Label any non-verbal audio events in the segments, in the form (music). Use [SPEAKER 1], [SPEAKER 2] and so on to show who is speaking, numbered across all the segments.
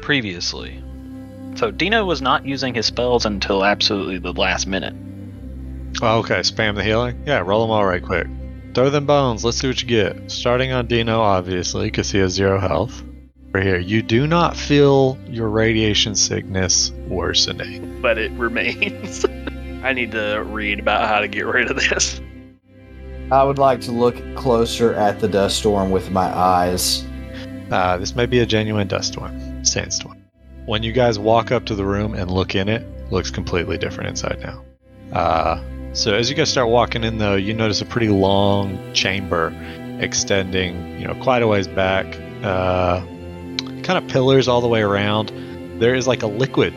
[SPEAKER 1] previously. So Dino was not using his spells until absolutely the last minute.
[SPEAKER 2] Oh, okay, spam the healing? Yeah, roll them all right quick. Throw them bones, let's see what you get. Starting on Dino, obviously, because he has zero health. Right here, you do not feel your radiation sickness worsening.
[SPEAKER 3] but it remains. (laughs) I need to read about how to get rid of this.
[SPEAKER 4] I would like to look closer at the dust storm with my eyes.
[SPEAKER 2] Uh, this may be a genuine dust storm, sandstorm. When you guys walk up to the room and look in it, it looks completely different inside now. Uh, so as you guys start walking in, though, you notice a pretty long chamber extending, you know, quite a ways back. Uh, kind of pillars all the way around. There is like a liquid,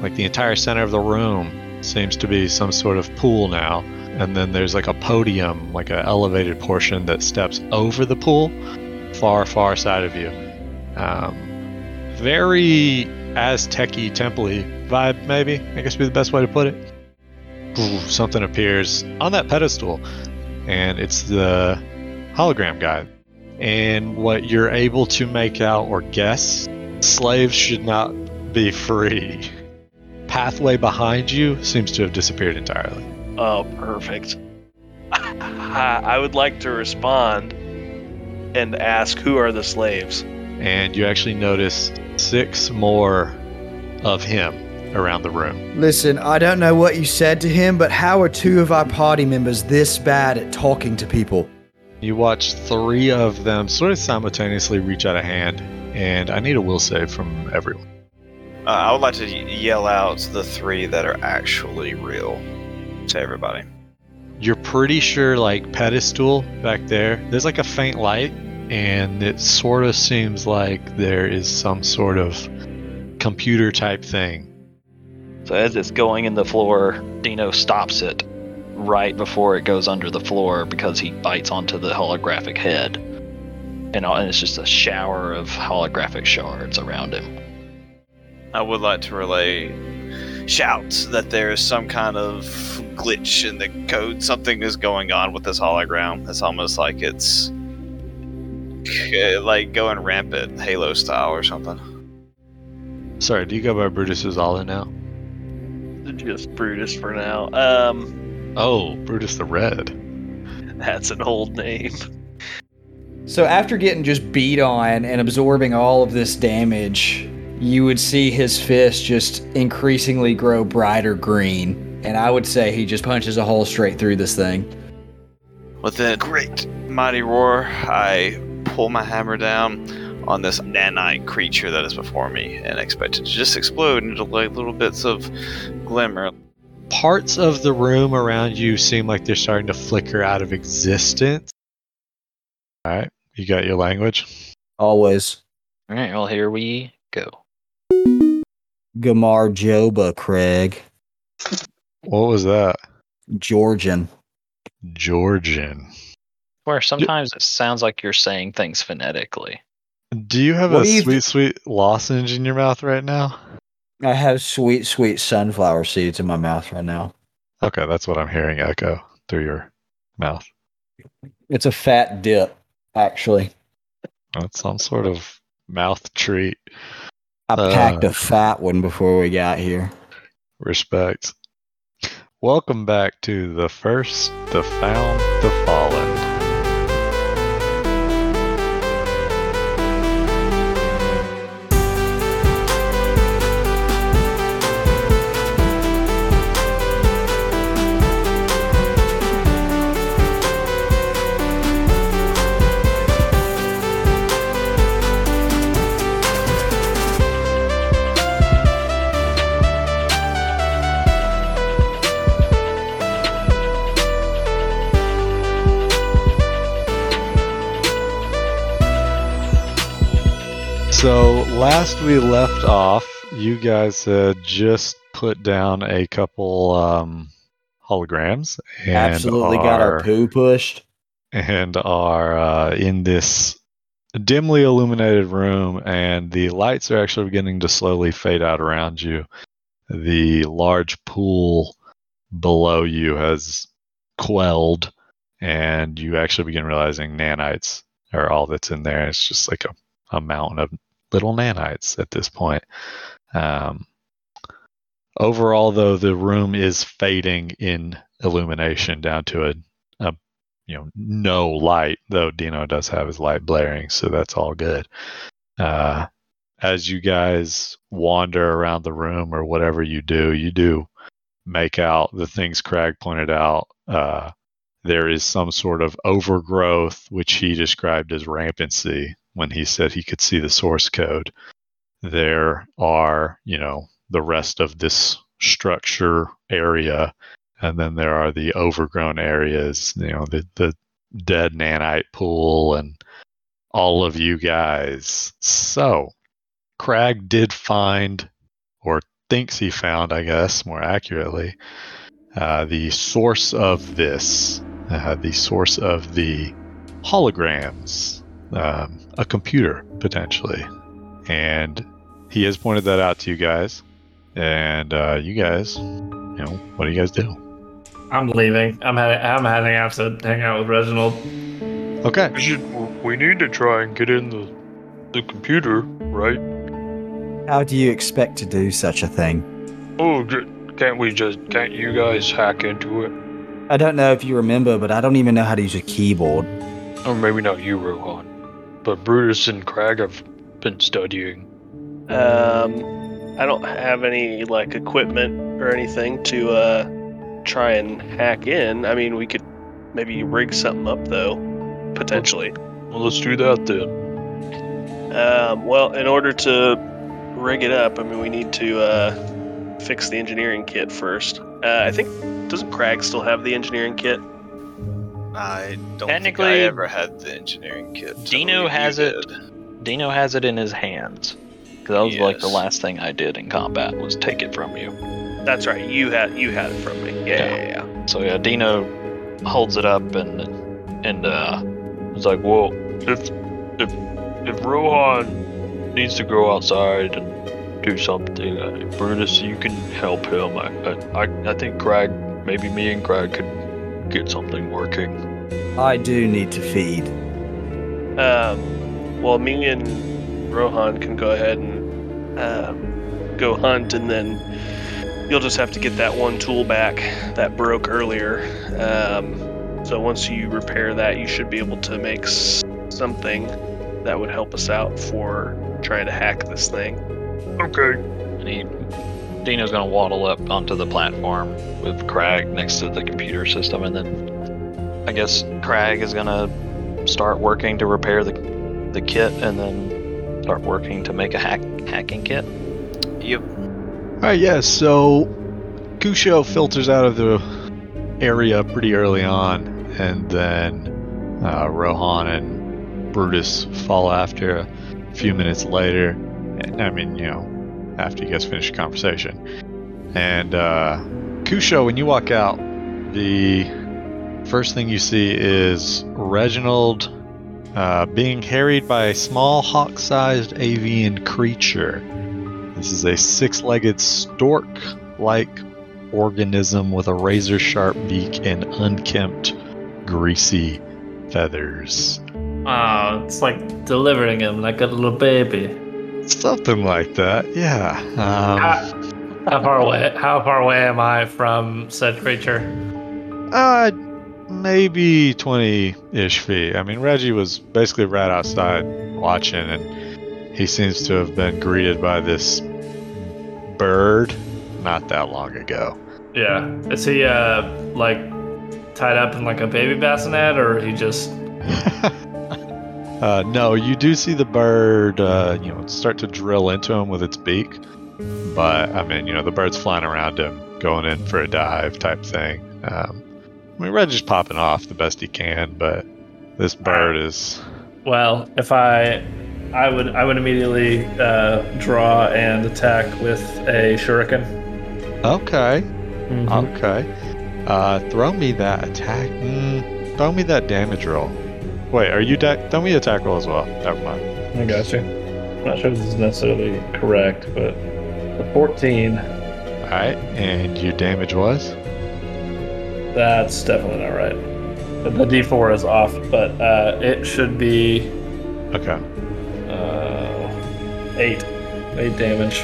[SPEAKER 2] like the entire center of the room seems to be some sort of pool now. And then there's like a podium, like an elevated portion that steps over the pool far, far side of you. Um, very Aztec-y, temple-y vibe, maybe. I guess would be the best way to put it. Ooh, something appears on that pedestal, and it's the hologram guy. And what you're able to make out or guess, slaves should not be free. Pathway behind you seems to have disappeared entirely.
[SPEAKER 3] Oh, perfect. I would like to respond and ask who are the slaves?
[SPEAKER 2] And you actually notice six more of him around the room.
[SPEAKER 4] Listen, I don't know what you said to him, but how are two of our party members this bad at talking to people?
[SPEAKER 2] You watch three of them sort of simultaneously reach out a hand, and I need a will save from everyone.
[SPEAKER 5] Uh, I would like to y- yell out the three that are actually real to everybody.
[SPEAKER 2] You're pretty sure, like, pedestal back there, there's like a faint light, and it sort of seems like there is some sort of computer type thing.
[SPEAKER 1] So as it's going in the floor, Dino stops it right before it goes under the floor because he bites onto the holographic head. And, all, and it's just a shower of holographic shards around him.
[SPEAKER 5] I would like to relay shouts that there is some kind of glitch in the code. Something is going on with this hologram. It's almost like it's eh, like going rampant Halo style or something.
[SPEAKER 2] Sorry, do you go by Brutus's Olive now?
[SPEAKER 3] Just Brutus for now. Um,
[SPEAKER 2] Oh, Brutus the Red.
[SPEAKER 3] that's an old name.
[SPEAKER 4] So after getting just beat on and absorbing all of this damage, you would see his fist just increasingly grow brighter green. And I would say he just punches a hole straight through this thing.
[SPEAKER 5] With a great mighty roar, I pull my hammer down on this nanite creature that is before me and expect it to just explode into like little bits of glimmer.
[SPEAKER 2] Parts of the room around you seem like they're starting to flicker out of existence. All right, you got your language.
[SPEAKER 4] Always.
[SPEAKER 1] All right, well, here we go.
[SPEAKER 4] Gamar Joba, Craig.
[SPEAKER 2] What was that?
[SPEAKER 4] Georgian.
[SPEAKER 2] Georgian.
[SPEAKER 1] Where sometimes it sounds like you're saying things phonetically.
[SPEAKER 2] Do you have
[SPEAKER 4] What
[SPEAKER 2] a
[SPEAKER 4] do you
[SPEAKER 2] sweet, sweet lozenge in your mouth right now?
[SPEAKER 4] I have sweet, sweet sunflower seeds in my mouth right now.
[SPEAKER 2] Okay, that's what I'm hearing echo through your mouth.
[SPEAKER 4] It's a fat dip, actually.
[SPEAKER 2] That's some sort of mouth treat.
[SPEAKER 4] I
[SPEAKER 2] Uh.
[SPEAKER 4] packed a fat one before we got here.
[SPEAKER 2] Respect. Welcome back to the first, the found, the fallen. So last we left off, you guys had just put down a couple um, holograms. And
[SPEAKER 4] Absolutely got
[SPEAKER 2] are-
[SPEAKER 4] our poo pushed.
[SPEAKER 2] and are uh, in this dimly illuminated room, and the lights are actually beginning to slowly fade out around you. The large pool below you has quelled, and you actually begin realizing nanites are all that's in there. It's just like a, a mountain of little nanites at this point. Um, overall, though, the room is fading in illumination down to a, a you know no light. Though Dino does have his light blaring, so that's all good. Uh, as you guys wander around the room or whatever you do, you do make out the things Crag pointed out. Uh, there is some sort of overgrowth, which he described as rampancy when he said he could see the source code. There are, you know, the rest of this structure area, and then there are the overgrown areas, you know, the, the dead nanite pool and all of you guys. So, Crag did find, or thinks he found, I guess, more accurately, uh, the source of this, uh, the source of the holograms, um, a computer potentially. And he has pointed that out to you guys. And uh, you guys, you know, what do you guys do?
[SPEAKER 6] I'm leaving. I'm heading. I'm heading out to hang out with Reginald.
[SPEAKER 2] Okay.
[SPEAKER 7] We should. We need to try and get in the, the computer, right?
[SPEAKER 8] How do you expect to do such a thing?
[SPEAKER 7] Oh, ju- can't we just? Can't you guys hack into it?
[SPEAKER 8] I don't know if you remember, but I don't even know how to use a keyboard.
[SPEAKER 7] Or maybe not you, Rohan, but Brutus and Crag have been studying.
[SPEAKER 3] Um, I don't have any like equipment or anything to uh, try and hack in. I mean, we could maybe rig something up though, potentially.
[SPEAKER 7] Well, let's do that then.
[SPEAKER 3] Um, well, in order to rig it up, I mean, we need to uh, fix the engineering kit first. Uh, I think doesn't Crag still have the engineering kit?
[SPEAKER 5] I don't think I
[SPEAKER 1] Technically,
[SPEAKER 5] ever had the engineering kit.
[SPEAKER 1] Dino
[SPEAKER 5] You
[SPEAKER 1] has it.
[SPEAKER 5] did.
[SPEAKER 1] Dino has it in his hands. Because that was like the
[SPEAKER 5] Yes.
[SPEAKER 1] last thing I did in combat was take it from you.
[SPEAKER 3] That's right. You had you had it from me. Yeah,
[SPEAKER 1] Yeah.
[SPEAKER 3] yeah, yeah.
[SPEAKER 1] So yeah, Dino holds it up and and uh, is like, "Well,
[SPEAKER 7] If if if Rohan needs to go outside and do something, uh, Brutus, you can help him. I I, I- I think Crag, maybe me and Crag could get something working.
[SPEAKER 8] I do need to feed.
[SPEAKER 3] Um, well, me and Rohan can go ahead and um, go hunt, and then you'll just have to get that one tool back that broke earlier. Um, so once you repair that, you should be able to make s- something that would help us out for trying to hack this thing.
[SPEAKER 7] Okay.
[SPEAKER 1] And he, Dino's gonna waddle up onto the platform with Crag next to the computer system, and then I guess Crag is gonna start working to repair the the kit, and then start working to make a hack hacking kit.
[SPEAKER 5] Yep.
[SPEAKER 2] All right, yeah, so Kusho filters out of the area pretty early on, and then uh, Rohan and Brutus fall after a few minutes later. And, I mean, you know, after you guys finish your conversation. And uh, Kusho, when you walk out, the first thing you see is Reginald uh, being harried by a small hawk sized avian creature. This is a six legged stork like organism with a razor sharp beak and unkempt, greasy feathers.
[SPEAKER 6] Oh, it's like delivering him like a little baby.
[SPEAKER 2] Something like that, yeah. Um,
[SPEAKER 6] How, how far away? How far away am I from said creature?
[SPEAKER 2] uh, maybe 20 ish feet. I mean, Reggie was basically right outside watching, and he seems to have been greeted by this bird not that long ago.
[SPEAKER 6] Yeah. Is he uh like tied up in like a baby bassinet, or he just?
[SPEAKER 2] Uh, no, you do see the bird, uh, you know, start to drill into him with its beak. But I mean, you know, the bird's flying around him, going in for a dive type thing. Um, I mean, Reggie's popping off the best he can, but this bird is.
[SPEAKER 6] Well, if I, I would I would immediately uh, draw and attack with a shuriken.
[SPEAKER 2] Okay,
[SPEAKER 6] Mm-hmm.
[SPEAKER 2] Oh. okay. Uh, throw me that attack. Mm, throw me that damage roll. Wait, are you da- throw me the attack roll as well? Never mind.
[SPEAKER 6] I got you. I'm not sure if this is necessarily correct, but a
[SPEAKER 2] All
[SPEAKER 6] 14.
[SPEAKER 2] right, and your damage was.
[SPEAKER 6] That's definitely not right. The D4 is off, but uh, it should be
[SPEAKER 2] Okay.
[SPEAKER 6] uh, Eight. Eight damage.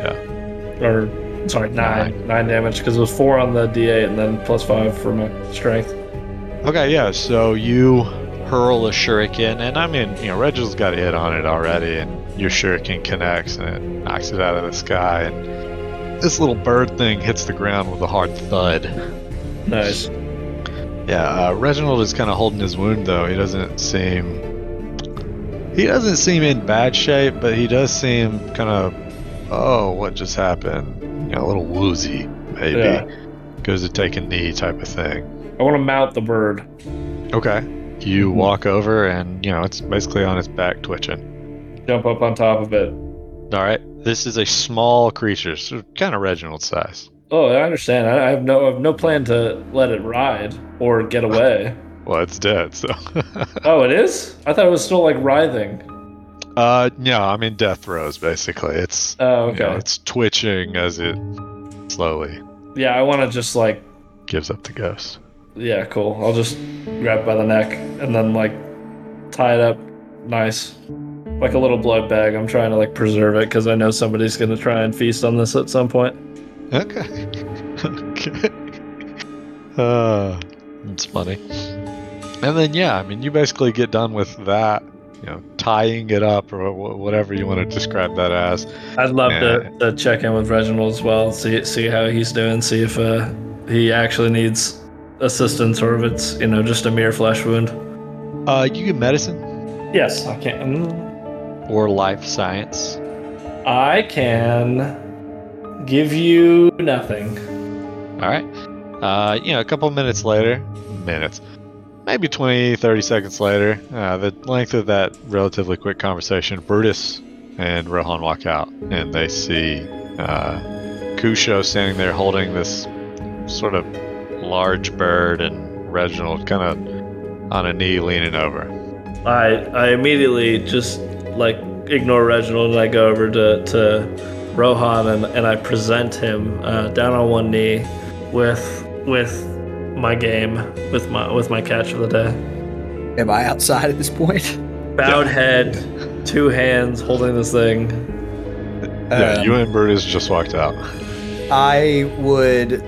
[SPEAKER 6] Yeah. Or, sorry, nine. Nine, damage, because it was four on the D8 and then plus five for my strength.
[SPEAKER 2] Okay, yeah, so you hurl a shuriken, and I mean, you know, Reginald's got a hit on it already, and your shuriken connects and it knocks it out of the sky, and this little bird thing hits the ground with a hard thud.
[SPEAKER 6] Nice.
[SPEAKER 2] Yeah, uh, Reginald is kind of holding his wound, though. He doesn't seem. He doesn't seem in bad shape, but he does seem kind of, oh, what just happened? You know, a little woozy, maybe.
[SPEAKER 6] Yeah.
[SPEAKER 2] Goes to take a knee type of thing.
[SPEAKER 6] I want to mount the bird.
[SPEAKER 2] Okay. Mm-hmm. You walk over and, you know, it's basically on its back twitching.
[SPEAKER 6] Jump up on top of it.
[SPEAKER 2] All right. This is a small creature, so kind of Reginald size.
[SPEAKER 6] Oh, I understand. I I have no, I have no plan to let it ride or get away. (laughs)
[SPEAKER 2] Well, it's dead, so. (laughs)
[SPEAKER 6] oh, it is. I thought it was still like writhing.
[SPEAKER 2] uh, no, I mean, death throes, basically. It's,
[SPEAKER 6] Oh,
[SPEAKER 2] you know,
[SPEAKER 6] okay.
[SPEAKER 2] it's twitching as it slowly
[SPEAKER 6] Yeah, I want to just like,
[SPEAKER 2] gives up the ghost.
[SPEAKER 6] yeah, cool. I'll just grab it by the neck and then like tie it up, nice, like a little blood bag. I'm trying to like preserve it because I know somebody's gonna try and feast on this at some point.
[SPEAKER 2] Okay. (laughs) okay. Uh, it's funny. And then, yeah, I mean, you basically get done with that, you know, tying it up or wh- whatever you want to describe that as.
[SPEAKER 6] I'd love to, to check in with Reginald as well, see see how he's doing, see if uh, he actually needs assistance or if it's you know just a mere flesh wound.
[SPEAKER 2] Uh, you get medicine
[SPEAKER 6] Yes, I can.
[SPEAKER 2] or life science.
[SPEAKER 6] I can give you nothing.
[SPEAKER 2] All right. Uh, you know, a couple minutes later, minutes, maybe 20, 30 seconds later, uh, the length of that relatively quick conversation, Brutus and Rohan walk out, and they see uh, Kusho standing there holding this sort of large bird, and Reginald kind of on a knee leaning over.
[SPEAKER 6] I I immediately just like ignore Reginald and I go over to, to Rohan and, and I present him uh, down on one knee with with my game with my with my catch of the day.
[SPEAKER 4] Am I outside at this point?
[SPEAKER 6] Bowed head, two hands holding this thing.
[SPEAKER 2] yeah,
[SPEAKER 8] Uh,
[SPEAKER 4] Um,
[SPEAKER 2] you and Brutus just walked out.
[SPEAKER 4] I would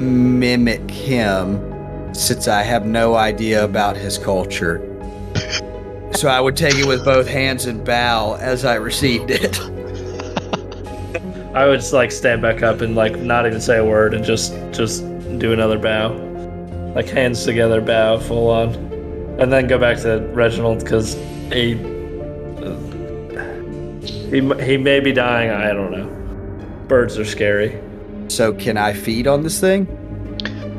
[SPEAKER 4] mimic him since I have no idea about his
[SPEAKER 2] (laughs)
[SPEAKER 4] culture. so I would take it with both hands and bow as I received it.
[SPEAKER 6] I would just like stand back up and like not even say a word and just just do another bow, like hands together bow full on, and then go back to Reginald because he he m- he may be dying. I don't know. Birds are scary.
[SPEAKER 4] So can I feed on this thing?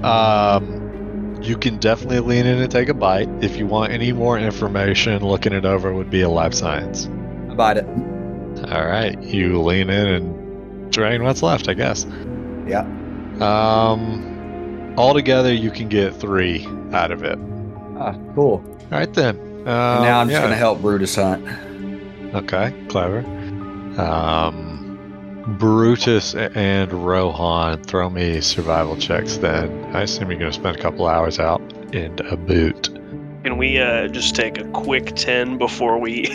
[SPEAKER 2] Um, you can definitely lean in and take a bite. If you want any more information, looking it over would be a life science.
[SPEAKER 4] About it.
[SPEAKER 2] All right, you lean in and drain what's left, I guess.
[SPEAKER 4] Yeah.
[SPEAKER 2] Um, altogether, you can get three out of it.
[SPEAKER 4] Ah, cool.
[SPEAKER 2] All right then. Um,
[SPEAKER 4] And now I'm just
[SPEAKER 2] yeah.
[SPEAKER 4] gonna help Brutus hunt.
[SPEAKER 2] Okay, clever. Um, Brutus a- and Rohan, throw me survival checks. Then I assume you're gonna spend a couple hours out in a boot.
[SPEAKER 3] Can we uh, just take a quick 10 before we.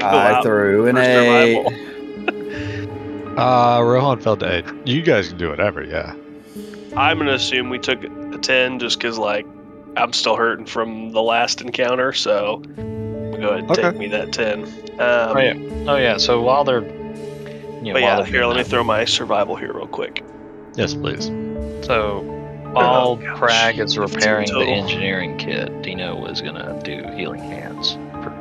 [SPEAKER 3] (laughs)
[SPEAKER 4] I
[SPEAKER 3] out
[SPEAKER 4] threw an
[SPEAKER 3] for
[SPEAKER 4] eight.
[SPEAKER 3] survival.
[SPEAKER 2] Uh, Rohan fell to eight. You guys can do whatever. Yeah.
[SPEAKER 3] I'm going to assume we took a 10 just because, like, I'm still hurting from the last encounter, so I'm go ahead and
[SPEAKER 2] Okay.
[SPEAKER 3] take me that 10. Um,
[SPEAKER 1] Oh, yeah. Oh yeah. So while they're, you know, while
[SPEAKER 3] But yeah,
[SPEAKER 1] they're
[SPEAKER 3] here, let me
[SPEAKER 1] doing
[SPEAKER 3] throw my survival here real quick. Um,
[SPEAKER 2] Yes, please.
[SPEAKER 1] that. So while
[SPEAKER 3] Oh, gosh.
[SPEAKER 1] Crag is repairing the
[SPEAKER 3] total.
[SPEAKER 1] engineering kit, Dino is gonna do healing hands for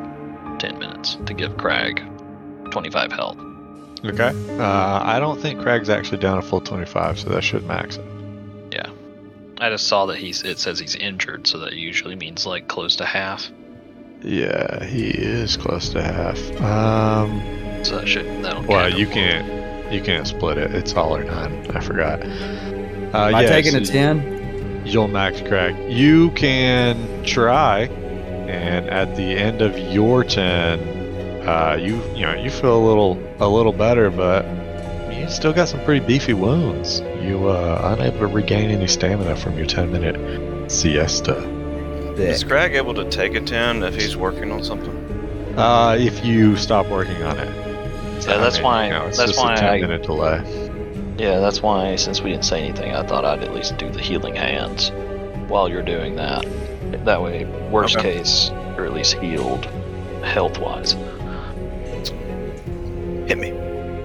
[SPEAKER 1] ten minutes to give Crag twenty-five health.
[SPEAKER 2] Okay. Uh, I don't think Craig's actually down a full 25, so that should max it.
[SPEAKER 1] I just saw that he's. It says he's injured, so that usually means like close to half.
[SPEAKER 2] Yeah, he is close to half. Um,
[SPEAKER 1] So that should that'll.
[SPEAKER 2] well,
[SPEAKER 1] count
[SPEAKER 2] you
[SPEAKER 1] for-
[SPEAKER 2] can't you can't split it. It's all or none. I forgot. Uh,
[SPEAKER 4] Am I
[SPEAKER 2] yeah,
[SPEAKER 4] taking
[SPEAKER 2] so
[SPEAKER 4] a ten?
[SPEAKER 2] You'll max Craig. You can try, and at the end of your 10, uh, you you know you feel a little a little better, but you still got some pretty beefy wounds. You uh, unable to regain any stamina from your 10 minute siesta.
[SPEAKER 5] Is Craig able to take a 10 if he's working on something?
[SPEAKER 2] Uh, if you stop working on it.
[SPEAKER 1] Yeah, that's why-
[SPEAKER 2] it's
[SPEAKER 1] that's
[SPEAKER 2] just a
[SPEAKER 1] why I-
[SPEAKER 2] ten-minute delay.
[SPEAKER 1] Yeah, that's why, since we didn't say anything, I thought I'd at least do the healing hands while you're doing that. That way, worst case, you're at least healed health wise.
[SPEAKER 5] Hit me.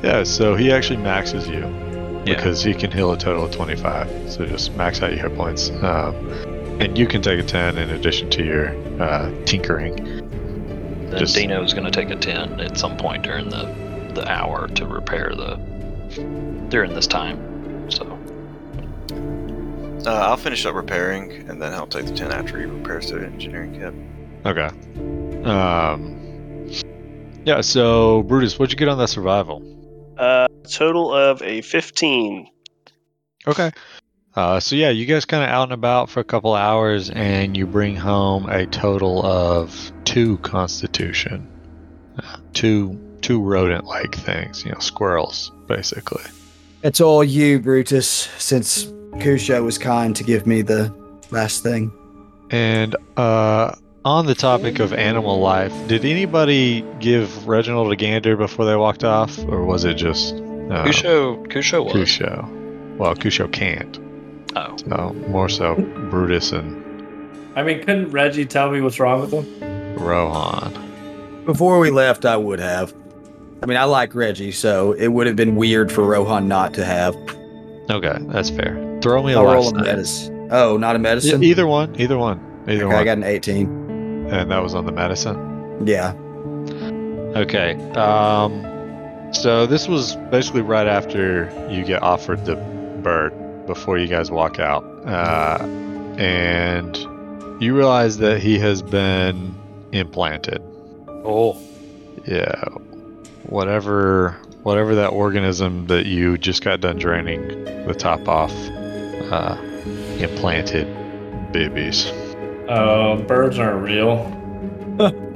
[SPEAKER 2] Yeah, so he actually maxes you
[SPEAKER 1] Yeah.
[SPEAKER 2] because he can heal a total of 25. So just max out your hit points. Um, and you can take a 10 in addition to your uh, tinkering.
[SPEAKER 1] Then
[SPEAKER 2] Just-
[SPEAKER 1] Dino's going to take a 10 at some point during the, the hour to repair the. during this time. So,
[SPEAKER 5] Uh, I'll finish up repairing, and then he'll take the ten after he repairs the engineering kit.
[SPEAKER 2] Okay. Um, yeah, so Brutus, what'd you get on that survival?
[SPEAKER 3] Uh, total of a 15.
[SPEAKER 2] Okay. Uh, so yeah, you guys kind of out and about for a couple hours, and you bring home a total of two Constitution, Uh, two two rodent-like things, you know, squirrels, basically.
[SPEAKER 8] It's all you, Brutus, since Kusho was kind to give me the last thing.
[SPEAKER 2] And uh, on the topic of animal life, did anybody give Reginald a gander before they walked off, or was it just uh,
[SPEAKER 1] Kusho, Kusho was.
[SPEAKER 2] Kusho? Well, Kusho can't.
[SPEAKER 1] Oh.
[SPEAKER 2] So more so Brutus and
[SPEAKER 6] I mean, couldn't Reggie tell me what's wrong with him?
[SPEAKER 2] Rohan.
[SPEAKER 8] Before we left, I would have. I mean, I like Reggie, so it would have been weird for Rohan not to have.
[SPEAKER 2] Okay, that's fair. Throw me a
[SPEAKER 8] I'll roll a
[SPEAKER 2] lifestyle.
[SPEAKER 8] medicine. Oh, not a
[SPEAKER 2] Yeah,
[SPEAKER 8] medicine?
[SPEAKER 2] either one, either one, either
[SPEAKER 8] Okay, I
[SPEAKER 2] one.
[SPEAKER 8] got an 18.
[SPEAKER 2] and that was on the medicine.
[SPEAKER 8] Yeah.
[SPEAKER 2] Okay. Um, so this was basically right after you get offered the bird before you guys walk out, uh, and you realize that he has been implanted.
[SPEAKER 1] Oh.
[SPEAKER 2] Yeah, whatever whatever that organism that you just got done draining the top off, uh, implanted babies.
[SPEAKER 6] Uh, birds aren't real.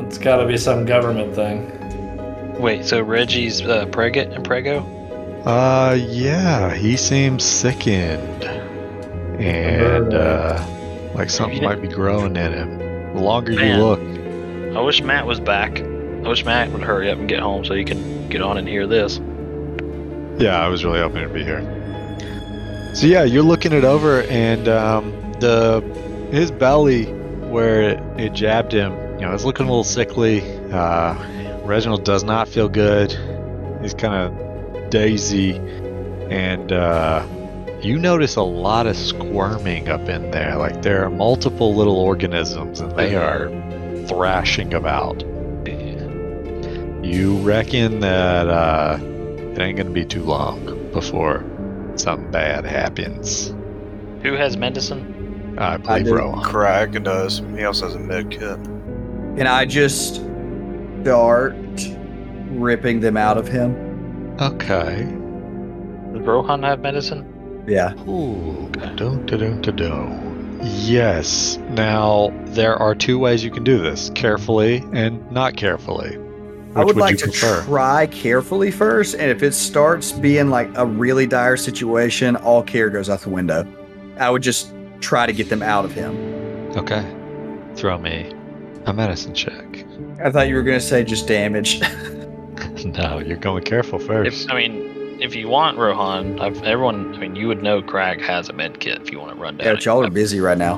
[SPEAKER 6] it's got to be some government thing.
[SPEAKER 1] Wait, so Reggie's uh, Preggett and Prego?
[SPEAKER 2] Uh, yeah, he seems sickened. And, uh, like something might be growing in him. The longer
[SPEAKER 1] Man.
[SPEAKER 2] you look,
[SPEAKER 1] I wish Matt was back. I wish Matt would hurry up and get home so he can get on and hear this.
[SPEAKER 2] yeah, I was really hoping to be here. So, yeah, you're looking it over, and, um, the, his belly where it, it jabbed him, you know, it's looking a little sickly. Uh, Reginald does not feel good. He's kind of daisy, and, uh, you notice a lot of squirming up in there. Like there are multiple little organisms and they are thrashing about. You reckon that uh, it ain't gonna be too long before something bad happens.
[SPEAKER 1] Who has medicine?
[SPEAKER 2] I believe
[SPEAKER 8] do.
[SPEAKER 2] Rowan.
[SPEAKER 5] Craig does. He also has a med kit.
[SPEAKER 8] Can I just start ripping them out of him?
[SPEAKER 2] Okay.
[SPEAKER 1] Does Rohan have medicine?
[SPEAKER 8] Yeah.
[SPEAKER 2] Ooh. Dun, dun, dun, dun, dun. Yes. Now there are two ways you can do this: carefully and not carefully. Which
[SPEAKER 8] I would, like
[SPEAKER 2] you
[SPEAKER 8] to
[SPEAKER 2] prefer?
[SPEAKER 8] try carefully first, and if it starts being like a really dire situation, all care goes out the window. I would just try to get them out of him.
[SPEAKER 2] Okay. Throw me a medicine check.
[SPEAKER 8] I thought you were going to say just damage.
[SPEAKER 2] (laughs)
[SPEAKER 8] (laughs)
[SPEAKER 2] No, you're going careful
[SPEAKER 1] If,
[SPEAKER 2] first.
[SPEAKER 1] I mean, if you want Rohan, I've, everyone, I mean, you would know Crag has a med kit if you want to run down.
[SPEAKER 8] yeah,
[SPEAKER 1] it.
[SPEAKER 8] but y'all are busy right now.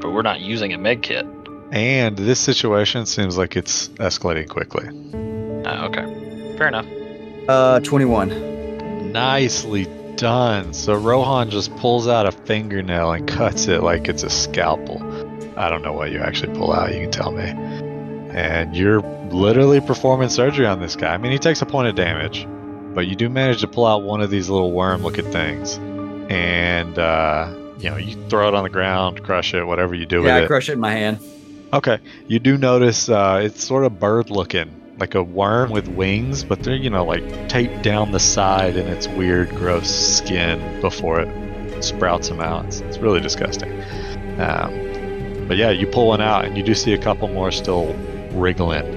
[SPEAKER 1] But we're not using a med kit.
[SPEAKER 2] And this situation seems like it's escalating quickly.
[SPEAKER 1] Ah, okay. Fair enough.
[SPEAKER 8] Uh, 21.
[SPEAKER 2] Nicely done. So Rohan just pulls out a fingernail and cuts it like it's a scalpel. I don't know what you actually pull out, you can tell me. And you're literally performing surgery on this guy. I mean, he takes a point of damage, but you do manage to pull out one of these little worm looking things. And, uh, you know, you throw it on the ground, crush it, whatever you do
[SPEAKER 8] Yeah,
[SPEAKER 2] with
[SPEAKER 8] I
[SPEAKER 2] it.
[SPEAKER 8] crush it in my hand.
[SPEAKER 2] Okay, you do notice uh, it's sort of bird looking, like a worm with wings, but they're you know like taped down the side in its weird, gross skin before it sprouts them out. It's, it's really disgusting. Um, but yeah, you pull one out, and you do see a couple more still wriggling.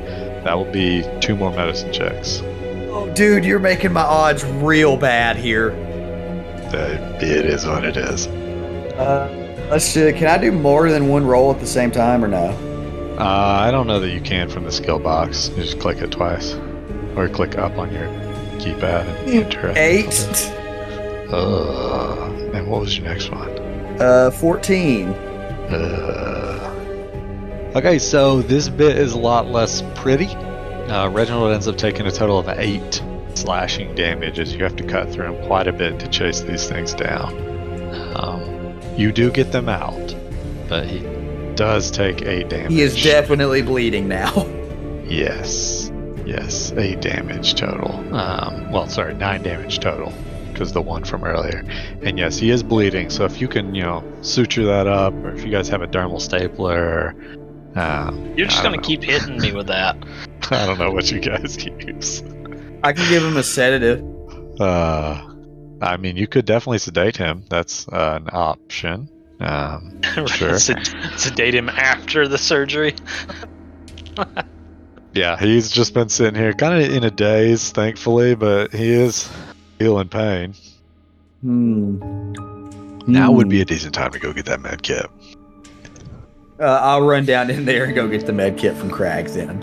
[SPEAKER 2] That will be two more medicine checks.
[SPEAKER 8] Oh, dude, you're making my odds real bad here.
[SPEAKER 2] It is what it is.
[SPEAKER 8] Uh, let's do. Can I do more than one roll at the same time or no?
[SPEAKER 2] Uh, I don't know that you can from the skill box. You just click it twice, or click up on your Keep at it. Interesting.
[SPEAKER 8] Eight.
[SPEAKER 2] Uh, and what was your next one?
[SPEAKER 8] Uh, 14.
[SPEAKER 2] Uh, okay, so this bit is a lot less pretty. Uh, Reginald ends up taking a total of eight slashing damages. You have to cut through them quite a bit to chase these things down. Um, you do get them out, but he does take eight damage.
[SPEAKER 8] He is definitely bleeding now. (laughs)
[SPEAKER 2] Yes. Yes, eight damage total. Um, well, sorry, nine damage total because the one from earlier. And yes, he is bleeding. So if you can, you know, suture that up, or if you guys have a dermal stapler, or, um,
[SPEAKER 1] You're just
[SPEAKER 2] I
[SPEAKER 1] gonna
[SPEAKER 2] don't know.
[SPEAKER 1] keep hitting me with (laughs) that.
[SPEAKER 2] I don't know (laughs) what you guys use.
[SPEAKER 8] I can give him a sedative.
[SPEAKER 2] Uh, I mean, you could definitely sedate him. That's uh, an option.
[SPEAKER 1] (laughs)
[SPEAKER 2] Um, Sure.
[SPEAKER 1] Sed- sedate him after the surgery.
[SPEAKER 2] yeah, he's just been sitting here, kind of in a daze, thankfully, but he is feeling pain.
[SPEAKER 8] Hmm.
[SPEAKER 2] Now
[SPEAKER 8] Hmm.
[SPEAKER 2] would be a decent time to go get that med kit.
[SPEAKER 8] Uh, I'll run down in there and go get the med kit from Crags then.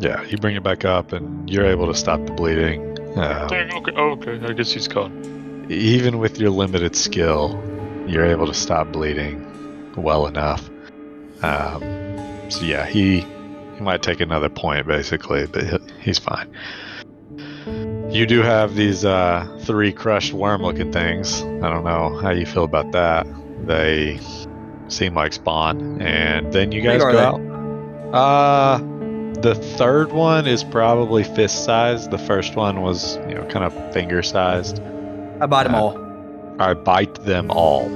[SPEAKER 2] Yeah, you bring it back up, and you're able to stop the bleeding. Um,
[SPEAKER 7] Dang, oh, okay, okay, I guess he's gone.
[SPEAKER 2] even with your limited skill, you're able to stop bleeding well enough. Um, so yeah, he he might take another point basically, but he he's fine. You do have these uh, three crushed worm-looking things. I don't know how you feel about that. They seem like spawn, and then you
[SPEAKER 8] Big
[SPEAKER 2] guys
[SPEAKER 8] are
[SPEAKER 2] go
[SPEAKER 8] they?
[SPEAKER 2] out. Uh, the third one is probably fist sized. The first one was you know kind of finger sized.
[SPEAKER 8] I bite them
[SPEAKER 2] Uh,
[SPEAKER 8] all.
[SPEAKER 2] I bite them all.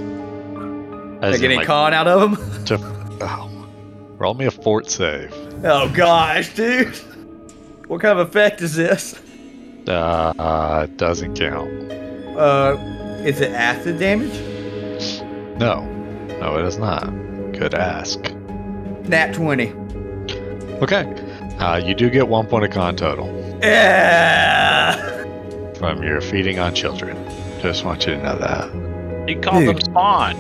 [SPEAKER 2] As
[SPEAKER 8] Take
[SPEAKER 2] in,
[SPEAKER 8] any
[SPEAKER 2] like,
[SPEAKER 8] con out of them?
[SPEAKER 2] oh, roll me a fort save.
[SPEAKER 8] (laughs) Oh gosh, dude. What kind of effect is this?
[SPEAKER 2] Uh, uh, it doesn't count.
[SPEAKER 8] Uh, is it acid damage?
[SPEAKER 2] No, no, it is not. Good ask.
[SPEAKER 8] Nat 20.
[SPEAKER 2] Okay, uh, you do get one point of con total
[SPEAKER 8] Yeah.
[SPEAKER 2] from your feeding on children. Just want you to know that.
[SPEAKER 1] You call them
[SPEAKER 4] Dude.
[SPEAKER 1] spawn.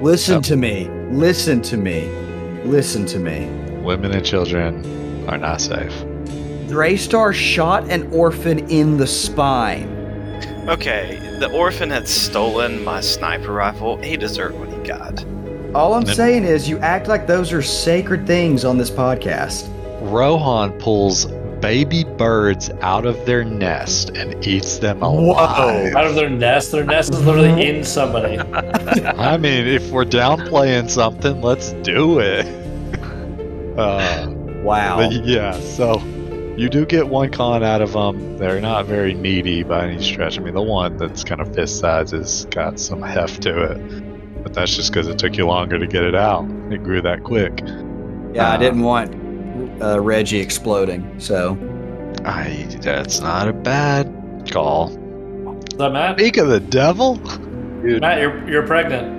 [SPEAKER 4] Listen
[SPEAKER 2] Yep.
[SPEAKER 4] to me. Listen to me. Listen to me.
[SPEAKER 2] Women and children are not safe.
[SPEAKER 4] Draystar shot an orphan in the spine.
[SPEAKER 5] Okay, the orphan had stolen my sniper rifle. He deserved what he got.
[SPEAKER 4] All I'm
[SPEAKER 2] Yep.
[SPEAKER 4] saying is you act like those are sacred things on this podcast.
[SPEAKER 2] Rohan pulls baby birds out of their nest and eats them alive.
[SPEAKER 6] Out of their nest. Their nest is literally in somebody.
[SPEAKER 2] I mean, if we're downplaying something, let's do it. Uh,
[SPEAKER 4] Wow.
[SPEAKER 2] but yeah, so you do get one con out of them. They're not very meaty by any stretch. I mean, the one that's kind of fist size has got some heft to it, but that's just because it took you longer to get it out. It grew that quick.
[SPEAKER 4] Yeah, I
[SPEAKER 2] uh,
[SPEAKER 4] didn't want uh, Reggie exploding, so.
[SPEAKER 2] I, that's not a bad call.
[SPEAKER 6] Is that Matt?
[SPEAKER 2] Speak of the devil,
[SPEAKER 6] Matt, you're, you're pregnant.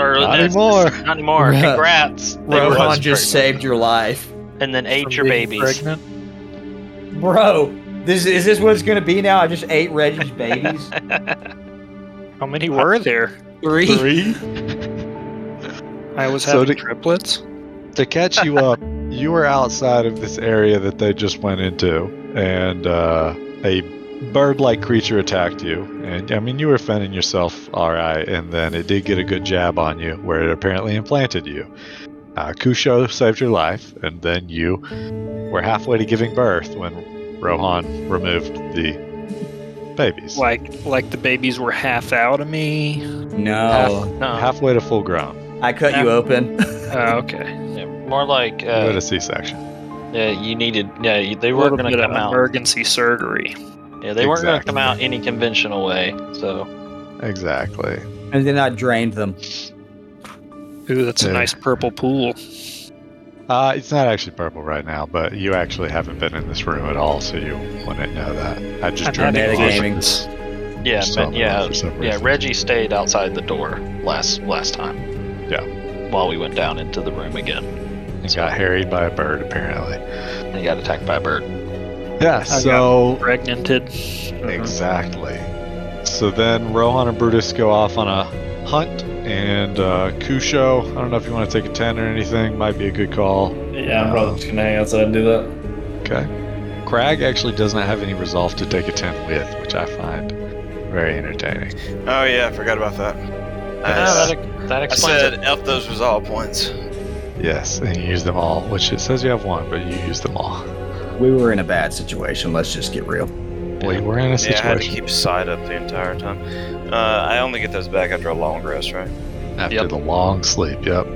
[SPEAKER 1] Or
[SPEAKER 2] not
[SPEAKER 1] that's-
[SPEAKER 2] anymore.
[SPEAKER 1] (laughs) Not anymore.
[SPEAKER 4] Yeah.
[SPEAKER 1] Congrats. They were
[SPEAKER 8] Rohan
[SPEAKER 1] once
[SPEAKER 8] just
[SPEAKER 1] pregnant.
[SPEAKER 8] saved your life.
[SPEAKER 1] and then ate your babies.
[SPEAKER 4] Bro, this is this what it's gonna be now? I just ate Reggie's
[SPEAKER 2] (laughs)
[SPEAKER 4] babies.
[SPEAKER 9] How many were there?
[SPEAKER 4] Three.
[SPEAKER 2] Three.
[SPEAKER 9] I was
[SPEAKER 2] So
[SPEAKER 9] having
[SPEAKER 2] did-
[SPEAKER 9] triplets.
[SPEAKER 2] to catch you up, you were outside of this area that they just went into, and uh, a bird-like creature attacked you. And I mean, you were fending yourself all right, and then it did get a good jab on you, where it apparently implanted you. Uh, Kusho saved your life, and then you were halfway to giving birth when Rohan removed the babies.
[SPEAKER 9] Like, like the babies were half out of me.
[SPEAKER 4] No,
[SPEAKER 1] No.
[SPEAKER 2] Halfway to full grown.
[SPEAKER 4] I cut you open.
[SPEAKER 9] Oh, okay.
[SPEAKER 1] Yeah, more like
[SPEAKER 2] You had
[SPEAKER 1] uh,
[SPEAKER 2] a C-section.
[SPEAKER 1] yeah, you needed. Yeah, you- they
[SPEAKER 9] A
[SPEAKER 1] weren't
[SPEAKER 9] little
[SPEAKER 1] going to
[SPEAKER 9] bit of
[SPEAKER 1] come out.
[SPEAKER 9] emergency surgery.
[SPEAKER 1] Yeah, they weren't going to
[SPEAKER 2] Exactly.
[SPEAKER 1] come out any conventional way. So
[SPEAKER 2] Exactly.
[SPEAKER 4] And then I drained them.
[SPEAKER 9] Ooh, that's
[SPEAKER 2] Yeah.
[SPEAKER 9] a nice purple pool.
[SPEAKER 2] Uh, it's not actually purple right now, but you actually haven't been in this room at all, so you wouldn't know that. I just
[SPEAKER 9] I'm
[SPEAKER 2] drew
[SPEAKER 9] not
[SPEAKER 2] the
[SPEAKER 9] into
[SPEAKER 2] conclusion
[SPEAKER 4] gaming.
[SPEAKER 2] it's
[SPEAKER 1] yeah,
[SPEAKER 2] something
[SPEAKER 1] but, yeah,
[SPEAKER 2] for some
[SPEAKER 1] yeah.
[SPEAKER 2] reason.
[SPEAKER 1] Reggie stayed outside the door last last time.
[SPEAKER 2] Yeah.
[SPEAKER 1] While we went down into the room again,
[SPEAKER 2] It got harried by a bird, apparently.
[SPEAKER 1] and he got attacked by a bird.
[SPEAKER 2] Yeah, so
[SPEAKER 9] Pregnanted.
[SPEAKER 2] Exactly. So then Rohan and Brutus go off on a hunt, and uh, Kusho, I don't know if you want to take a 10 or anything, might be a good call.
[SPEAKER 6] Yeah, I'm probably just gonna hang outside and do that.
[SPEAKER 2] Okay. Crag actually does not have any resolve to take a 10 with, which I find very entertaining.
[SPEAKER 5] Oh yeah, I forgot about that.
[SPEAKER 1] Ah,
[SPEAKER 5] Nice.
[SPEAKER 1] that, that
[SPEAKER 5] I
[SPEAKER 1] explains it.
[SPEAKER 5] said up those resolve points.
[SPEAKER 2] Yes, and you use them all, which it says you have one, but you use them all.
[SPEAKER 8] We were in a bad situation. Let's just get real.
[SPEAKER 2] We were in a
[SPEAKER 5] Yeah, I had to
[SPEAKER 2] situation
[SPEAKER 5] keep side up the entire time. Uh, I only get those back after a long rest, right?
[SPEAKER 2] after
[SPEAKER 1] Yep.
[SPEAKER 2] the long sleep, yep.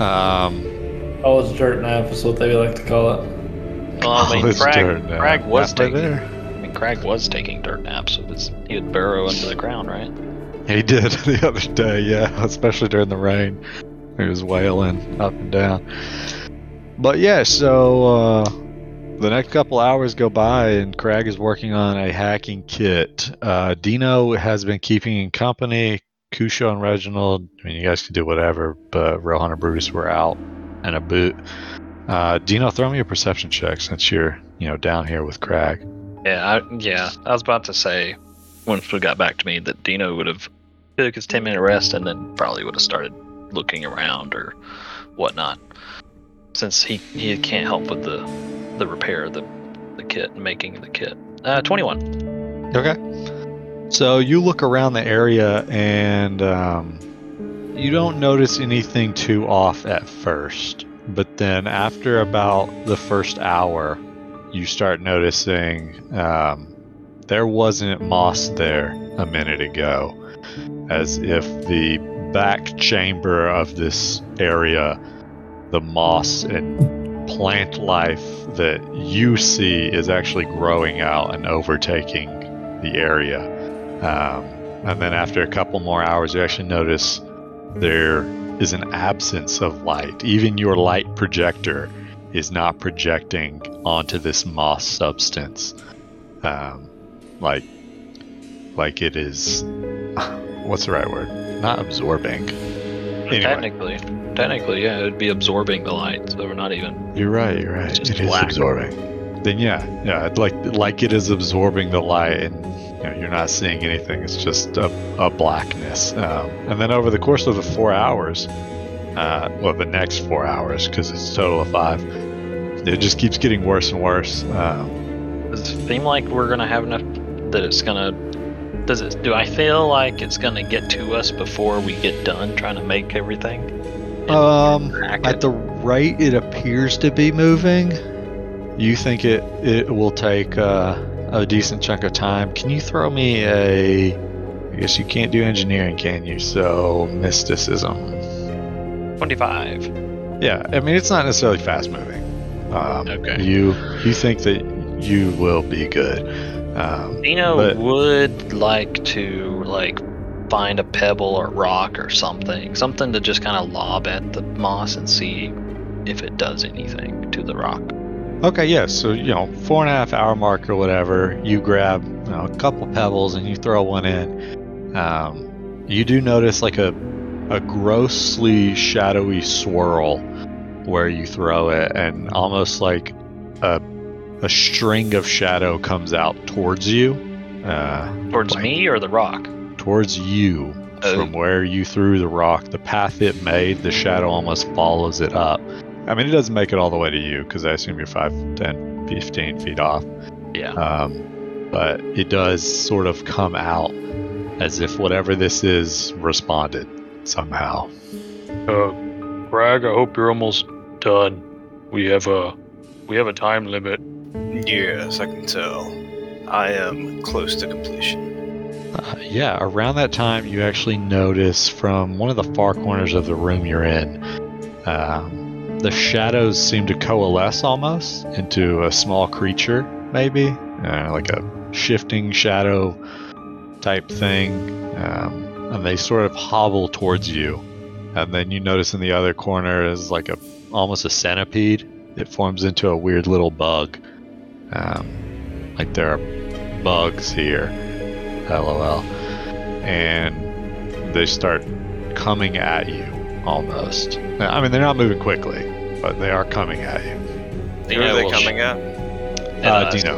[SPEAKER 2] Um,
[SPEAKER 6] College dirt nap is what they like to call it.
[SPEAKER 1] Well,
[SPEAKER 5] "Oh,
[SPEAKER 1] I mean,
[SPEAKER 2] (laughs) let's
[SPEAKER 1] Crag,
[SPEAKER 2] turn down
[SPEAKER 1] Crag was
[SPEAKER 2] Napa
[SPEAKER 1] taking. I mean, Crag was taking dirt naps. So it's, he would burrow under the ground, right?
[SPEAKER 2] He did (laughs) the other day, yeah, especially during the rain. He was wailing up and down. But yeah, so uh, the next couple hours go by, and Crag is working on a hacking kit. Uh, Dino has been keeping in company. Kusho and Reginald, I mean, you guys could do whatever, but Rohan and Brutus were out and a boot. Uh, Dino, throw me a perception check since you're, you know, down here with Crag.
[SPEAKER 1] Yeah, I, yeah. I was about to say, once it got back to me, that Dino would have took his ten minute rest and then probably would have started looking around or whatnot, since he he can't help with the the repair of the the kit and making the kit. Uh, twenty one.
[SPEAKER 2] Okay. So you look around the area and um, you don't notice anything too off at first. But then after about the first hour, you start noticing um, there wasn't moss there a minute ago. As if the back chamber of this area, the moss and plant life that you see is actually growing out and overtaking the area. Um, and then after a couple more hours, you actually notice there is an absence of light. Even your light projector is not projecting onto this moss substance, um, like like it is. (laughs) What's the right word? Not absorbing. Anyway,
[SPEAKER 1] Technically, technically, yeah, it would be absorbing the light, so we're not even.
[SPEAKER 2] you're right. You're right.
[SPEAKER 1] It's just
[SPEAKER 2] It is
[SPEAKER 1] black.
[SPEAKER 2] absorbing. Then yeah, yeah, it's like like it is absorbing the light, and you know, you're not seeing anything. It's just a, a blackness. Um, and then over the course of the four hours, uh, well, the next four hours, because it's a total of five, it just keeps getting worse and worse. Um,
[SPEAKER 1] Does it seem like we're gonna have enough that it's gonna? Does it? Do I feel like it's gonna get to us before we get done trying to make everything?
[SPEAKER 2] um,
[SPEAKER 1] Crack
[SPEAKER 2] at
[SPEAKER 1] it?
[SPEAKER 2] the rate it appears to be moving, you think it it will take uh, a decent chunk of time. Can you throw me a? I guess you can't do engineering, can you? So mysticism.
[SPEAKER 1] 25.
[SPEAKER 2] Yeah, I mean it's not necessarily fast moving. Um,
[SPEAKER 1] Okay.
[SPEAKER 2] You you think that you will be good. Um,
[SPEAKER 1] Dino
[SPEAKER 2] But-
[SPEAKER 1] would like to like find a pebble or rock or something, something to just kind of lob at the moss and see if it does anything to the rock.
[SPEAKER 2] Okay, yeah. So you know, four and a half hour mark or whatever, you grab you know, a couple pebbles and you throw one in. Um, you do notice like a a grossly shadowy swirl where you throw it, and almost like a a string of shadow comes out towards you, uh,
[SPEAKER 1] Towards
[SPEAKER 2] Like-
[SPEAKER 1] me or the rock?
[SPEAKER 2] towards you from where you threw the rock. The path it made, the shadow almost follows it up. I mean, it doesn't make it all the way to you because I assume you're 5, 10, 15 feet off.
[SPEAKER 1] Yeah.
[SPEAKER 2] Um, but it does sort of come out as if whatever this is responded somehow.
[SPEAKER 7] Uh, Greg, I hope you're almost done. We have a we have a time limit.
[SPEAKER 5] Yes, I can tell. I am close to completion.
[SPEAKER 2] Uh, yeah, around that time, you actually notice from one of the far corners of the room you're in, um, the shadows seem to coalesce almost into a small creature, maybe uh, like a shifting shadow type thing, um, and they sort of hobble towards you. And then you notice in the other corner is like a almost a centipede. It forms into a weird little bug. Um, like there are bugs here. LOL. And they start coming at you almost. Now, I mean, they're not moving quickly, but they are coming at you.
[SPEAKER 5] Who are
[SPEAKER 1] Dino
[SPEAKER 5] they
[SPEAKER 1] will sh-
[SPEAKER 5] coming at?
[SPEAKER 1] and
[SPEAKER 2] Uh,
[SPEAKER 1] us.
[SPEAKER 2] Dino.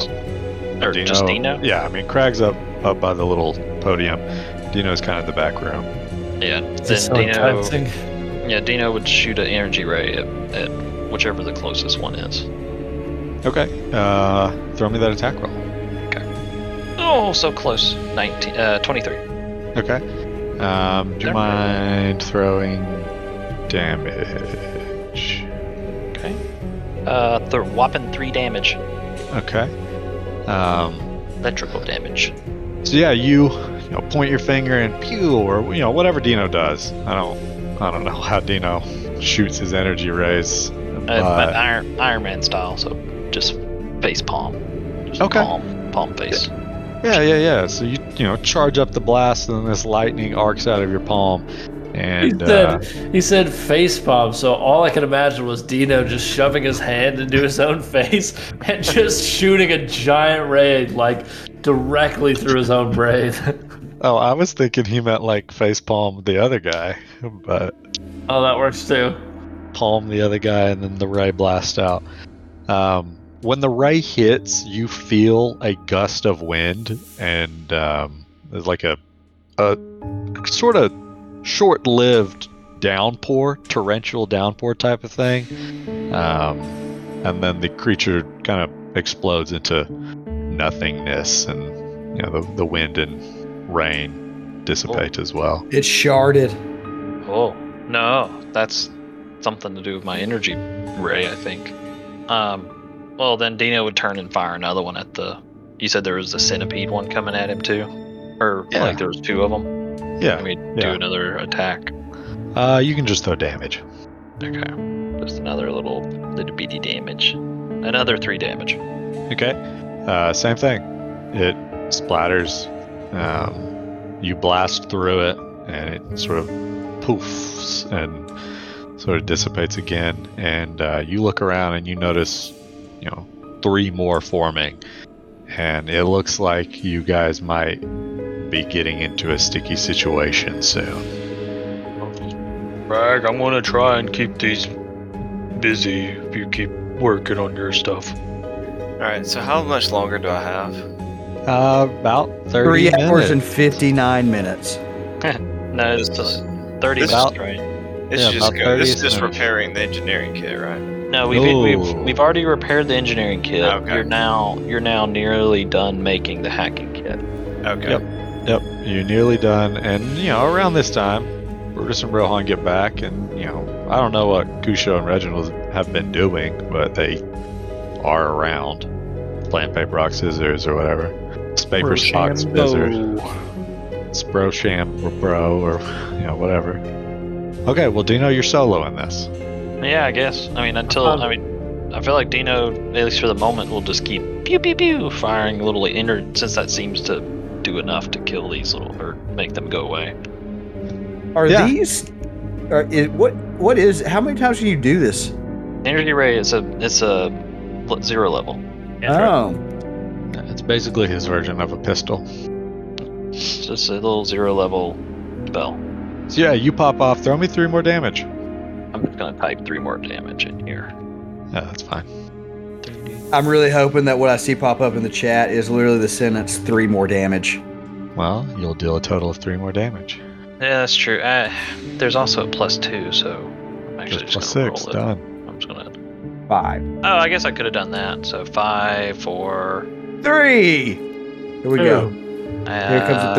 [SPEAKER 2] Uh,
[SPEAKER 1] Or just Dino?
[SPEAKER 2] Yeah, I mean, Crag's up up by the little podium. Dino's kind of in the back room.
[SPEAKER 1] Yeah. Then
[SPEAKER 6] It's so
[SPEAKER 1] Dino.
[SPEAKER 6] enticing.
[SPEAKER 1] Yeah, Dino would shoot an energy ray at, at whichever the closest one is.
[SPEAKER 2] Okay. Uh, throw me that attack roll.
[SPEAKER 1] Oh, so close. 19, uh, 23.
[SPEAKER 2] Okay. Um, do you
[SPEAKER 1] Never
[SPEAKER 2] mind throwing damage?
[SPEAKER 1] Okay. Uh, the whopping three damage.
[SPEAKER 2] Okay. Um,
[SPEAKER 1] Electrical damage.
[SPEAKER 2] So yeah, you, you know, point your finger and pew, or you know, whatever Dino does. I don't, I don't know how Dino shoots his energy rays.
[SPEAKER 1] Uh, but
[SPEAKER 2] but-
[SPEAKER 1] Iron, Iron Man style, so just face palm. Just
[SPEAKER 2] Okay.
[SPEAKER 1] Palm, palm face.
[SPEAKER 2] yeah, yeah, yeah. So you, you know, charge up the blast, and then this lightning arcs out of your palm,
[SPEAKER 6] He
[SPEAKER 2] and uh,
[SPEAKER 6] said, he said face palm, so all I could imagine was Dino just shoving his hand into his own (laughs) face and just shooting a giant ray like directly through his own brain. (laughs)
[SPEAKER 2] oh, I was thinking he meant like face palm the other guy, but
[SPEAKER 6] oh, that works too.
[SPEAKER 2] palm the other guy, and then the ray blast out. Um, when the ray hits, you feel a gust of wind, and um, there's like a, a sort of short-lived downpour, torrential downpour type of thing. Um, and then the creature kind of explodes into nothingness, and you know the, the wind and rain dissipate as well.
[SPEAKER 4] It's sharded.
[SPEAKER 1] Oh, no. That's something to do with my energy ray, I think. Um, well, then Dino would turn and fire another one at the. You said there was a centipede one coming at him, too? Or,
[SPEAKER 2] Yeah.
[SPEAKER 1] like, there was two of them? I
[SPEAKER 2] Yeah,
[SPEAKER 1] mean, do
[SPEAKER 2] yeah.
[SPEAKER 1] another attack.
[SPEAKER 2] uh, you can just throw damage.
[SPEAKER 1] Okay. Just another little, little bitty damage. Another three damage.
[SPEAKER 2] Okay. Uh, same thing. It splatters. Um, you blast through it, and it sort of poofs and sort of dissipates again. And uh, you look around, and you notice, you know, three more forming. And it looks like you guys might be getting into a sticky situation soon.
[SPEAKER 7] Bragg, I'm gonna try and keep these busy if you keep working on your stuff.
[SPEAKER 5] Alright, so how much longer do I have?
[SPEAKER 2] Uh, about thirty
[SPEAKER 8] Three
[SPEAKER 2] minutes.
[SPEAKER 8] hours and 59 minutes.
[SPEAKER 1] No, it's just 30
[SPEAKER 5] This-
[SPEAKER 1] minutes, right?
[SPEAKER 5] This
[SPEAKER 2] Yeah,
[SPEAKER 5] is just
[SPEAKER 2] about
[SPEAKER 5] go, this
[SPEAKER 2] 30
[SPEAKER 5] is just
[SPEAKER 2] minutes.
[SPEAKER 5] repairing the engineering kit, right?
[SPEAKER 1] No, we've,
[SPEAKER 2] No.
[SPEAKER 1] we've we've already repaired the engineering kit.
[SPEAKER 5] Okay.
[SPEAKER 1] You're now you're now nearly done making the hacking kit.
[SPEAKER 5] Okay.
[SPEAKER 2] Yep. Yep, you're nearly done, and you know around this time, Brutus and Rohan get back, and you know I don't know what Kusho and Reginald have been doing, but they are around, playing paper rock scissors or whatever, It's paper rock scissors, spro sham or bro or you know whatever. Okay, well Dino, you're solo in this.
[SPEAKER 1] Yeah, I guess. I mean, until
[SPEAKER 6] Um,
[SPEAKER 1] I mean, I feel like Dino, at least for the moment, will just keep pew pew pew firing little inner since that seems to do enough to kill these little or make them go away.
[SPEAKER 8] Are
[SPEAKER 2] Yeah.
[SPEAKER 8] these. Are, i what What is. How many times can you do this?
[SPEAKER 1] Energy ray is a it's a le- zero level.
[SPEAKER 8] Oh.
[SPEAKER 2] It's basically his version of a pistol.
[SPEAKER 1] It's just a little zero level spell.
[SPEAKER 2] So yeah, you pop off. Throw me three more damage.
[SPEAKER 1] I'm just gonna type three more damage in here.
[SPEAKER 2] Yeah, that's fine.
[SPEAKER 8] I'm really hoping that what I see pop up in the chat is literally the sentence three more damage.
[SPEAKER 2] Well, you'll deal a total of three more damage.
[SPEAKER 1] Yeah, that's true. Uh, there's also a plus two, so I'm actually
[SPEAKER 2] Just
[SPEAKER 1] just,
[SPEAKER 2] plus
[SPEAKER 1] gonna
[SPEAKER 2] six.
[SPEAKER 1] roll it.
[SPEAKER 2] Done.
[SPEAKER 1] I'm just gonna.
[SPEAKER 8] Five.
[SPEAKER 1] Oh, I guess I could have done that. So five, four.
[SPEAKER 8] Three. Here we go.
[SPEAKER 1] Uh,
[SPEAKER 8] Here comes a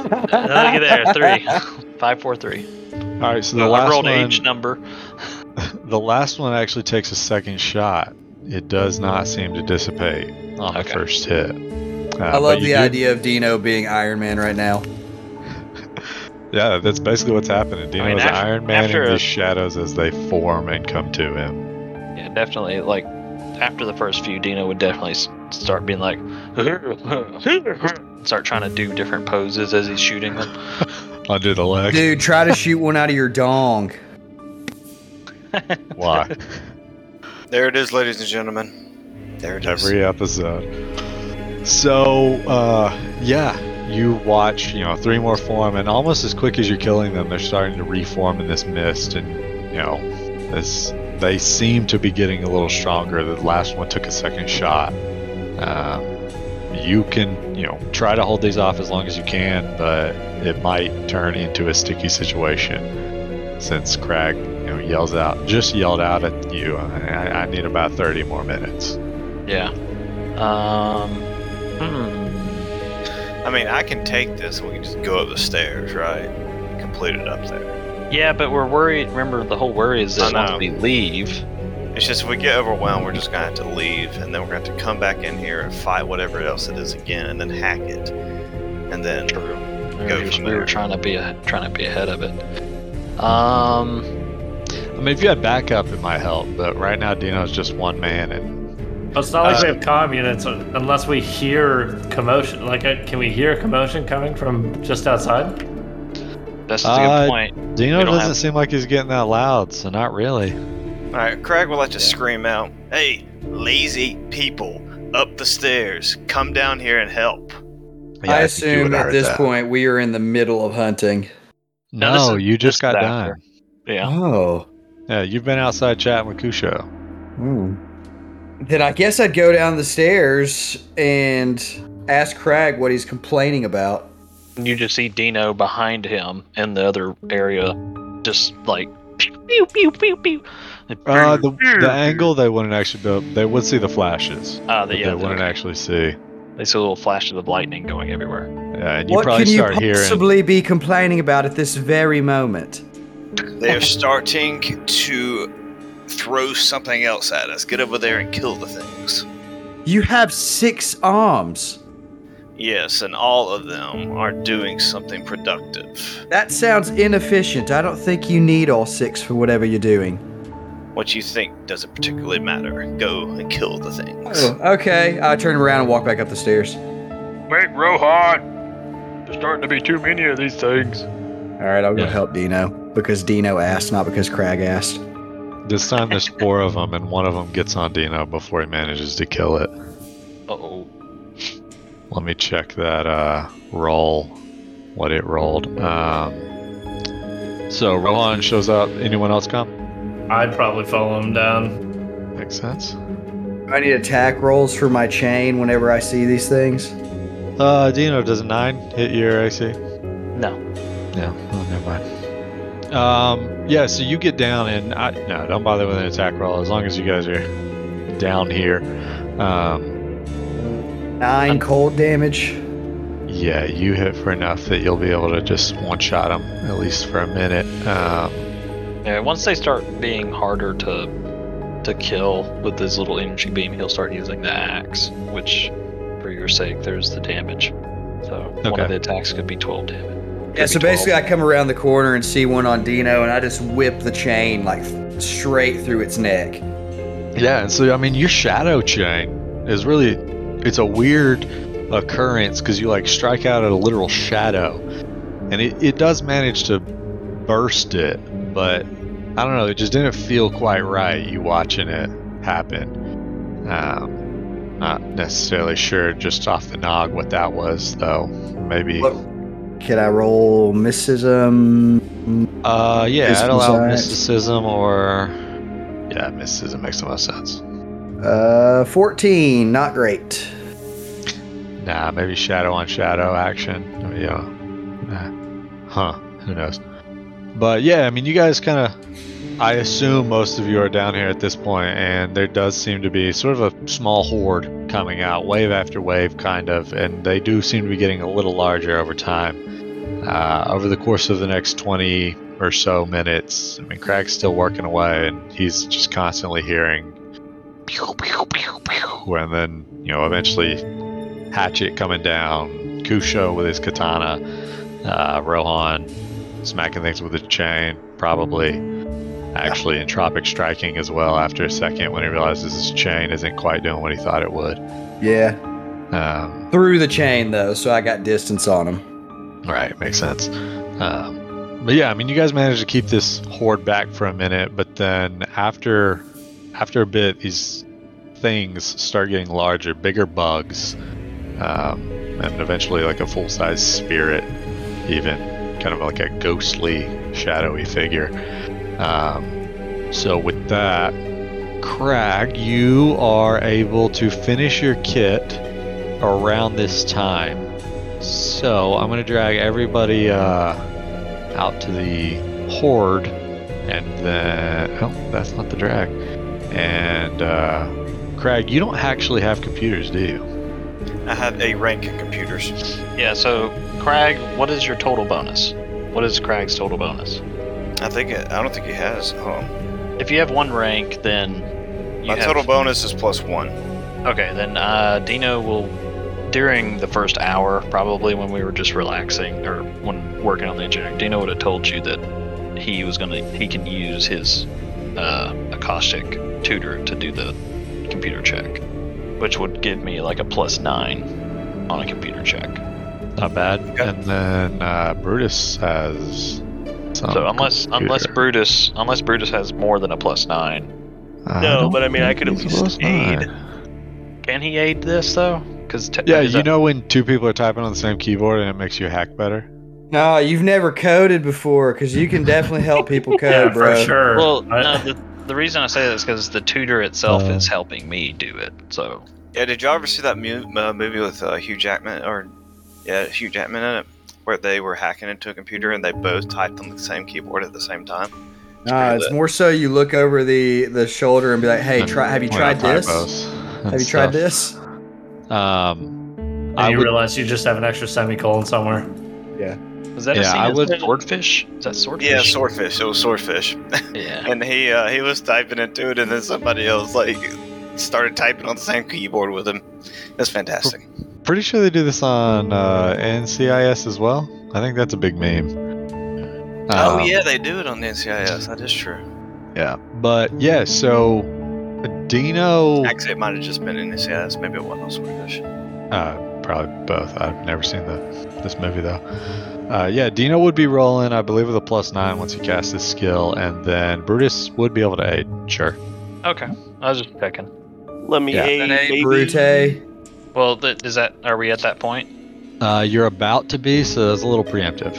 [SPEAKER 8] three. (laughs)
[SPEAKER 1] look at there, three. (laughs) Five, four, three.
[SPEAKER 2] All right, so the
[SPEAKER 1] I
[SPEAKER 2] last
[SPEAKER 1] rolled
[SPEAKER 2] one,
[SPEAKER 1] each number.
[SPEAKER 2] the last one actually takes a second shot. It does not seem to dissipate on the
[SPEAKER 1] Okay.
[SPEAKER 2] first hit. Uh,
[SPEAKER 8] I
[SPEAKER 2] but
[SPEAKER 8] love
[SPEAKER 2] you
[SPEAKER 8] the
[SPEAKER 2] do-
[SPEAKER 8] idea of Dino being Iron Man right now.
[SPEAKER 2] Yeah, that's basically what's happening. Dino
[SPEAKER 1] mean,
[SPEAKER 2] is
[SPEAKER 1] after-
[SPEAKER 2] Iron Man
[SPEAKER 1] after
[SPEAKER 2] in
[SPEAKER 1] a-
[SPEAKER 2] these shadows as they form and come to him.
[SPEAKER 1] Yeah, definitely. Like after the first few, Dino would definitely s- start being like, (laughs) start trying to do different poses as he's shooting them.
[SPEAKER 2] Under the leg.
[SPEAKER 8] Dude, try
[SPEAKER 2] (laughs)
[SPEAKER 8] to shoot one out of your dong. (laughs)
[SPEAKER 2] Why?
[SPEAKER 5] There it is, ladies and gentlemen. There it is.
[SPEAKER 2] Every episode. So, uh, yeah, you watch, you know, three more form, and almost as quick as you're killing them, they're starting to reform in this mist, and, you know, this, they seem to be getting a little stronger. The last one took a second shot. Um, you can, you know, try to hold these off as long as you can, but it might turn into a sticky situation since Crag, you know, yells out, just yelled out at you, I, I need about 30 more minutes.
[SPEAKER 1] Yeah. Um. hmm.
[SPEAKER 5] I mean, I can take this. We can just go up the stairs, right? Complete it up there.
[SPEAKER 1] Yeah, but we're worried. Remember, the whole worry is
[SPEAKER 5] I
[SPEAKER 1] that once
[SPEAKER 5] know.
[SPEAKER 1] we leave,
[SPEAKER 5] It's just if we get overwhelmed, we're just gonna have to leave, and then we're gonna have to come back in here and fight whatever else it is again, and then hack it, and then
[SPEAKER 1] we
[SPEAKER 5] Go
[SPEAKER 1] were, just-
[SPEAKER 5] from
[SPEAKER 1] we were
[SPEAKER 5] there.
[SPEAKER 1] trying to be a, trying to be ahead of it. Um.
[SPEAKER 2] I mean, if you had backup, it might help. But right now, Dino's just one man, and
[SPEAKER 6] But it's not like
[SPEAKER 2] Uh,
[SPEAKER 6] we have comm units un- unless we hear commotion. Like, uh, can we hear commotion coming from just outside?
[SPEAKER 1] That's a
[SPEAKER 2] Uh,
[SPEAKER 1] good point.
[SPEAKER 2] Dino
[SPEAKER 1] We don't
[SPEAKER 2] doesn't
[SPEAKER 1] have-
[SPEAKER 2] seem like he's getting that loud, so not really.
[SPEAKER 5] All right, Craig will let you scream out, "Hey, lazy people, up the stairs! Come down here and help!"
[SPEAKER 2] Yeah,
[SPEAKER 8] I
[SPEAKER 2] think you
[SPEAKER 8] assume
[SPEAKER 2] would
[SPEAKER 8] at
[SPEAKER 2] heard
[SPEAKER 8] this
[SPEAKER 2] that.
[SPEAKER 8] point we are in the middle of hunting.
[SPEAKER 1] No, this
[SPEAKER 2] No,
[SPEAKER 1] is-
[SPEAKER 2] you
[SPEAKER 1] this
[SPEAKER 2] just
[SPEAKER 1] is
[SPEAKER 2] got
[SPEAKER 1] after.
[SPEAKER 2] done.
[SPEAKER 1] Yeah.
[SPEAKER 8] Oh.
[SPEAKER 2] Yeah, you've been outside chatting with Kusho.
[SPEAKER 8] Hmm. Then I guess I'd go down the stairs and ask Crag what he's complaining about.
[SPEAKER 1] You just see Dino behind him in the other area, just like pew pew pew pew. pew.
[SPEAKER 2] Uh, the, the angle they wouldn't actually be, able- they would see the flashes,
[SPEAKER 8] Oh,
[SPEAKER 1] Ah,
[SPEAKER 2] but
[SPEAKER 1] the, yeah,
[SPEAKER 2] they wouldn't
[SPEAKER 1] the-
[SPEAKER 2] actually see.
[SPEAKER 1] they see a little flash of lightning going everywhere.
[SPEAKER 2] Yeah, and you
[SPEAKER 8] what
[SPEAKER 2] probably
[SPEAKER 8] can you
[SPEAKER 2] start hearing.
[SPEAKER 8] possibly be complaining about at this very moment?
[SPEAKER 5] They're starting to throw something else at us. Get over there and kill the things.
[SPEAKER 8] You have six arms.
[SPEAKER 5] Yes, and all of them are doing something productive.
[SPEAKER 8] That sounds inefficient. I don't think you need all six for whatever you're doing.
[SPEAKER 5] What you think doesn't particularly matter. Go and kill the things.
[SPEAKER 8] Oh. Okay, I turn around and walk back up the stairs.
[SPEAKER 7] Wait, Rohan! There's starting to be too many of these things.
[SPEAKER 8] All right, I'll go
[SPEAKER 2] Yeah.
[SPEAKER 8] help Dino because Dino asked, not because Crag asked.
[SPEAKER 2] This time there's four of them, and one of them gets on Dino before he manages to kill it.
[SPEAKER 1] Oh,
[SPEAKER 2] Let me check that uh, roll, what it rolled. Um, so Rohan shows up. Anyone else come?
[SPEAKER 6] I'd probably follow him down.
[SPEAKER 2] Makes sense.
[SPEAKER 8] I need attack rolls for my chain whenever I see these things.
[SPEAKER 2] Uh, Dino, does a nine hit your AC?
[SPEAKER 1] no.
[SPEAKER 2] No. Oh, never mind. Um, yeah, so you get down and I no, don't bother with an attack roll as long as you guys are down here. Um,
[SPEAKER 8] Nine cold damage.
[SPEAKER 2] yeah, you hit for enough that you'll be able to just one shot them at least for a minute. Um,
[SPEAKER 1] Yeah, once they start being harder to to kill with his little energy beam, he'll start using the axe, which, for your sake, there's the damage. So one
[SPEAKER 2] Okay.
[SPEAKER 1] of the attacks could be 12 damage.
[SPEAKER 8] Yeah, so basically, I come around the corner and see one on Dino, and I just whip the chain like straight through its neck.
[SPEAKER 2] Yeah, and so I mean, your shadow chain is really it's a weird occurrence because you like strike out at a literal shadow, and it, it does manage to burst it, but I don't know, it just didn't feel quite right. You watching it happen, um, not necessarily sure just off the nog what that was though. Maybe
[SPEAKER 8] What Can I roll mysticism?
[SPEAKER 2] uh yeah,
[SPEAKER 8] This
[SPEAKER 2] I'd
[SPEAKER 8] was
[SPEAKER 2] allow
[SPEAKER 8] alright.
[SPEAKER 2] mysticism or yeah, mysticism makes the most sense.
[SPEAKER 8] Uh, 14. Not great.
[SPEAKER 2] Nah, maybe shadow on shadow action. I mean, yeah. Nah. Huh. Who knows? But yeah, I mean, you guys kind of. I assume most of you are down here at this point, and there does seem to be sort of a small horde coming out, wave after wave, kind of, and they do seem to be getting a little larger over time. Uh, over the course of the next 20 or so minutes, I mean, Crag's still working away, and he's just constantly hearing pew, pew, pew, pew, and then, you know, eventually hatchet coming down, Kusho with his katana, uh, Rohan smacking things with his chain, probably. Actually, entropic striking as well after a second when he realizes his chain isn't quite doing what he thought it would.
[SPEAKER 8] Yeah.
[SPEAKER 2] Um,
[SPEAKER 8] Through the chain, though, so I got distance on him.
[SPEAKER 2] right, makes sense. Um, but yeah, I mean, you guys managed to keep this horde back for a minute, but then after after a bit, these things start getting larger, bigger bugs, um, and eventually like a full size spirit, even kind of like a ghostly, shadowy figure. Um, so, with that, Crag, you are able to finish your kit around this time. So, I'm going to drag everybody uh, out to the horde, and then. Oh, that's not the drag. And. Uh, Craig, you don't actually have computers, do you?
[SPEAKER 5] I have a rank in computers.
[SPEAKER 1] Yeah, so Crag, what is your total bonus? What is Crag's total bonus?
[SPEAKER 5] I think it, I don't think he has. Hold on.
[SPEAKER 1] If you have one rank, then you
[SPEAKER 5] My
[SPEAKER 1] have-
[SPEAKER 5] total bonus is plus one.
[SPEAKER 1] Okay, then uh, Dino will, during the first hour, probably when we were just relaxing or when working on the engineering, Dino would have told you that he was gonna he can use his uh, Akashic tutor to do the computer check, which would give me like a plus nine on a computer check.
[SPEAKER 2] Not bad. And then uh, Brutus has. some
[SPEAKER 1] so unless unless
[SPEAKER 2] computer.
[SPEAKER 1] Brutus unless Brutus has more than a plus nine,
[SPEAKER 2] I
[SPEAKER 3] No,
[SPEAKER 2] don't
[SPEAKER 3] but I mean, I
[SPEAKER 2] think
[SPEAKER 3] could at
[SPEAKER 2] he's
[SPEAKER 3] least
[SPEAKER 2] plus
[SPEAKER 3] aid.
[SPEAKER 2] nine.
[SPEAKER 1] can he aid this though? Because
[SPEAKER 2] Yeah, you know when two people are typing on the same keyboard and it makes you hack better.
[SPEAKER 4] No, you've never coded before because you can definitely help people code,
[SPEAKER 6] (laughs) yeah,
[SPEAKER 4] bro.
[SPEAKER 6] for sure.
[SPEAKER 1] Well,
[SPEAKER 6] I-
[SPEAKER 1] no, the, the reason I say that is because the tutor itself
[SPEAKER 2] Uh.
[SPEAKER 1] is helping me do it. So
[SPEAKER 5] Yeah, did y'all ever see that mu- uh, movie with uh, Hugh Jackman or yeah Hugh Jackman in it, where they were hacking into a computer and they both typed on the same keyboard at the same time?
[SPEAKER 8] Uh, it's more so you look over the the shoulder and be like, "Hey, try. Have you
[SPEAKER 2] When I
[SPEAKER 8] tried
[SPEAKER 2] type
[SPEAKER 8] this?
[SPEAKER 2] those and
[SPEAKER 8] Have you
[SPEAKER 2] stuff.
[SPEAKER 8] tried this?"
[SPEAKER 2] Um,
[SPEAKER 6] and
[SPEAKER 2] I
[SPEAKER 6] you
[SPEAKER 2] would-
[SPEAKER 6] realize you just have an extra semicolon somewhere.
[SPEAKER 1] is that
[SPEAKER 2] Yeah,
[SPEAKER 1] a scene?
[SPEAKER 2] I
[SPEAKER 1] in
[SPEAKER 2] would-
[SPEAKER 1] swordfish. Is that swordfish?
[SPEAKER 5] Yeah, swordfish. It was swordfish,
[SPEAKER 1] Yeah.
[SPEAKER 5] and he uh, he was typing into it, and then somebody else like started typing on the same keyboard with him. That's fantastic.
[SPEAKER 2] Pretty sure they do this on uh, NCIS as well. I think that's a big meme.
[SPEAKER 5] oh
[SPEAKER 2] Um,
[SPEAKER 5] yeah, they do it on the NCIS. That is true.
[SPEAKER 2] yeah. But yeah, so Dino,
[SPEAKER 5] Actually, it might have just been NCIS. Maybe it wasn't on swordfish.
[SPEAKER 2] uh, probably both. I've never seen the this movie though. Uh, yeah, Dino would be rolling, I believe, with a plus nine once he casts his skill, and then Brutus would be able to aid. Sure.
[SPEAKER 1] Okay. I was just checking.
[SPEAKER 3] Let me
[SPEAKER 2] Yeah.
[SPEAKER 3] aid, baby.
[SPEAKER 8] Brute.
[SPEAKER 1] Well, th- is that are we at that point?
[SPEAKER 2] Uh, you're about to be, so that's a little preemptive.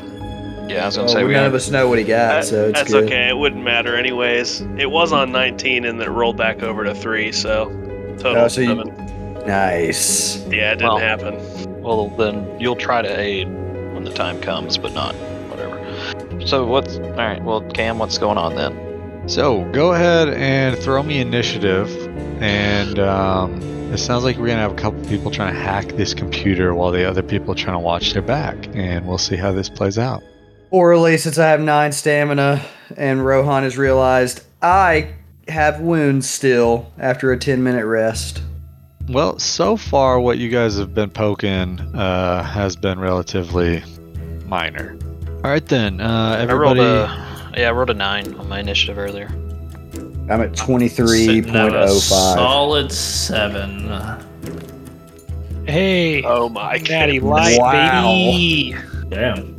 [SPEAKER 1] Yeah, I was gonna
[SPEAKER 8] Well,
[SPEAKER 1] say we.
[SPEAKER 8] none
[SPEAKER 1] Have,
[SPEAKER 8] Uh, of us know what he got,
[SPEAKER 3] That-
[SPEAKER 8] so it's
[SPEAKER 3] that's
[SPEAKER 8] good.
[SPEAKER 3] okay. It wouldn't matter anyways. It was on 19 and then it rolled back over to three, so total
[SPEAKER 8] Oh, so you-
[SPEAKER 3] seven.
[SPEAKER 8] Nice.
[SPEAKER 3] Yeah, it didn't
[SPEAKER 1] Well.
[SPEAKER 3] happen.
[SPEAKER 1] well, then you'll try to aid when the time comes, but not whatever. So what's all right? Well, Cam, what's going on then?
[SPEAKER 2] So go ahead and throw me initiative, and um, it sounds like we're gonna have a couple people trying to hack this computer while the other people are trying to watch their back, and we'll see how this plays out.
[SPEAKER 8] Orally, since I have nine stamina, and Rohan has realized I have wounds still after a ten minute rest.
[SPEAKER 2] Well, so far what you guys have been poking uh, has been relatively minor. All right then, uh, everybody.
[SPEAKER 1] I rolled a yeah, I rolled a nine on my initiative earlier.
[SPEAKER 8] I'm at twenty three
[SPEAKER 6] Sitting at
[SPEAKER 8] point
[SPEAKER 6] a
[SPEAKER 8] oh five.
[SPEAKER 6] Solid seven.
[SPEAKER 9] Hey,
[SPEAKER 1] Uh,
[SPEAKER 3] Oh my god.
[SPEAKER 9] natty light,
[SPEAKER 8] Wow.
[SPEAKER 9] baby.
[SPEAKER 6] Damn.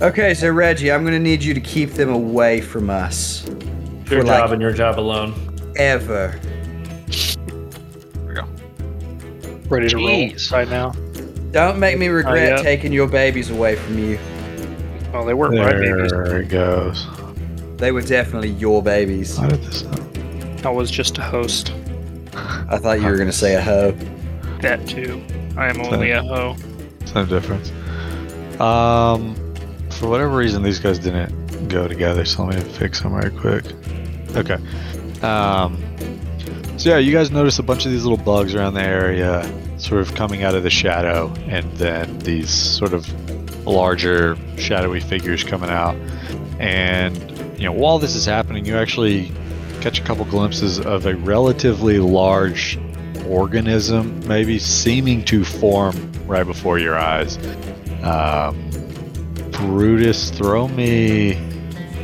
[SPEAKER 8] Okay, so Reggie, I'm gonna need you to keep them away from us
[SPEAKER 6] Your
[SPEAKER 8] For,
[SPEAKER 6] job
[SPEAKER 8] like-
[SPEAKER 6] and your job alone.
[SPEAKER 8] ever.
[SPEAKER 9] Ready to
[SPEAKER 1] Jeez.
[SPEAKER 9] roll right now.
[SPEAKER 8] Don't make me regret
[SPEAKER 9] Not yet.
[SPEAKER 8] taking your babies away from you.
[SPEAKER 9] Well, they weren't my babies.
[SPEAKER 2] There it goes.
[SPEAKER 8] They were definitely your babies.
[SPEAKER 2] How did this?
[SPEAKER 9] I was just a host.
[SPEAKER 8] I thought you were gonna say a hoe.
[SPEAKER 9] That too. I am only a hoe.
[SPEAKER 2] Same difference. Um, for whatever reason, these guys didn't go together, so let me fix them right quick. Okay. Um, so yeah, you guys notice a bunch of these little bugs around the area, sort of coming out of the shadow, and then these sort of larger shadowy figures coming out. And you know, while this is happening, you actually catch a couple glimpses of a relatively large organism, maybe seeming to form right before your eyes. Um, Brutus, throw me.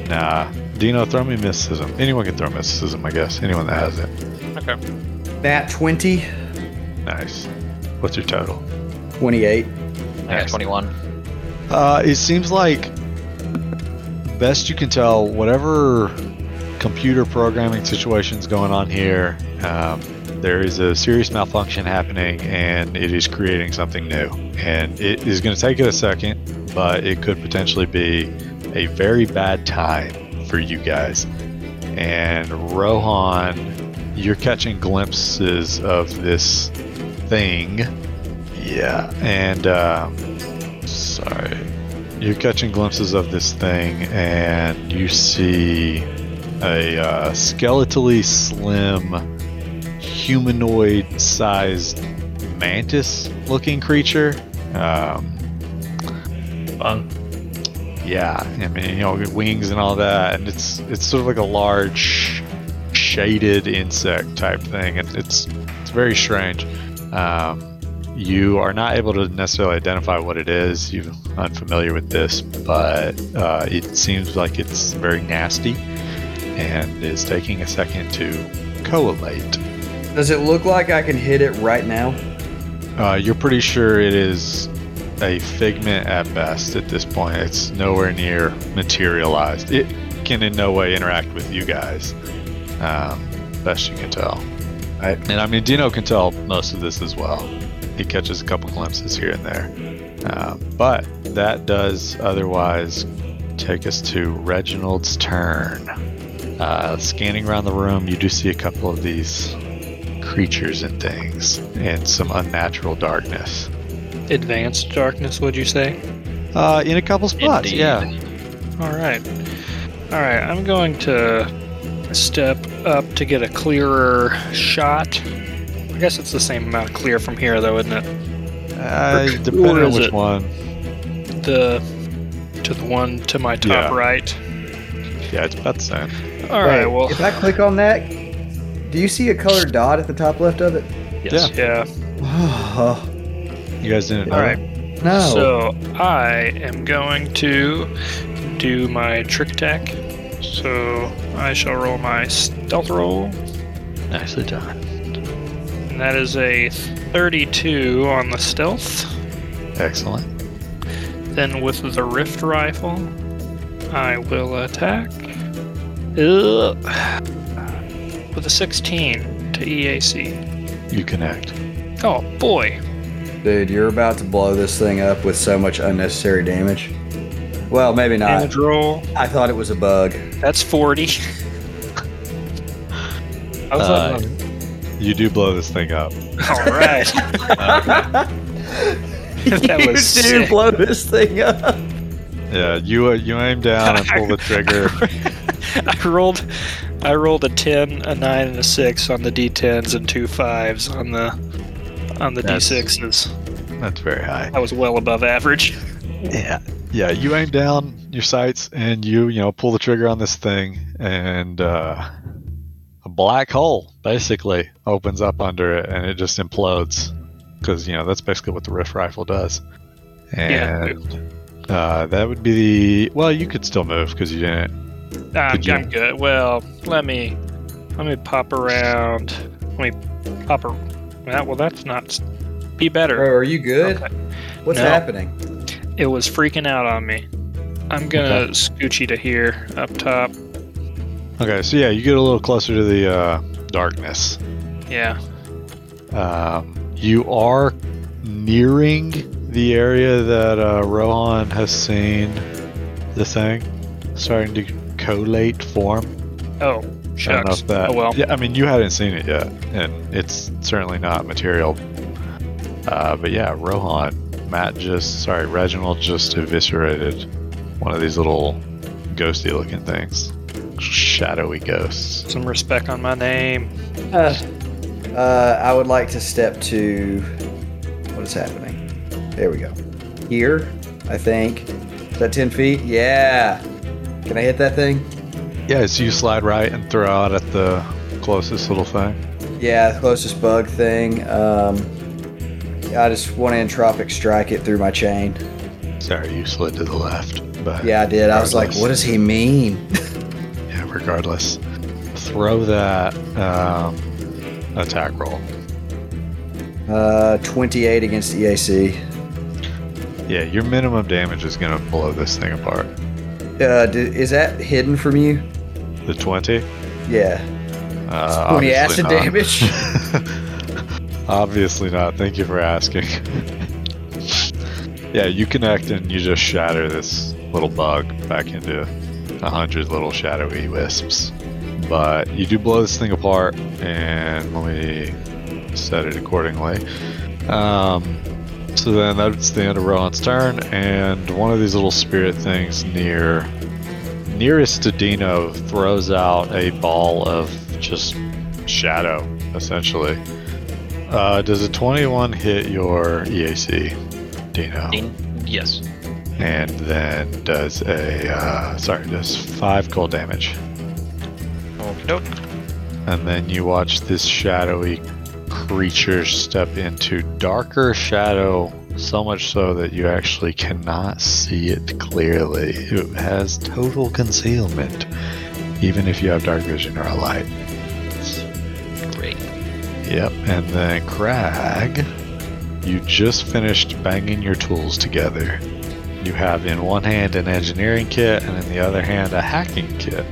[SPEAKER 2] Nah. Dino, throw me mysticism. Anyone can throw mysticism, I guess. Anyone that has it.
[SPEAKER 8] Nat 20,
[SPEAKER 2] Nice. What's your total?
[SPEAKER 8] 28.
[SPEAKER 1] I got
[SPEAKER 2] Nice.
[SPEAKER 1] twenty one.
[SPEAKER 2] Uh, it seems like, best you can tell, whatever computer programming situation's going on here, um, there is a serious malfunction happening, and it is creating something new. And it is going to take it a second, but it could potentially be a very bad time for you guys. And Rohan, you're catching glimpses of this thing. Yeah, and. Um, Sorry. You're catching glimpses of this thing, and you see a uh, skeletally slim humanoid-sized mantis-looking creature. Um,
[SPEAKER 9] Fun.
[SPEAKER 2] yeah, I mean, you know, with wings and all that, and it's it's sort of like a large shaded insect type thing, and it's it's very strange. Um, you are not able to necessarily identify what it is. You're unfamiliar with this, but uh, it seems like it's very nasty, and is taking a second to coalesce.
[SPEAKER 8] Does it look like I can hit it right now?
[SPEAKER 2] Uh, you're pretty sure it is a figment at best at this point. It's nowhere near materialized. It can in no way interact with you guys, um, best you can tell.
[SPEAKER 8] Right.
[SPEAKER 2] And I mean, Dino can tell most of this as well. He catches a couple glimpses here and there. Um, but that does otherwise take us to Reginald's turn. Uh, scanning around the room, you do see a couple of these creatures and things, and some unnatural darkness.
[SPEAKER 9] Advanced darkness, would you say?
[SPEAKER 2] Uh, in a couple spots,
[SPEAKER 1] Indeed.
[SPEAKER 2] yeah.
[SPEAKER 9] All right. All right, I'm going to step up to get a clearer shot. I guess it's the same amount of clear from here, though, isn't it?
[SPEAKER 2] Uh,
[SPEAKER 9] Or
[SPEAKER 2] depending on
[SPEAKER 9] is
[SPEAKER 2] which
[SPEAKER 9] it-
[SPEAKER 2] one.
[SPEAKER 9] The to the one to my top
[SPEAKER 2] Yeah.
[SPEAKER 9] right.
[SPEAKER 2] Yeah, it's about the same.
[SPEAKER 9] All right.
[SPEAKER 8] Wait,
[SPEAKER 9] Well,
[SPEAKER 8] If I click on that, do you see a colored dot at the top left of it? (sighs)
[SPEAKER 2] Yes.
[SPEAKER 9] yeah.
[SPEAKER 8] Oh,
[SPEAKER 2] You guys didn't know.
[SPEAKER 9] All right.
[SPEAKER 8] no.
[SPEAKER 9] So I am going to do my trick attack. So I shall roll my stealth roll,
[SPEAKER 1] Nicely done.
[SPEAKER 9] and that is a 32 on the stealth.
[SPEAKER 2] Excellent.
[SPEAKER 9] Then with the rift rifle, I will attack. Ugh. With a 16 to EAC.
[SPEAKER 2] You connect.
[SPEAKER 9] Oh boy.
[SPEAKER 8] Dude, you're about to blow this thing up with so much unnecessary damage. Well, maybe not.
[SPEAKER 9] Damage roll.
[SPEAKER 8] I thought it was a
[SPEAKER 9] (laughs)
[SPEAKER 8] bug.
[SPEAKER 9] That's 40.
[SPEAKER 6] I was
[SPEAKER 1] Uh,
[SPEAKER 6] like,
[SPEAKER 2] You do blow this thing up.
[SPEAKER 9] All
[SPEAKER 8] (laughs)
[SPEAKER 9] right. that
[SPEAKER 8] you
[SPEAKER 9] was
[SPEAKER 8] did
[SPEAKER 9] sick.
[SPEAKER 8] blow this thing up.
[SPEAKER 2] Yeah, you uh, you aim down and pull the trigger.
[SPEAKER 9] (laughs) I rolled I rolled a 10, a 9 and a 6 on the d10s and two fives on the on the
[SPEAKER 2] That's-
[SPEAKER 9] d6s.
[SPEAKER 2] That's very high.
[SPEAKER 9] I was well above average.
[SPEAKER 2] Yeah. Yeah, you aim down your sights and you you know pull the trigger on this thing and uh, a black hole basically opens up under it and it just implodes because you know that's basically what the rift rifle does.
[SPEAKER 9] Yeah.
[SPEAKER 2] And uh, that would be the well you could still move because you didn't
[SPEAKER 9] I'm,
[SPEAKER 2] Good job.
[SPEAKER 9] I'm good. Well, let me let me pop around. Let me pop a, that, Well, that's not be
[SPEAKER 8] Bro,
[SPEAKER 9] better.
[SPEAKER 8] are you good?
[SPEAKER 9] Okay.
[SPEAKER 8] What's
[SPEAKER 9] No.
[SPEAKER 8] happening?
[SPEAKER 9] It was freaking out on me. I'm gonna scooch you to here up top.
[SPEAKER 2] Okay, so yeah, you get a little closer to the uh, darkness.
[SPEAKER 9] Yeah.
[SPEAKER 2] Um, you are nearing the area that uh, Rohan has seen the thing starting to collate form.
[SPEAKER 9] Oh,
[SPEAKER 2] I don't know
[SPEAKER 9] shucks.
[SPEAKER 2] if that.
[SPEAKER 9] Oh well.
[SPEAKER 2] Yeah, I mean, you hadn't seen it yet, and it's certainly not material. Uh, but yeah, Rohan, Matt just, sorry, Reginald just eviscerated one of these little ghosty looking things. Shadowy ghosts.
[SPEAKER 9] Some respect on my name.
[SPEAKER 8] Uh, uh, I would like to step to. What is happening? There we go. Here, I think. Is that 10 feet? Yeah. Can I hit that thing?
[SPEAKER 2] Yeah, so you slide right and throw out at the closest little thing.
[SPEAKER 8] Yeah, the closest bug thing. Um, I just one antropic strike it through my chain.
[SPEAKER 2] Sorry, you slid to the left, but
[SPEAKER 8] Yeah, I did. I was like, what does he mean?
[SPEAKER 2] yeah, regardless, throw that um, attack roll.
[SPEAKER 8] Uh, 28 against E EAC.
[SPEAKER 2] Yeah, your minimum damage is gonna blow this thing apart.
[SPEAKER 8] Uh, d is that hidden from you?
[SPEAKER 2] The twenty,
[SPEAKER 8] Yeah.
[SPEAKER 2] uh, obviously
[SPEAKER 8] 20 acid
[SPEAKER 2] not.
[SPEAKER 8] damage.
[SPEAKER 2] (laughs) obviously not. Thank you for asking. (laughs) yeah, you connect and you just shatter this little bug back into a hundred little shadowy wisps. But you do blow this thing apart, and let me set it accordingly. Um, so then that's the end of Rohan's turn, and one of these little spirit things near nearest to Dino throws out a ball of just shadow essentially. Uh, does a 21 hit your EAC, Dino?
[SPEAKER 1] Dean? Yes.
[SPEAKER 2] And then does a uh, sorry, does five cold damage.
[SPEAKER 1] Nope.
[SPEAKER 2] And then you watch this shadowy creature step into darker shadow, so much so that you actually cannot see it clearly. It has total concealment, even if you have dark vision or a light.
[SPEAKER 1] Great.
[SPEAKER 2] Yep, and then Crag, you just finished banging your tools together. You have in one hand an engineering kit and in the other hand a hacking kit.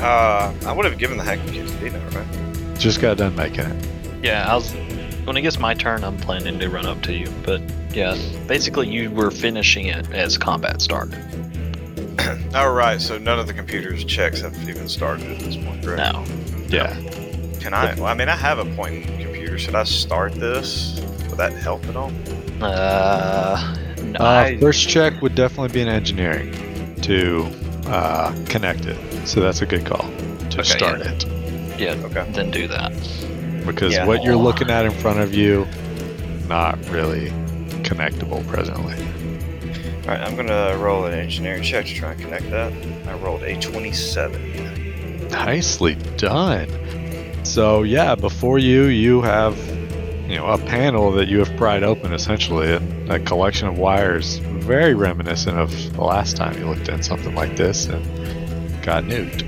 [SPEAKER 5] Uh, I would have given the hacking kit to Dino, right?
[SPEAKER 2] Just got done making it.
[SPEAKER 1] Yeah, I was. When it gets my turn, I'm planning to run up to you. But yeah, basically, you were finishing it as combat started.
[SPEAKER 5] All right, so none of the computer's checks have even started at this point, correct?
[SPEAKER 1] No.
[SPEAKER 2] Yeah.
[SPEAKER 5] Can I? Well, I mean, I have a point in the computer. Should I start this? Would that help at all?
[SPEAKER 1] Uh, no,
[SPEAKER 2] Uh, first check would definitely be an engineering to uh, connect it. So that's a good call to
[SPEAKER 1] Okay,
[SPEAKER 2] start it.
[SPEAKER 1] yeah,
[SPEAKER 5] Okay.
[SPEAKER 1] then do that.
[SPEAKER 2] because
[SPEAKER 5] Yeah.
[SPEAKER 2] what you're looking at in front of you not really connectable presently
[SPEAKER 5] All right, I'm gonna roll an engineering check to try and connect that. I rolled a 27.
[SPEAKER 2] nicely done so yeah before you you have you know a panel that you have pried open essentially and a collection of wires very reminiscent of the last time you looked at something like this and got nuked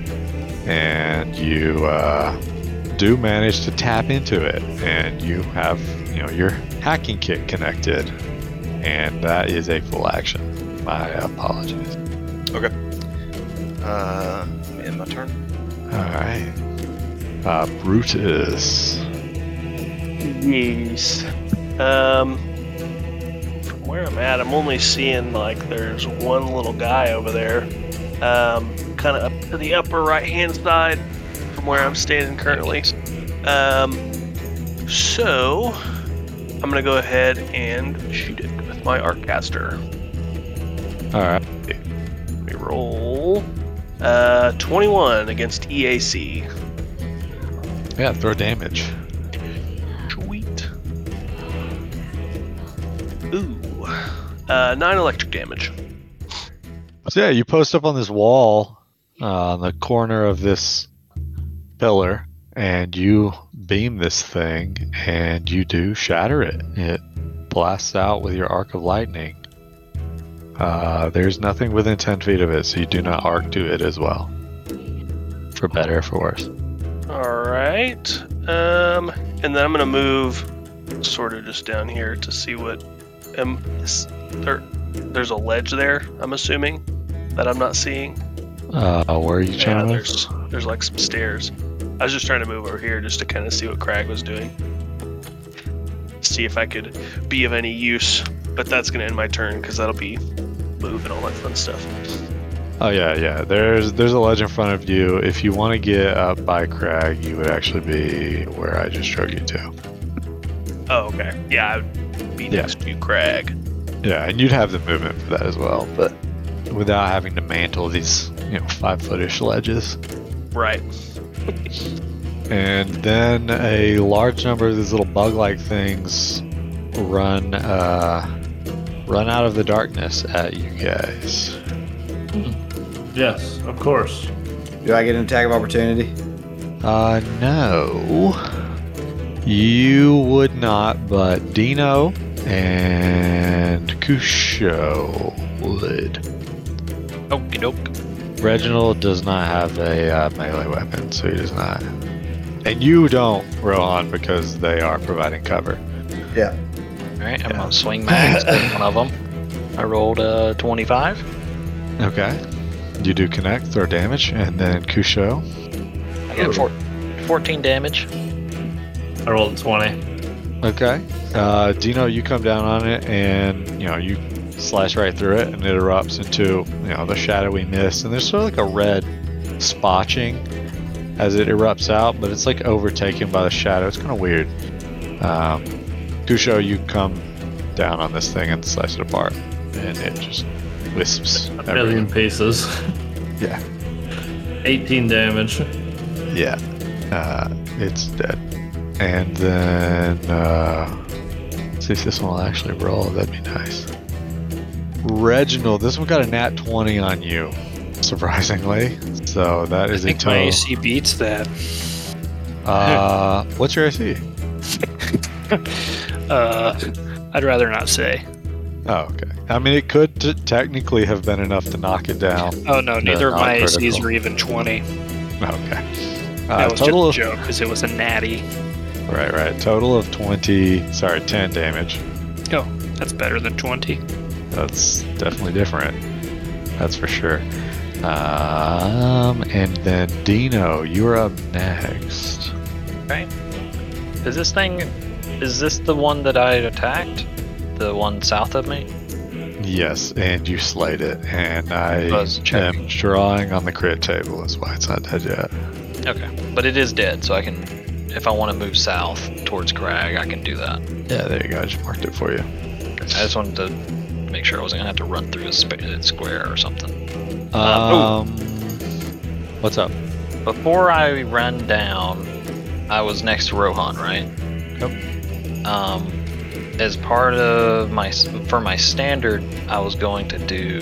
[SPEAKER 2] and you uh, do manage to tap into it and you have you know your hacking kit connected and that is a full action my apologies
[SPEAKER 5] Uh, in my turn.
[SPEAKER 2] all right uh, brutus
[SPEAKER 3] Yes. Um, from where I'm at, I'm only seeing like there's one little guy over there, um, kind of up to the upper right hand side from where I'm standing currently. Um, so I'm gonna go ahead and shoot it with my arc caster.
[SPEAKER 2] all right
[SPEAKER 3] We roll. Uh, 21 against E EAC.
[SPEAKER 2] Yeah, throw damage.
[SPEAKER 3] Sweet. Ooh. Uh, nine electric damage.
[SPEAKER 2] So yeah, you post up on this wall, uh, on the corner of this pillar, and you beam this thing, and you do shatter it. It blasts out with your arc of lightning. Uh, there's nothing within 10 feet of it, so you do not arc to it as well. For better or for worse.
[SPEAKER 3] All right. Um, and then I'm gonna move, sort of just down here to see what. Um, is there, there's a ledge there. I'm assuming that I'm not seeing.
[SPEAKER 2] Uh, where are you
[SPEAKER 3] Yeah,
[SPEAKER 2] trying to move?
[SPEAKER 3] there's there's like some stairs. I was just trying to move over here just to kind of see what Crag was doing. See if I could be of any use. But that's gonna end my turn because that'll be move and all that fun stuff.
[SPEAKER 2] Oh yeah, yeah. There's there's a ledge in front of you. If you want to get up by crag, you would actually be where I just drug you to.
[SPEAKER 3] Oh, okay. Yeah, I'd be
[SPEAKER 2] Yeah.
[SPEAKER 3] next to Crag.
[SPEAKER 2] Yeah, and you'd have the movement for that as well, but without having to mantle these, you know, five footish ledges.
[SPEAKER 3] Right.
[SPEAKER 2] And then a large number of these little bug like things run uh, run out of the darkness at you guys.
[SPEAKER 6] Yes, of course.
[SPEAKER 8] Do I get an attack of opportunity?
[SPEAKER 2] Uh no. You would not, but Dino and Kusho would.
[SPEAKER 1] Okie doke.
[SPEAKER 2] Reginald does not have a uh, melee weapon, so he does not. And you don't, Rohan, because they are providing cover.
[SPEAKER 8] Yeah.
[SPEAKER 1] All right, I'm gonna swing my axe at one of them. I rolled uh, a 25.
[SPEAKER 2] Okay. You do connect, throw damage, and then Kusho.
[SPEAKER 1] I got four, 14 damage.
[SPEAKER 6] I rolled a 20.
[SPEAKER 2] Okay. Uh, Dino, you come down on it, and you know you slash right through it, and it erupts into you know the shadowy mist, and there's sort of like a red spotching as it erupts out, but it's like overtaken by the shadow. It's kind of weird. Um, Kusho, you come down on this thing and slice it apart, and it just wisps.
[SPEAKER 6] A
[SPEAKER 2] everywhere.
[SPEAKER 6] million (laughs) pieces.
[SPEAKER 2] Yeah.
[SPEAKER 6] 18 damage.
[SPEAKER 2] Yeah. Uh, it's dead. And then uh, see if this one will actually roll. That'd be nice. Reginald, this one got a nat 20 on you, surprisingly. So that
[SPEAKER 9] I
[SPEAKER 2] is a
[SPEAKER 9] think my
[SPEAKER 2] total.
[SPEAKER 9] AC beats that.
[SPEAKER 2] Uh, what's your AC?
[SPEAKER 9] Uh, I'd rather not say.
[SPEAKER 2] Oh, okay. I mean, it could t- technically have been enough to knock it down. (laughs)
[SPEAKER 9] Oh no, neither of
[SPEAKER 2] not
[SPEAKER 9] my ACs
[SPEAKER 2] critical.
[SPEAKER 9] are even 20.
[SPEAKER 2] Okay. Uh,
[SPEAKER 9] That was
[SPEAKER 2] total
[SPEAKER 9] just a joke because it was a natty.
[SPEAKER 2] of right, right. Total of twenty. Sorry, ten damage.
[SPEAKER 9] Oh, that's better than 20.
[SPEAKER 2] That's definitely different. That's for sure. Um, and then Dino, you're up next.
[SPEAKER 1] Is this thing. Is this the one that I attacked? The one south of me?
[SPEAKER 2] Yes, and you slayed it, and I
[SPEAKER 1] Buzz check.
[SPEAKER 2] am drawing on the crit table. That's why it's not dead yet.
[SPEAKER 1] Okay. But it is dead, so I can. If I want to move south towards Crag, I can do that.
[SPEAKER 2] Yeah, there you go. I just marked it for you.
[SPEAKER 1] I just wanted to make sure I wasn't going to have to run through a spa- a square or something. Uh,
[SPEAKER 2] Um, what's up?
[SPEAKER 1] Before I ran down, I was next to Rohan, right? Yep. Um, as part of my for my standard, I was going to do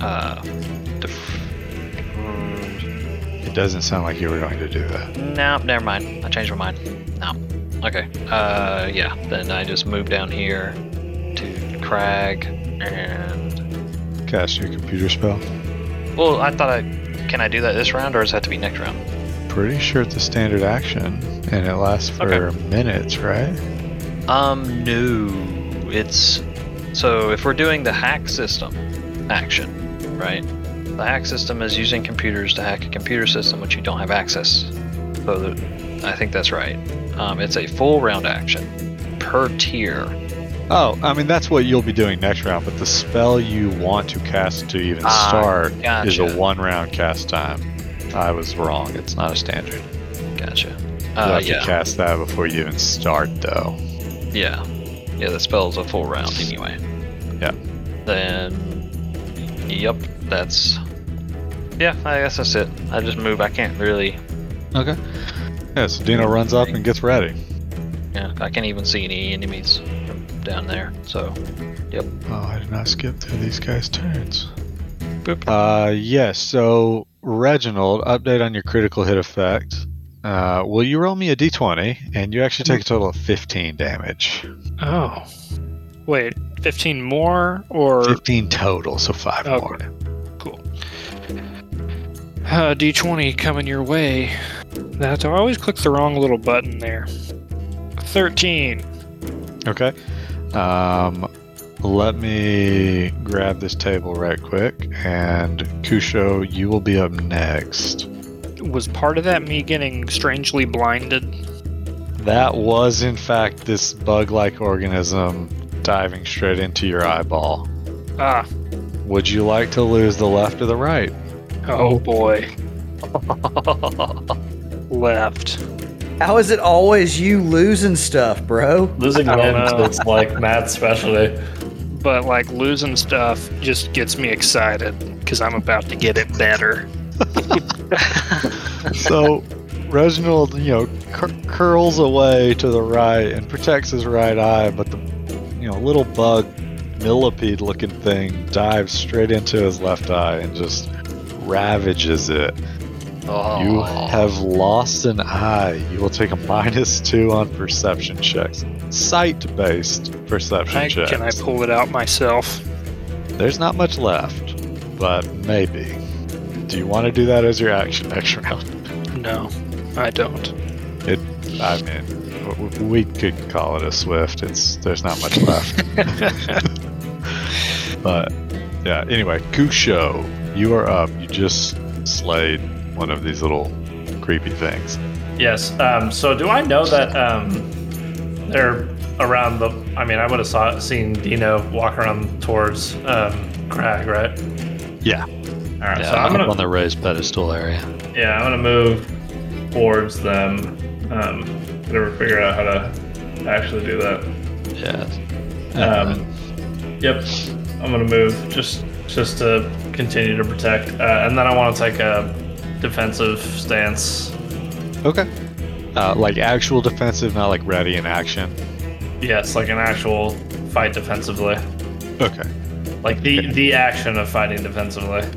[SPEAKER 1] uh, def-
[SPEAKER 2] It doesn't sound like you were going to do that.
[SPEAKER 1] no, never mind. I changed my mind. No. Okay. Uh, yeah. Then I just moved down here to Crag, and
[SPEAKER 2] Cast your computer spell.
[SPEAKER 1] well, I thought I can I do that this round, or does it have to be next round?
[SPEAKER 2] Pretty sure it's a standard action, and it lasts for
[SPEAKER 1] Okay.
[SPEAKER 2] minutes, right?
[SPEAKER 1] Um, no. It's so if we're doing the hack system action, right? The hack system is using computers to hack a computer system which you don't have access. So the, I think that's right. Um, it's a full round action per tier.
[SPEAKER 2] Oh, I mean that's what you'll be doing next round, but the spell you want to cast to even
[SPEAKER 1] Ah,
[SPEAKER 2] start is a
[SPEAKER 1] gotcha.
[SPEAKER 2] one round cast time. I was wrong. It's not a standard.
[SPEAKER 1] Gotcha.
[SPEAKER 2] You
[SPEAKER 1] Uh,
[SPEAKER 2] have to
[SPEAKER 1] yeah,
[SPEAKER 2] cast that before you even start, though.
[SPEAKER 1] yeah, yeah. The spell's a full round anyway.
[SPEAKER 2] Yeah.
[SPEAKER 1] Then, yep, that's. Yeah, I guess that's it. I just move. I can't really
[SPEAKER 2] Okay. Yeah, so Dino runs up and gets ready.
[SPEAKER 1] Yeah, I can't even see any enemies from down there. So,
[SPEAKER 2] Oh, I did not skip through these guys' turns. Uh, yes. so Reginald, update on your critical hit effect. Uh, will you roll me a d20, and you actually take a total of 15 damage.
[SPEAKER 9] Oh. Wait, 15 more or
[SPEAKER 2] 15 total, so five
[SPEAKER 9] Okay.
[SPEAKER 2] more.
[SPEAKER 9] uh, D20 coming your way? That I always click the wrong little button there. 13.
[SPEAKER 2] Okay. Um, let me grab this table right quick, and Kusho, you will be up next.
[SPEAKER 9] Was part of that me getting strangely blinded?
[SPEAKER 2] That was, in fact, this bug-like organism diving straight into your eyeball.
[SPEAKER 9] Ah.
[SPEAKER 2] Would you like to lose the left or the right?
[SPEAKER 9] Oh boy. (laughs) Left.
[SPEAKER 8] How is it always you losing stuff, bro?
[SPEAKER 6] Losing
[SPEAKER 9] I don't
[SPEAKER 6] limbs
[SPEAKER 9] know.
[SPEAKER 6] is like Matt's specialty.
[SPEAKER 9] But like losing stuff just gets me excited because I'm about to get it better.
[SPEAKER 2] so Reginald, you know, cur- curls away to the right and protects his right eye, but the, you know, little bug millipede looking thing dives straight into his left eye and just ravages it.
[SPEAKER 1] oh,
[SPEAKER 2] You have lost an eye. You will take a minus two on perception checks. Sight based perception
[SPEAKER 9] I,
[SPEAKER 2] checks.
[SPEAKER 9] can I pull it out myself?
[SPEAKER 2] There's not much left, but maybe. Do you want to do that as your action (laughs) next round?
[SPEAKER 9] No, I don't.
[SPEAKER 2] It, I mean, w- w- we could call it a swift. It's there's not much (laughs) left. but yeah. Anyway, Kusho, you are up. You just slayed one of these little creepy things.
[SPEAKER 6] Yes. Um, so do I know that um, they're around the? I mean, I would have saw seen Dino walk around towards um, Crag, right?
[SPEAKER 2] Yeah.
[SPEAKER 6] All right. so I'm gonna,
[SPEAKER 2] the raised pedestal area.
[SPEAKER 6] yeah, I'm gonna move towards them. Um, gonna figure out how to actually do that.
[SPEAKER 2] Yeah.
[SPEAKER 6] Um, yep, I'm gonna move just just to continue to protect, uh, and then I want to take a defensive stance.
[SPEAKER 2] Okay. Uh, like actual defensive, not like ready in action.
[SPEAKER 6] Yes, like an actual fight defensively.
[SPEAKER 2] Okay.
[SPEAKER 6] Like the the action of fighting defensively.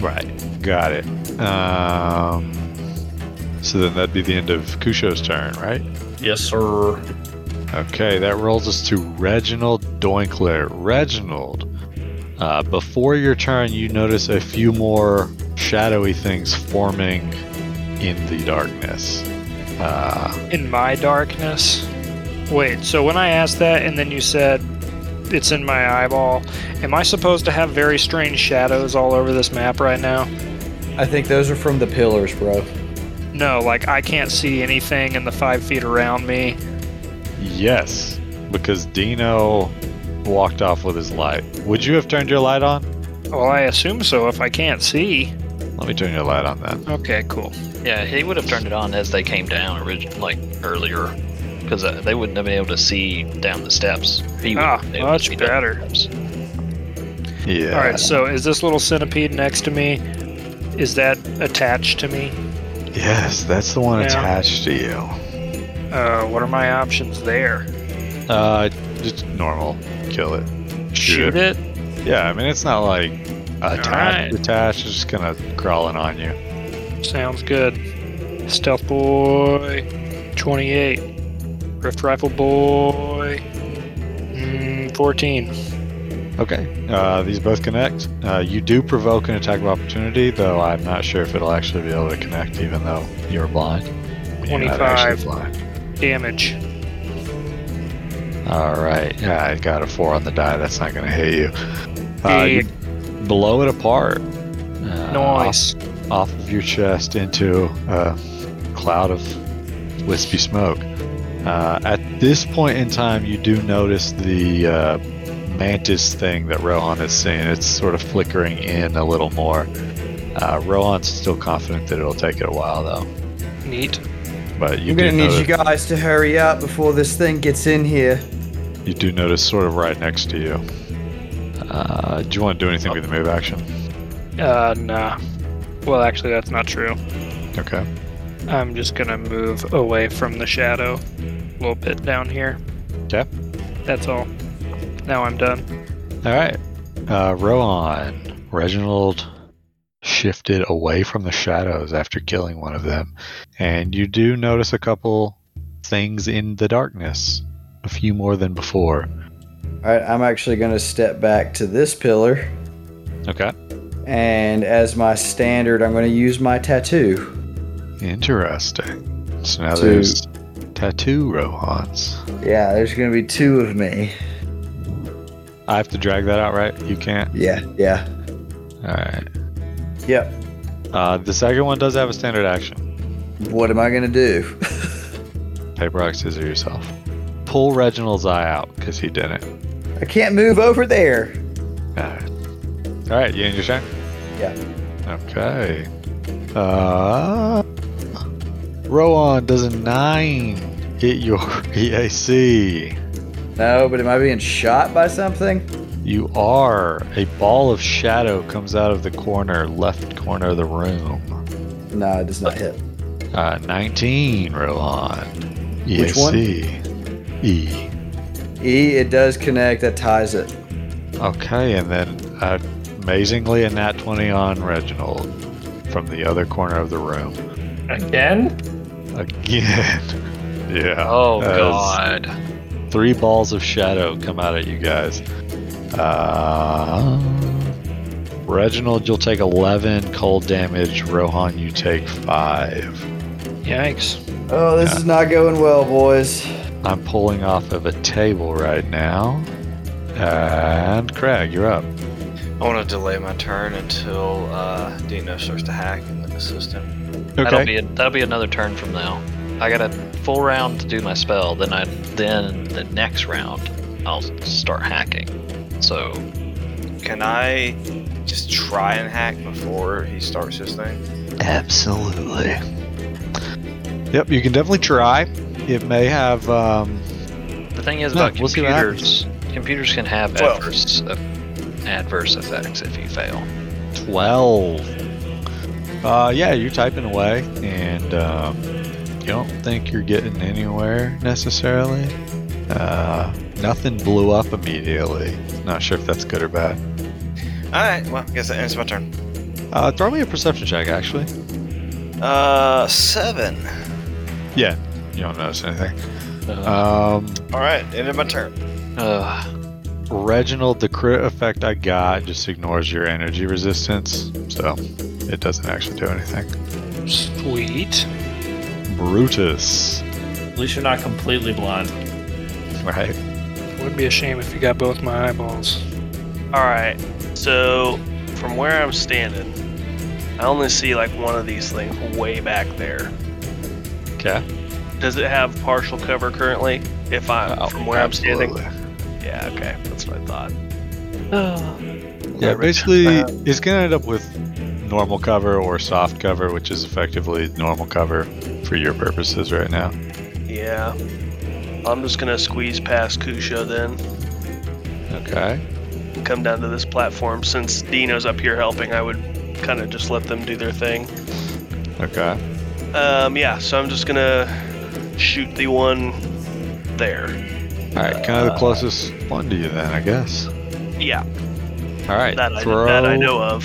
[SPEAKER 2] Right. Got it. Um, so then that'd be the end of Kusho's turn, right?
[SPEAKER 6] Yes, sir.
[SPEAKER 2] Okay, that rolls us to Reginald Doinkler. Reginald, uh, before your turn, you notice a few more shadowy things forming in the darkness. Uh,
[SPEAKER 9] In my darkness. Wait, so when I asked that and then you said it's in my eyeball, am I supposed to have very strange shadows all over this map right now?
[SPEAKER 4] I think those are from the pillars, bro.
[SPEAKER 9] No, like I can't see anything in the five feet around me.
[SPEAKER 2] yes, because Dino walked off with his light. Would you have turned your light on?
[SPEAKER 9] Well, I assume so if I can't see.
[SPEAKER 2] Let me turn your light on then.
[SPEAKER 9] Okay, cool.
[SPEAKER 1] Yeah, he would have turned it on as they came down originally, like earlier, because uh, they wouldn't have been able to see down the steps. He
[SPEAKER 9] Ah,
[SPEAKER 1] wouldn't have been able to
[SPEAKER 9] much
[SPEAKER 1] see down the
[SPEAKER 9] better.
[SPEAKER 1] steps.
[SPEAKER 2] Yeah.
[SPEAKER 9] All right, so is this little centipede next to me? Is that attached to me?
[SPEAKER 2] Yes, that's the one
[SPEAKER 9] Yeah.
[SPEAKER 2] attached to you.
[SPEAKER 9] Uh, what are my options there?
[SPEAKER 2] Uh, just normal. Kill it.
[SPEAKER 9] Shoot it?
[SPEAKER 2] Yeah, I mean it's not like attached.
[SPEAKER 9] right.
[SPEAKER 2] Attached, it's just kind of crawling on you.
[SPEAKER 9] Sounds good. Stealth boy, 28. Rift rifle boy, mm, 14.
[SPEAKER 2] Okay. Uh, these both connect. Uh, you do provoke an attack of opportunity, though I'm not sure if it'll actually be able to connect, even though you're blind. You're not actually
[SPEAKER 9] 25.
[SPEAKER 2] blind.
[SPEAKER 9] Damage.
[SPEAKER 2] All right. Yeah, I got a four on the die. That's not going to hit you. Uh, you
[SPEAKER 9] Big
[SPEAKER 2] blow it apart. Uh,
[SPEAKER 9] noise.
[SPEAKER 2] off of your chest into a cloud of wispy smoke. Uh, at this point in time, you do notice the uh, mantis thing that Rohan has seen. It's sort of flickering in a little more. Uh, Rohan's still confident that it'll take it a while, though.
[SPEAKER 9] Neat.
[SPEAKER 2] But you
[SPEAKER 8] I'm
[SPEAKER 2] do
[SPEAKER 8] gonna need
[SPEAKER 2] notice,
[SPEAKER 8] you guys to hurry up before this thing gets in here.
[SPEAKER 2] you do notice sort of right next to you. Uh, do you want to do anything with the move action?
[SPEAKER 9] Uh, nah. Well, actually, that's not true.
[SPEAKER 2] Okay.
[SPEAKER 9] I'm just gonna move away from the shadow a little bit down here.
[SPEAKER 2] Okay.
[SPEAKER 9] That's all. Now I'm done.
[SPEAKER 2] All right. Uh, Rohan, Reginald shifted away from the shadows after killing one of them, and you do notice a couple things in the darkness, a few more than before.
[SPEAKER 8] Alright, I'm actually gonna step back to this pillar.
[SPEAKER 2] Okay.
[SPEAKER 8] And as my standard, I'm gonna use my tattoo.
[SPEAKER 2] Interesting. So now
[SPEAKER 8] Two.
[SPEAKER 2] there's tattoo Rohans.
[SPEAKER 8] Yeah, there's gonna be two of me.
[SPEAKER 2] I have to drag that out, right? You can't.
[SPEAKER 8] Yeah, yeah.
[SPEAKER 2] All right.
[SPEAKER 8] Yep.
[SPEAKER 2] Uh, the second one does have a standard action.
[SPEAKER 8] What am I gonna do? (laughs)
[SPEAKER 2] Paper, rock, scissors yourself. Pull Reginald's eye out because he did it.
[SPEAKER 8] I can't move over there.
[SPEAKER 2] All right. All right. You end your turn.
[SPEAKER 8] Yeah.
[SPEAKER 2] Okay. Uh, Rowan does a nine hit your (laughs) E EAC.
[SPEAKER 8] No, but am I being shot by something?
[SPEAKER 2] You are a ball of shadow comes out of the corner, left corner of the room.
[SPEAKER 8] No, it does not hit.
[SPEAKER 2] Uh, Nineteen, Rowan. EAC.
[SPEAKER 8] Which one?
[SPEAKER 2] E.
[SPEAKER 8] E, it does connect. That ties it.
[SPEAKER 2] Okay, and then uh, amazingly a nat twenty on Reginald from the other corner of the room
[SPEAKER 6] Again?
[SPEAKER 2] again. (laughs) yeah.
[SPEAKER 1] Oh
[SPEAKER 2] That is-
[SPEAKER 1] god.
[SPEAKER 2] Three balls of shadow come out at you guys. Uh, Reginald, you'll take 11 cold damage. Rohan, you take 5.
[SPEAKER 9] Yikes.
[SPEAKER 8] Oh, this is not going well, boys.
[SPEAKER 2] I'm pulling off of a table right now. And Craig, you're up.
[SPEAKER 5] I want to delay my turn until uh, Dino starts to hack and then assist him.
[SPEAKER 1] That'll be a, that'll be another turn from now. I got a full round to do my spell. Then I then the next round I'll start hacking. So
[SPEAKER 5] Can I just try and hack before he starts his thing?
[SPEAKER 2] Absolutely. Yep, you can definitely try. It may have. Um,
[SPEAKER 1] the thing is
[SPEAKER 2] No,
[SPEAKER 1] about
[SPEAKER 2] we'll see what
[SPEAKER 1] computers. Computers can have
[SPEAKER 5] Twelve.
[SPEAKER 1] adverse uh, adverse effects if you fail.
[SPEAKER 2] 12. Uh, yeah, you're typing away, and um, You don't think you're getting anywhere necessarily? Uh, nothing blew up immediately. Not sure if that's good or bad.
[SPEAKER 5] All right. Well, I guess that ends my turn.
[SPEAKER 2] Uh, throw me a perception check, actually.
[SPEAKER 5] Uh, seven.
[SPEAKER 2] Yeah, you don't notice anything. Um,
[SPEAKER 5] All right. Ended my turn.
[SPEAKER 2] uh, Reginald, the crit effect I got just ignores your energy resistance, so it doesn't actually do anything.
[SPEAKER 9] Sweet.
[SPEAKER 2] Brutus,
[SPEAKER 6] At least you're not completely blind.
[SPEAKER 2] right?
[SPEAKER 9] Would be a shame if you got both my eyeballs.
[SPEAKER 3] All right. So from where I'm standing, I only see like one of these things way back there.
[SPEAKER 2] Okay.
[SPEAKER 3] Does it have partial cover currently? If I'm from where I'm
[SPEAKER 2] Oh, Absolutely.
[SPEAKER 3] standing. Yeah. Okay. That's what I thought.
[SPEAKER 2] Yeah,
[SPEAKER 3] Yeah, Rich.
[SPEAKER 2] basically,
[SPEAKER 3] Um,
[SPEAKER 2] it's going to end up with normal cover or soft cover, which is effectively normal cover for your purposes right now.
[SPEAKER 3] Yeah. I'm just gonna squeeze past Kusho then.
[SPEAKER 2] Okay.
[SPEAKER 3] come down to this platform since Dino's up here helping. I would kind of just let them do their thing.
[SPEAKER 2] Okay.
[SPEAKER 3] Um, yeah, so I'm just gonna shoot the one there.
[SPEAKER 2] All right, kind of the closest one to you then, I guess.
[SPEAKER 3] Yeah,
[SPEAKER 2] All right,
[SPEAKER 3] that I,
[SPEAKER 2] throw,
[SPEAKER 3] that I know of.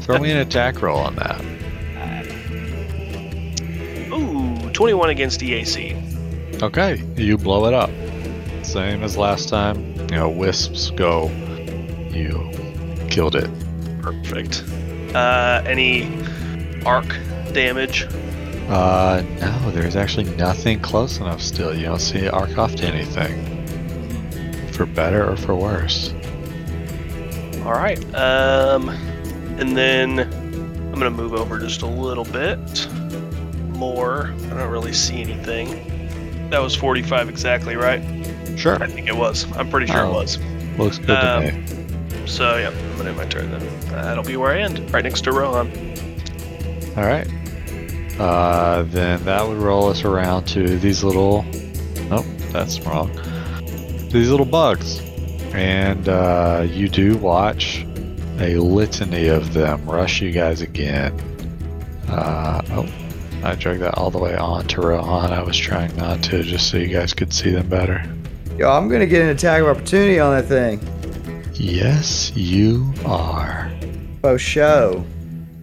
[SPEAKER 2] throw me an attack roll on that.
[SPEAKER 3] Ooh, 21 against EAC.
[SPEAKER 2] Okay, you blow it up. Same as last time. You know, wisps go. You killed it.
[SPEAKER 3] Perfect. Uh, any arc damage?
[SPEAKER 2] Uh, no, there's actually nothing close enough still. You don't see arc off to anything. For better or for worse.
[SPEAKER 3] All right. Um, and then I'm gonna move over just a little bit more. I don't really see anything. That was 45 exactly, right?
[SPEAKER 2] Sure.
[SPEAKER 3] I think it was. I'm pretty sure
[SPEAKER 2] Oh.
[SPEAKER 3] it was.
[SPEAKER 2] Looks good
[SPEAKER 3] Um,
[SPEAKER 2] to me.
[SPEAKER 3] So yeah, I'm gonna do my turn then. That'll be where I end, right next to Rohan.
[SPEAKER 2] All right. Uh, then that would roll us around to these little. Nope, that's wrong. These little bugs, and uh, you do watch a litany of them rush you guys again. Uh, oh, I dragged that all the way on to Rohan. I was trying not to, just so you guys could see them better.
[SPEAKER 8] Yo, I'm gonna get an attack of opportunity on that thing.
[SPEAKER 2] Yes, you are.
[SPEAKER 8] Oh, show.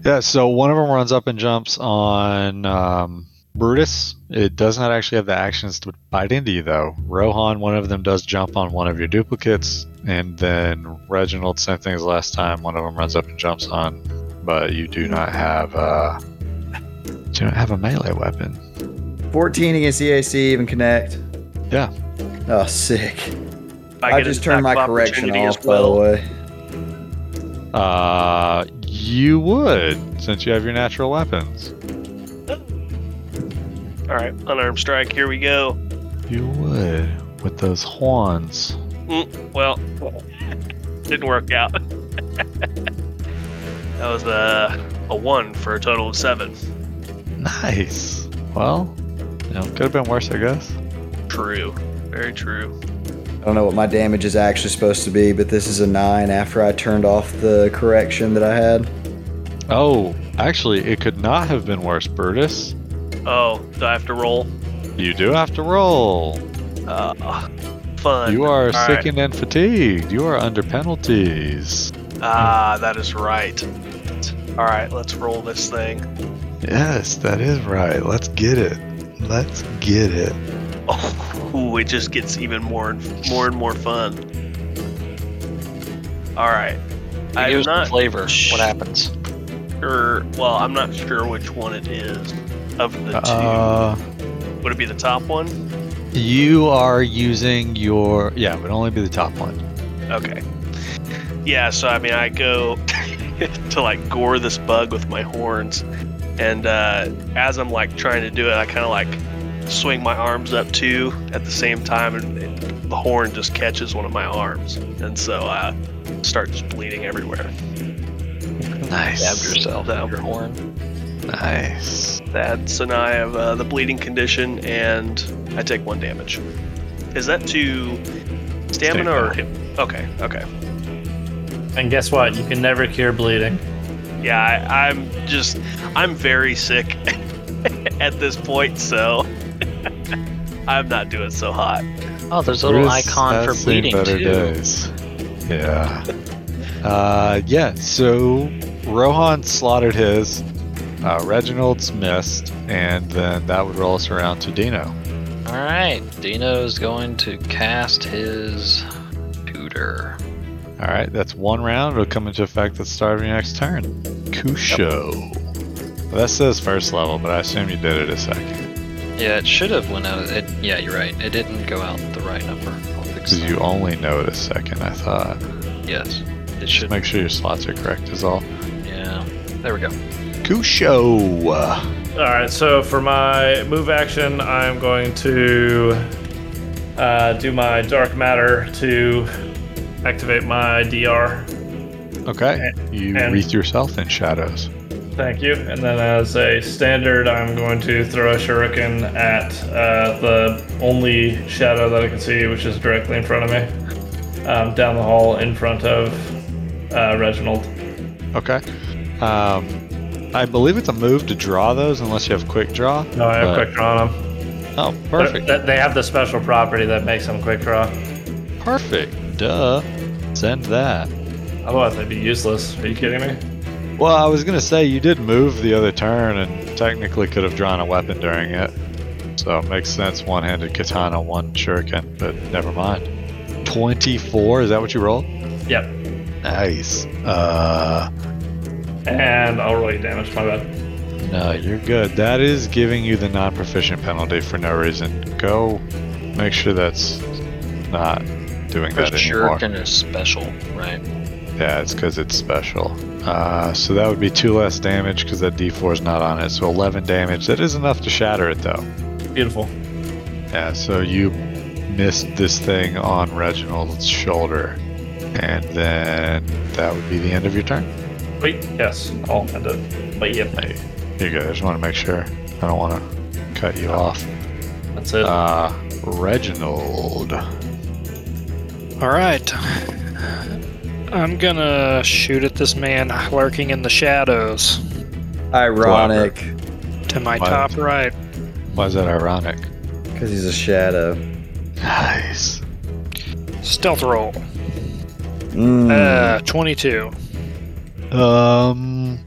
[SPEAKER 2] Yeah, so one of them runs up and jumps on um, Brutus. It does not actually have the actions to bite into you, though. Rohan, one of them does jump on one of your duplicates, and then Reginald, same thing as last time. One of them runs up and jumps on, but you do not have uh, you don't have a melee weapon.
[SPEAKER 8] 14 against EAC, even connect.
[SPEAKER 2] Yeah.
[SPEAKER 8] Oh, sick.
[SPEAKER 3] I,
[SPEAKER 8] I,
[SPEAKER 3] get
[SPEAKER 8] just
[SPEAKER 3] an
[SPEAKER 8] turned my
[SPEAKER 3] attack of
[SPEAKER 8] correction
[SPEAKER 3] opportunity
[SPEAKER 8] off,
[SPEAKER 3] as well.
[SPEAKER 8] by the way.
[SPEAKER 2] Uh, you would since you have your natural weapons.
[SPEAKER 3] All right, unarmed strike. Here we go.
[SPEAKER 2] You would with those horns.
[SPEAKER 3] Mm, well, (laughs) didn't work out. (laughs) that was a a one for a total of seven.
[SPEAKER 2] Nice. Well, you know, could have been worse, I guess.
[SPEAKER 3] True, very true.
[SPEAKER 8] I don't know what my damage is actually supposed to be, but this is a 9 after I turned off the correction that I had.
[SPEAKER 2] Oh, actually, it could not have been worse, Brutus.
[SPEAKER 3] Oh, do I have to roll?
[SPEAKER 2] You do have to roll.
[SPEAKER 3] Uh, fun.
[SPEAKER 2] You are
[SPEAKER 3] All right.
[SPEAKER 2] sickened and fatigued. You are under penalties.
[SPEAKER 3] Ah, that is right. All right, let's roll this thing. (laughs)
[SPEAKER 2] Yes, that is right. Let's get it. Let's get it.
[SPEAKER 3] Oh, ooh, it just gets even more and more and more fun. All right, I
[SPEAKER 1] Give
[SPEAKER 3] am
[SPEAKER 1] us the
[SPEAKER 3] not
[SPEAKER 1] flavor.
[SPEAKER 3] Shh.
[SPEAKER 1] What happens?
[SPEAKER 3] sure. Well, I'm not sure which one it is of the
[SPEAKER 2] Uh,
[SPEAKER 3] two. Would it be the top one?
[SPEAKER 2] you are using your. Yeah, it would only be the top one.
[SPEAKER 3] Okay. Yeah. So I mean, I go (laughs) to like gore this bug with my horns, and uh, as I'm like trying to do it, I kind of like swing my arms up too at the same time, and it, the horn just catches one of my arms, and so I start just bleeding everywhere.
[SPEAKER 2] Nice.
[SPEAKER 1] Stab yourself.
[SPEAKER 3] So-
[SPEAKER 1] Your horn.
[SPEAKER 2] Nice.
[SPEAKER 3] That so now I have uh, the bleeding condition, and I take one damage. Is that to stamina or hit? Okay, okay.
[SPEAKER 6] And guess what? You can never cure bleeding.
[SPEAKER 3] Yeah, I, I'm just, I'm very sick, (laughs) at this point, so (laughs) I'm not doing so hot.
[SPEAKER 1] Oh, there's a little
[SPEAKER 2] Bruce
[SPEAKER 1] icon
[SPEAKER 2] has
[SPEAKER 1] for
[SPEAKER 2] seen
[SPEAKER 1] bleeding
[SPEAKER 2] better
[SPEAKER 1] too.
[SPEAKER 2] days. Yeah. uh, yeah. So Rohan slaughtered his. Uh, Reginald's missed, and then that would roll us around to Dino.
[SPEAKER 1] All right, Dino's going to cast his tutor.
[SPEAKER 2] All right, that's one round. It'll come into effect at the start of your next turn. Kusho. Well, that says first level, but I assume you did it a second
[SPEAKER 1] Yeah, it should have went out. Of, it, yeah, you're right. It didn't go out the right number. I'll fix
[SPEAKER 2] because
[SPEAKER 1] that.
[SPEAKER 2] you only know it a second. I thought.
[SPEAKER 1] Yes, it
[SPEAKER 2] Just
[SPEAKER 1] should.
[SPEAKER 2] make sure your slots are correct. Is all.
[SPEAKER 1] Yeah, there we go.
[SPEAKER 2] Kusho.
[SPEAKER 6] All right, so for my move action, I'm going to uh, do my dark matter to activate my DR.
[SPEAKER 2] Okay. You
[SPEAKER 6] and-
[SPEAKER 2] wreath yourself in shadows.
[SPEAKER 6] Thank you. And then as a standard, I'm going to throw a shuriken at uh, the only shadow that I can see, which is directly in front of me, um, down the hall in front of uh, Reginald.
[SPEAKER 2] Okay. Um, I believe it's a move to draw those unless you have quick draw.
[SPEAKER 6] No, Oh, I have
[SPEAKER 2] but-
[SPEAKER 6] quick draw on them.
[SPEAKER 2] Oh, perfect.
[SPEAKER 6] They- They have the special property that makes them quick draw.
[SPEAKER 2] Perfect. Duh. Send that.
[SPEAKER 6] Otherwise, they'd be useless. Are you kidding me?
[SPEAKER 2] Well, I was gonna say you did move the other turn and technically could have drawn a weapon during it. So it makes sense one-handed katana, one shuriken, but never mind. Twenty-four, is that what you rolled?
[SPEAKER 6] Yep.
[SPEAKER 2] Nice. Uh
[SPEAKER 6] And I'll roll you damage, my bad.
[SPEAKER 2] no, you're good. That is giving you the non-proficient penalty for no reason. Go make sure that's not doing that
[SPEAKER 1] First
[SPEAKER 2] anymore.
[SPEAKER 1] shuriken is special, right?
[SPEAKER 2] Yeah, it's because it's special. Uh, so that would be two less damage because that D4 is not on it. So 11 damage. That is enough to shatter it, though.
[SPEAKER 6] Beautiful.
[SPEAKER 2] Yeah, so you missed this thing on Reginald's shoulder. And then that would be the end of your turn.
[SPEAKER 6] Wait, yes, I'll end it. But yep,
[SPEAKER 2] Hey, you go. I just want to make sure. I don't want to cut you off.
[SPEAKER 6] that's it.
[SPEAKER 2] Uh, Reginald.
[SPEAKER 9] All right. I'm gonna shoot at this man lurking in the shadows
[SPEAKER 8] Ironic,
[SPEAKER 9] to my
[SPEAKER 2] Why-
[SPEAKER 9] top right.
[SPEAKER 2] Why is that ironic?
[SPEAKER 8] because he's a shadow.
[SPEAKER 2] Nice.
[SPEAKER 9] Stealth roll.
[SPEAKER 8] Mm. Hmm.
[SPEAKER 9] Uh, 22.
[SPEAKER 2] Um.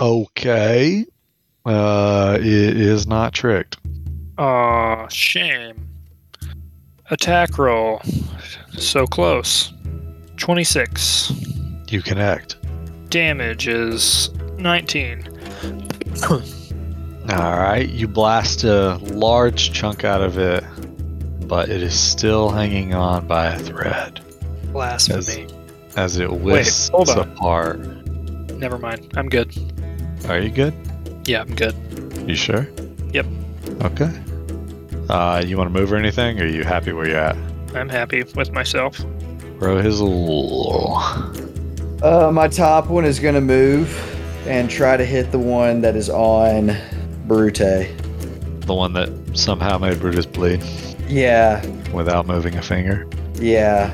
[SPEAKER 2] Okay. Uh, it is not tricked.
[SPEAKER 9] Aw, shame. Attack roll. So close. 26.
[SPEAKER 2] You connect.
[SPEAKER 9] Damage is 19.
[SPEAKER 2] All right. You blast a large chunk out of it, but it is still hanging on by a thread
[SPEAKER 9] Blasphemy.
[SPEAKER 2] as it whisks
[SPEAKER 9] hold on.
[SPEAKER 2] apart.
[SPEAKER 9] Never mind. I'm good.
[SPEAKER 2] Are you good?
[SPEAKER 9] Yeah, I'm good.
[SPEAKER 2] You sure?
[SPEAKER 9] Yep.
[SPEAKER 2] Okay. Uh, you want to move or anything? Or are you happy where you're at?
[SPEAKER 9] I'm happy with myself.
[SPEAKER 2] Bro, his l-
[SPEAKER 8] Uh, my top one is gonna move and try to hit the one that is on Brute.
[SPEAKER 2] the one that somehow made Brutus bleed
[SPEAKER 8] Yeah,
[SPEAKER 2] without moving a finger.
[SPEAKER 8] yeah.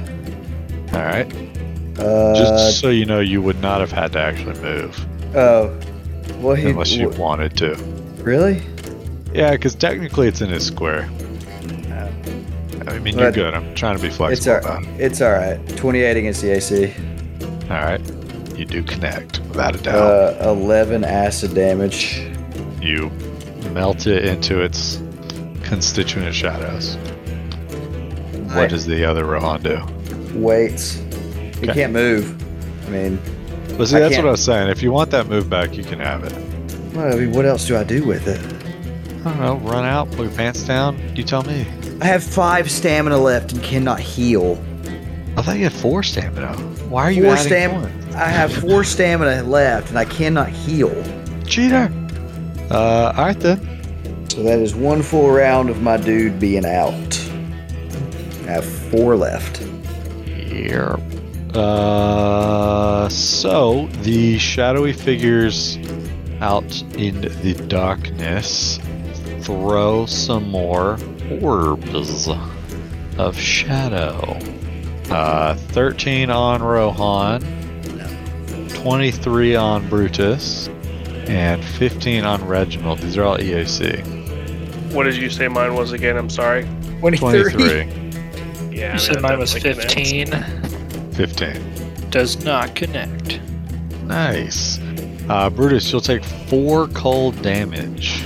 [SPEAKER 2] All right.
[SPEAKER 8] Uh,
[SPEAKER 2] Just so you know, you would not have had to actually move
[SPEAKER 8] oh, well, he
[SPEAKER 2] unless you
[SPEAKER 8] w-
[SPEAKER 2] wanted to.
[SPEAKER 8] really.
[SPEAKER 2] Yeah, because technically it's in his square. I mean, you're
[SPEAKER 8] But-
[SPEAKER 2] good. I'm trying to be
[SPEAKER 8] It's
[SPEAKER 2] flexible
[SPEAKER 8] all
[SPEAKER 2] about it.
[SPEAKER 8] it's all right. Twenty eight against the AC.
[SPEAKER 2] All right. You do connect, without a doubt.
[SPEAKER 8] Uh, eleven acid damage.
[SPEAKER 2] you melt it into its constituent shadows. What
[SPEAKER 8] Right.
[SPEAKER 2] does the other Rohan do?
[SPEAKER 8] Waits. He
[SPEAKER 2] Okay.
[SPEAKER 8] can't move. I mean,
[SPEAKER 2] Well, see,
[SPEAKER 8] I
[SPEAKER 2] that's
[SPEAKER 8] can't-
[SPEAKER 2] what I was saying. If you want that move back, you can have it.
[SPEAKER 8] well, I mean, what else do I do with it?
[SPEAKER 2] I don't know. Run out, pull your pants down. You tell me.
[SPEAKER 8] I have five stamina left and cannot heal.
[SPEAKER 2] I thought you had four stamina. Why are you
[SPEAKER 8] Four
[SPEAKER 2] adding
[SPEAKER 8] stamina.
[SPEAKER 2] one?
[SPEAKER 8] I have four stamina left and I cannot heal.
[SPEAKER 2] Cheater. Uh, all right then.
[SPEAKER 8] So that is one full round of my dude being out. I have four left.
[SPEAKER 2] Here. Uh, so the shadowy figures out in the darkness throw some more orbs of shadow. Uh, 13 on Rohan, 23 on Brutus, and 15 on Reginald. These are all E EAC.
[SPEAKER 3] What did you say mine was again? I'm sorry.
[SPEAKER 4] 23.
[SPEAKER 2] 23,
[SPEAKER 3] Yeah.
[SPEAKER 9] You said
[SPEAKER 3] that-
[SPEAKER 9] mine
[SPEAKER 3] that
[SPEAKER 9] was
[SPEAKER 3] doesn't connect.
[SPEAKER 9] 15.
[SPEAKER 2] 15.
[SPEAKER 9] Does not connect.
[SPEAKER 2] Nice. Uh, Brutus, you'll take four cold damage.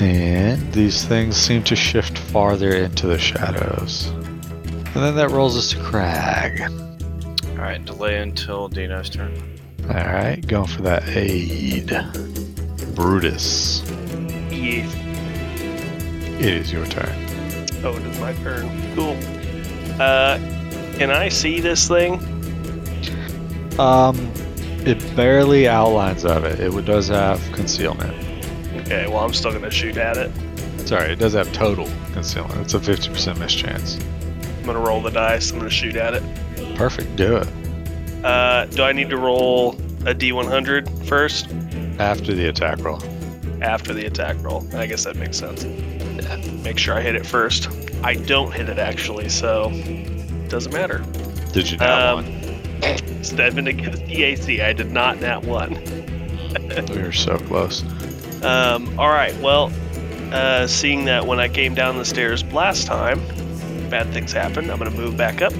[SPEAKER 2] And these things seem to shift farther into the shadows. And then that rolls us to Crag.
[SPEAKER 5] All right, delay until Dino's turn.
[SPEAKER 2] Alright, going for that aid. Brutus,
[SPEAKER 3] Yes.
[SPEAKER 2] it is your turn.
[SPEAKER 3] Oh, it is my turn. Cool. Uh, can I see this thing?
[SPEAKER 2] Um, it barely outlines of it. It does have concealment.
[SPEAKER 3] Okay. Well, I'm still gonna shoot at it.
[SPEAKER 2] Sorry, it does have total concealment. It's a 50% miss chance.
[SPEAKER 3] I'm gonna roll the dice. I'm gonna shoot at it.
[SPEAKER 2] Perfect, do it.
[SPEAKER 3] Uh, do I need to roll a D100 first
[SPEAKER 2] After the attack roll.
[SPEAKER 3] after the attack roll? I guess that makes sense. Yeah, Make sure I hit it first. I don't hit it actually, so doesn't matter.
[SPEAKER 2] Did you not
[SPEAKER 3] Um, Stepping against the AC, I did not nat one.
[SPEAKER 2] one? We were so close.
[SPEAKER 3] Um, all right. Well, uh, seeing that when I came down the stairs last time, bad things happened. I'm gonna move back up.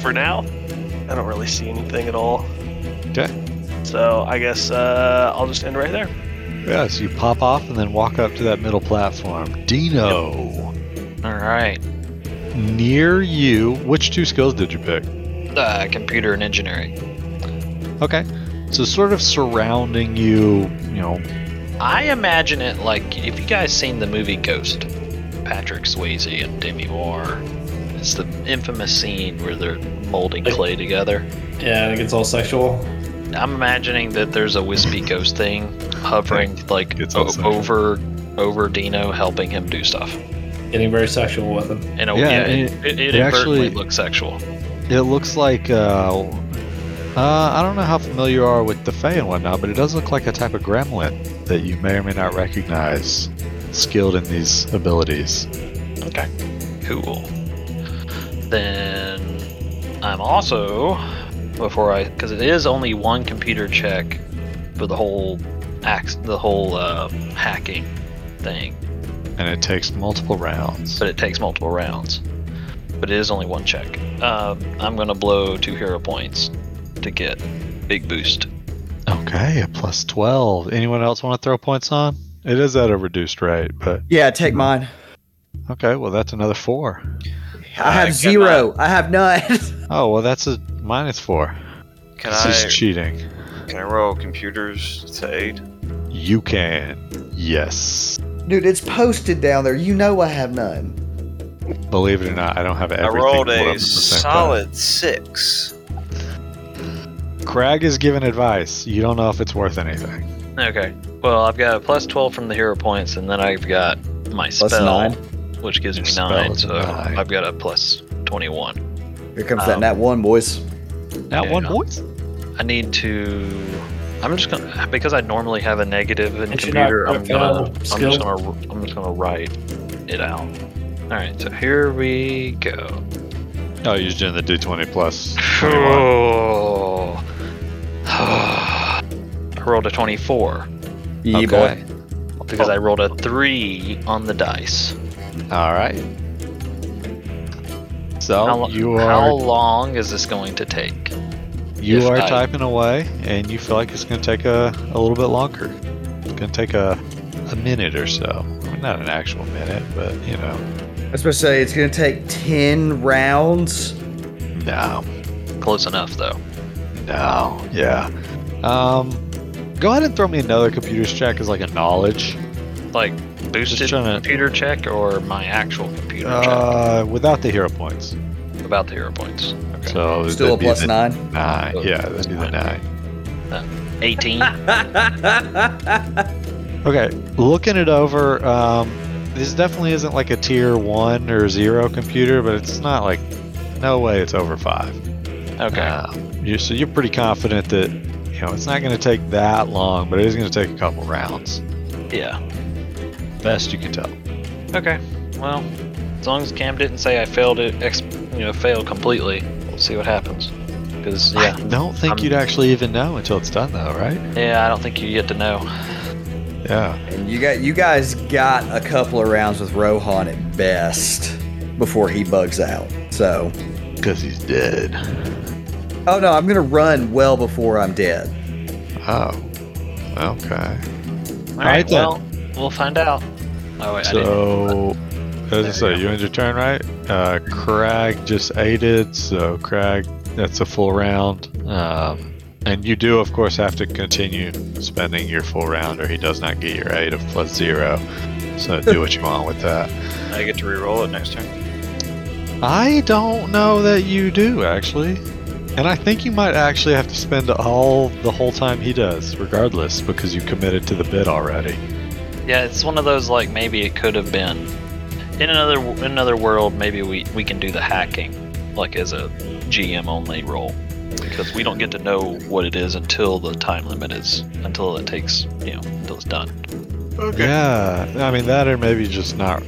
[SPEAKER 3] For now, I don't really see anything at all.
[SPEAKER 2] Okay.
[SPEAKER 3] So I guess uh, I'll just end right there.
[SPEAKER 2] Yeah, so you pop off and then walk up to that middle platform. Dino,
[SPEAKER 1] All right.
[SPEAKER 2] near you. Which two skills did you pick?
[SPEAKER 1] Uh, computer and engineering.
[SPEAKER 2] Okay. So, sort of surrounding you, you know,
[SPEAKER 1] I imagine it like if you guys seen the movie Ghost, Patrick Swayze and Demi Moore. It's the infamous scene where they're molding
[SPEAKER 6] Like-
[SPEAKER 1] clay together.
[SPEAKER 6] Yeah, I think it's all sexual.
[SPEAKER 1] I'm imagining that there's a wispy ghost thing hovering like
[SPEAKER 2] It's
[SPEAKER 1] o-
[SPEAKER 2] awesome.
[SPEAKER 1] over over Dino, helping him do stuff.
[SPEAKER 6] Getting very sexual with him.
[SPEAKER 1] And it-
[SPEAKER 2] Yeah,
[SPEAKER 1] yeah,
[SPEAKER 2] and
[SPEAKER 1] it, it, it
[SPEAKER 2] it
[SPEAKER 1] inadvertently
[SPEAKER 2] actually-
[SPEAKER 1] looks sexual.
[SPEAKER 2] It looks like uh, uh, I don't know how familiar you are with the Fey and whatnot, but it does look like a type of gremlin that you may or may not recognize, skilled in these abilities.
[SPEAKER 1] Cool. Then I'm also before I because it is only one computer check for the whole ax the whole uh, hacking thing,
[SPEAKER 2] And it takes multiple rounds.
[SPEAKER 1] but it takes multiple rounds. But it is only one check. Um, I'm gonna blow two hero points to get big boost.
[SPEAKER 2] Okay, a plus twelve. Anyone else want to throw points on? It is at a reduced rate, but
[SPEAKER 8] (laughs) Yeah, take mine.
[SPEAKER 2] okay. Well, that's another four.
[SPEAKER 8] I have zero. I have none. (laughs)
[SPEAKER 2] Oh well, that's a minus four.
[SPEAKER 5] Can
[SPEAKER 2] this
[SPEAKER 5] I
[SPEAKER 2] is cheating.
[SPEAKER 5] can I roll computers to aid?
[SPEAKER 2] You can. Yes.
[SPEAKER 8] Dude, it's posted down there. You know I have none.
[SPEAKER 2] Believe it or not, I don't have
[SPEAKER 5] I
[SPEAKER 2] everything.
[SPEAKER 5] rolled
[SPEAKER 2] pulled up at
[SPEAKER 5] a
[SPEAKER 2] the same time.
[SPEAKER 5] solid six.
[SPEAKER 2] Crag is giving advice. You don't know if it's worth anything.
[SPEAKER 1] Okay. Well, I've got a plus twelve from the hero points, and then I've got my
[SPEAKER 8] Plus
[SPEAKER 1] spell,
[SPEAKER 8] nine.
[SPEAKER 1] which gives
[SPEAKER 2] Your
[SPEAKER 1] me
[SPEAKER 2] spell
[SPEAKER 1] nine.
[SPEAKER 2] is
[SPEAKER 1] So
[SPEAKER 2] nine.
[SPEAKER 1] I've got a plus twenty-one.
[SPEAKER 8] Here comes that
[SPEAKER 1] Um,
[SPEAKER 8] nat one, boys.
[SPEAKER 2] Not
[SPEAKER 1] Yeah.
[SPEAKER 2] one voice.
[SPEAKER 1] I need to. I'm just gonna because I normally have a negative in
[SPEAKER 6] And you're not
[SPEAKER 1] computer. I'm
[SPEAKER 6] quick,
[SPEAKER 1] gonna.
[SPEAKER 6] uh,
[SPEAKER 1] I'm
[SPEAKER 6] skill?
[SPEAKER 1] just gonna. I'm just gonna write it out. All right. So here we go.
[SPEAKER 2] Oh, you're just doing the d20 plus. 21.
[SPEAKER 1] Cool. (sighs) I rolled a twenty-four.
[SPEAKER 8] Yeah, boy.
[SPEAKER 1] Because I
[SPEAKER 2] Oh.
[SPEAKER 1] rolled a three on the dice.
[SPEAKER 2] All right. So
[SPEAKER 1] how, lo-
[SPEAKER 2] Oh, you
[SPEAKER 1] how
[SPEAKER 2] are
[SPEAKER 1] long is this going to take?
[SPEAKER 2] you
[SPEAKER 1] if
[SPEAKER 2] are
[SPEAKER 1] I-
[SPEAKER 2] typing away, and you feel like it's going to take a, a little bit longer. It's going to take a a minute or so. Not an actual minute, but you know.
[SPEAKER 8] I was supposed to say it's gonna take ten rounds.
[SPEAKER 2] No,
[SPEAKER 1] Close enough, though.
[SPEAKER 2] no, yeah. Um, go ahead and throw me another computer's check as like a knowledge.
[SPEAKER 1] Like boosted
[SPEAKER 2] tryna-
[SPEAKER 1] computer check or my actual computer
[SPEAKER 2] Uh, without the hero points.
[SPEAKER 1] check about the hero
[SPEAKER 2] (laughs)
[SPEAKER 1] points.
[SPEAKER 2] So
[SPEAKER 8] Still
[SPEAKER 2] that'd
[SPEAKER 8] a
[SPEAKER 2] be
[SPEAKER 8] plus
[SPEAKER 2] the
[SPEAKER 8] nine.
[SPEAKER 2] Nine. Yeah, that'd be the nine.
[SPEAKER 1] 18.
[SPEAKER 2] Okay, looking it over, um, this definitely isn't like a tier one or zero computer, but it's not like, no way it's over five.
[SPEAKER 1] okay.
[SPEAKER 2] Um, you so you're pretty confident that, you know, it's not going to take that long, but it is going to take a couple rounds.
[SPEAKER 1] yeah.
[SPEAKER 2] Best you can tell.
[SPEAKER 1] Okay. Well, as long as Cam didn't say I failed it, ex- you know, failed completely, we'll see what happens. Because yeah,
[SPEAKER 2] I don't think
[SPEAKER 1] I'm- (laughs)
[SPEAKER 2] you'd actually even know until it's done, though, right?
[SPEAKER 1] yeah, I don't think you get to know.
[SPEAKER 2] Yeah.
[SPEAKER 8] And you got you guys got a couple of rounds with Rohan at best before he bugs out. So,
[SPEAKER 2] Because he's dead.
[SPEAKER 8] oh no, I'm gonna run well before I'm dead.
[SPEAKER 2] Oh. Okay.
[SPEAKER 1] All
[SPEAKER 2] right,
[SPEAKER 1] right.
[SPEAKER 2] then.
[SPEAKER 1] Well, we'll find out. Oh wait, I didn't.
[SPEAKER 2] So, as I say, you end your turn, right? Uh, Crag just aided, so Crag, that's a full round. Um, and you do, of course, have to continue spending your full round, or he does not get your aid of plus zero. So do what you want with that.
[SPEAKER 5] I get to re-roll it next turn.
[SPEAKER 2] I don't know that you do actually, and I think you might actually have to spend all the whole time he does, regardless, because you committed to the bid already.
[SPEAKER 1] Yeah, it's one of those like maybe it could have been in another in another world. Maybe we we can do the hacking like as a GM only role because we don't get to know what it is until the time limit is until it takes you know until it's done.
[SPEAKER 2] Yeah, I mean that, or maybe just not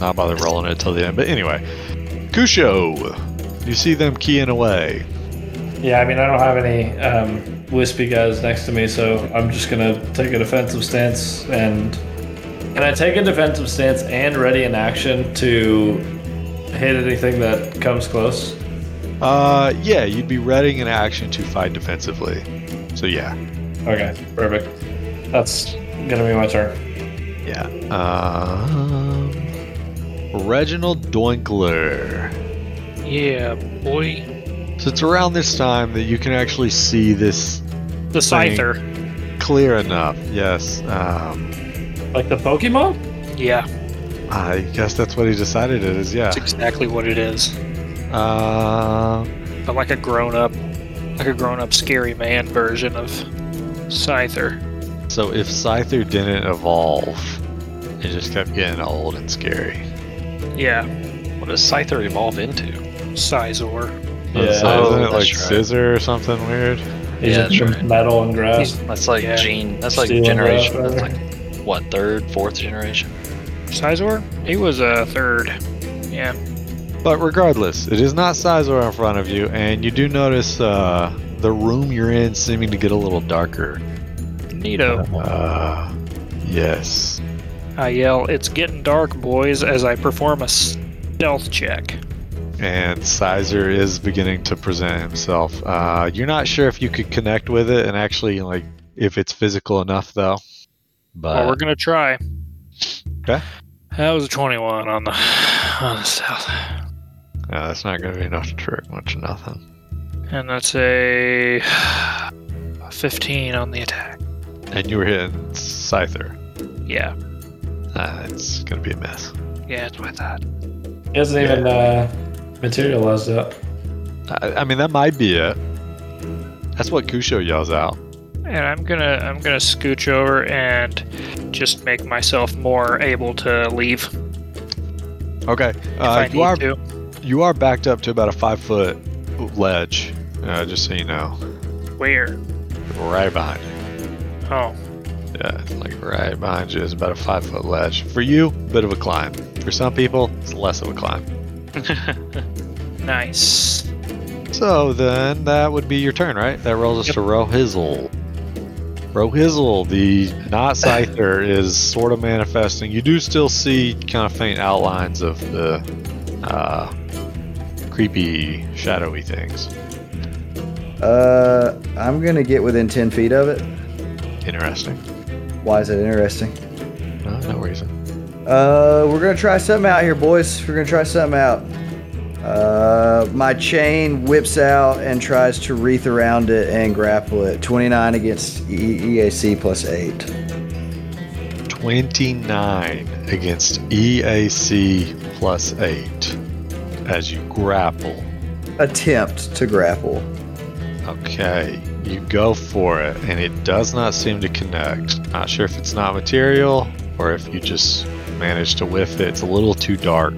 [SPEAKER 2] not bother rolling it till the end. But anyway, Kusho, you see them keying away.
[SPEAKER 6] Yeah, I mean, I don't have any um, wispy guys next to me, so I'm just gonna take a defensive stance and. Can I take a defensive stance and ready an action to hit anything that comes close?
[SPEAKER 2] Uh, yeah, you'd be readying an action to fight defensively. So yeah,
[SPEAKER 6] Okay, perfect. That's gonna be my turn.
[SPEAKER 2] yeah. Um, Reginald Doinkler.
[SPEAKER 9] Yeah, boy.
[SPEAKER 2] So it's around this time that you can actually see this
[SPEAKER 9] The Scyther.
[SPEAKER 2] clear enough. Yes. Um,
[SPEAKER 6] Like the Pokemon?
[SPEAKER 9] Yeah,
[SPEAKER 2] I guess that's what he decided it is. Yeah.
[SPEAKER 9] that's exactly what it is.
[SPEAKER 2] Um.
[SPEAKER 9] But like a grown up, like a grown up scary man version of Scyther.
[SPEAKER 2] So if Scyther didn't evolve, it just kept getting old and scary.
[SPEAKER 9] Yeah,
[SPEAKER 1] What does Scyther evolve into?
[SPEAKER 9] Sizor.
[SPEAKER 6] Yeah.
[SPEAKER 2] So isn't
[SPEAKER 1] Oh,
[SPEAKER 2] it like
[SPEAKER 1] that's right.
[SPEAKER 2] Scissor or something weird?
[SPEAKER 6] He's
[SPEAKER 1] Yeah,
[SPEAKER 6] just
[SPEAKER 1] that's right.
[SPEAKER 6] metal and grass.
[SPEAKER 9] He's-
[SPEAKER 1] That's like
[SPEAKER 9] Yeah.
[SPEAKER 1] gene. That's like
[SPEAKER 6] Steel and
[SPEAKER 1] generation.
[SPEAKER 6] rough,
[SPEAKER 1] That's like what third, fourth generation?
[SPEAKER 9] Sizor? He was a uh, third. Yeah.
[SPEAKER 2] But regardless, it is not Scizor in front of you, and you do notice uh, the room you're in seeming to get a little darker.
[SPEAKER 9] Neato.
[SPEAKER 2] Uh, yes.
[SPEAKER 9] I yell, "It's getting dark, boys!" as I perform a stealth check.
[SPEAKER 2] And Sizer is beginning to present himself. Uh, you're not sure if you could connect with it, and actually, like, if it's physical enough, though.
[SPEAKER 9] well, we're
[SPEAKER 2] But
[SPEAKER 9] gonna try.
[SPEAKER 2] Okay.
[SPEAKER 9] That was a twenty-one on the on the south,
[SPEAKER 2] uh, that's not going to be enough to trigger much of nothing.
[SPEAKER 9] and that's a, a fifteen on the attack.
[SPEAKER 2] And you were hitting Scyther.
[SPEAKER 9] Yeah,
[SPEAKER 2] Ah, it's gonna be a mess.
[SPEAKER 9] yeah, that's what I thought.
[SPEAKER 6] He hasn't even uh, materialized yet.
[SPEAKER 2] I, I mean, that might be it. That's what Kusho yells out.
[SPEAKER 9] And I'm gonna I'm gonna scooch over and just make myself more able to leave if
[SPEAKER 2] Okay,
[SPEAKER 9] I
[SPEAKER 2] uh,
[SPEAKER 9] need
[SPEAKER 2] you are
[SPEAKER 9] to.
[SPEAKER 2] you are backed up to about a five foot ledge. Uh, just so you know,
[SPEAKER 9] Where?
[SPEAKER 2] right behind you.
[SPEAKER 9] Oh,
[SPEAKER 2] Yeah, it's like right behind you is about a five foot ledge. For you, bit of a climb. For some people, it's less of a climb.
[SPEAKER 9] nice.
[SPEAKER 2] So then that would be your turn, right? That rolls us to Rohizzle. Rohizzle, the not Scyther, is sort of manifesting. You do still see kind of faint outlines of the uh, creepy, shadowy things.
[SPEAKER 8] Uh, I'm gonna get within ten feet of it.
[SPEAKER 2] Interesting.
[SPEAKER 8] Why is that interesting?
[SPEAKER 2] No, no reason.
[SPEAKER 8] Uh, we're gonna try something out here, boys. We're gonna try something out. Uh, my chain whips out and tries to wreath around it and grapple it. 29 against e- EAC plus 8.
[SPEAKER 2] 29 against EAC plus 8 as you grapple.
[SPEAKER 8] Attempt to grapple.
[SPEAKER 2] Okay, you go for it, and it does not seem to connect. Not sure if it's not material or if you just managed to whiff it. It's a little too dark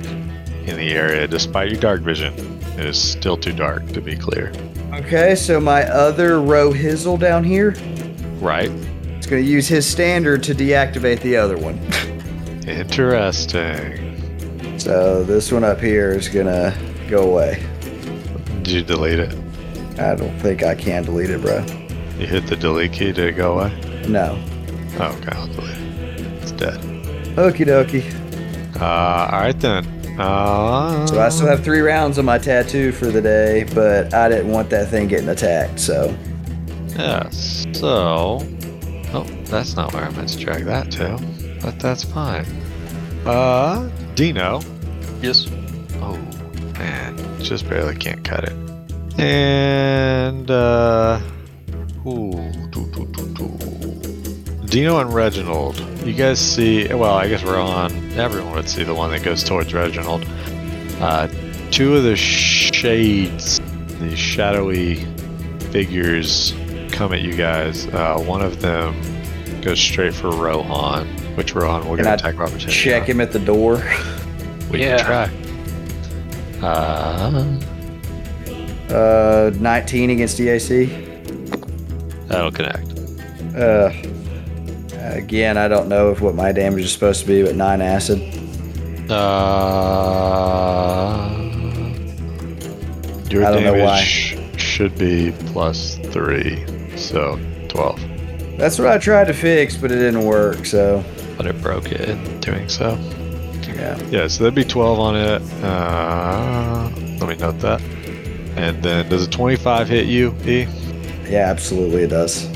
[SPEAKER 2] in the area, despite your dark vision. It is still too dark, to be clear.
[SPEAKER 8] Okay, so my other row hizzle down here
[SPEAKER 2] Right?
[SPEAKER 8] is gonna use his standard to deactivate the other one.
[SPEAKER 2] Interesting.
[SPEAKER 8] so this one up here is gonna go away.
[SPEAKER 2] Did you delete it?
[SPEAKER 8] I don't think I can delete it, bro.
[SPEAKER 2] You hit the delete key to go away?
[SPEAKER 8] No.
[SPEAKER 2] Oh, okay, I'll delete it. It's dead.
[SPEAKER 8] Okie dokie.
[SPEAKER 2] Uh, all right then. Uh,
[SPEAKER 8] So I still have three rounds on my tattoo for the day, but I didn't want that thing getting attacked, so
[SPEAKER 2] Yeah. So, oh, that's not where I meant to drag that to, but that's fine. Uh, Dino.
[SPEAKER 7] Yes.
[SPEAKER 2] Oh man, just barely can't cut it. And uh, ooh, doo, doo, doo, doo. Dino and Reginald. You guys see? Well, I guess we're on. Everyone would see the one that goes towards Reginald. Uh, two of the shades, the shadowy figures, come at you guys. Uh, one of them goes straight for Rohan, which Rohan will get
[SPEAKER 8] Can I
[SPEAKER 2] attack opportunity.
[SPEAKER 8] check
[SPEAKER 2] on.
[SPEAKER 8] him at the door.
[SPEAKER 2] We
[SPEAKER 9] Yeah.
[SPEAKER 2] can try. Uh,
[SPEAKER 8] Uh, 19 against DAC.
[SPEAKER 2] that'll connect.
[SPEAKER 8] Uh, again, I don't know if what my damage is supposed to be, but nine acid.
[SPEAKER 2] Uh, your
[SPEAKER 8] I don't know why.
[SPEAKER 2] damage should be plus three, so 12.
[SPEAKER 8] That's what I tried to fix, but it didn't work. So
[SPEAKER 2] But it broke it in doing so.
[SPEAKER 8] yeah,
[SPEAKER 2] Yeah, so that'd be 12 on it. Uh, let me note that. And then does a 25 hit you, E?
[SPEAKER 8] yeah, absolutely it does.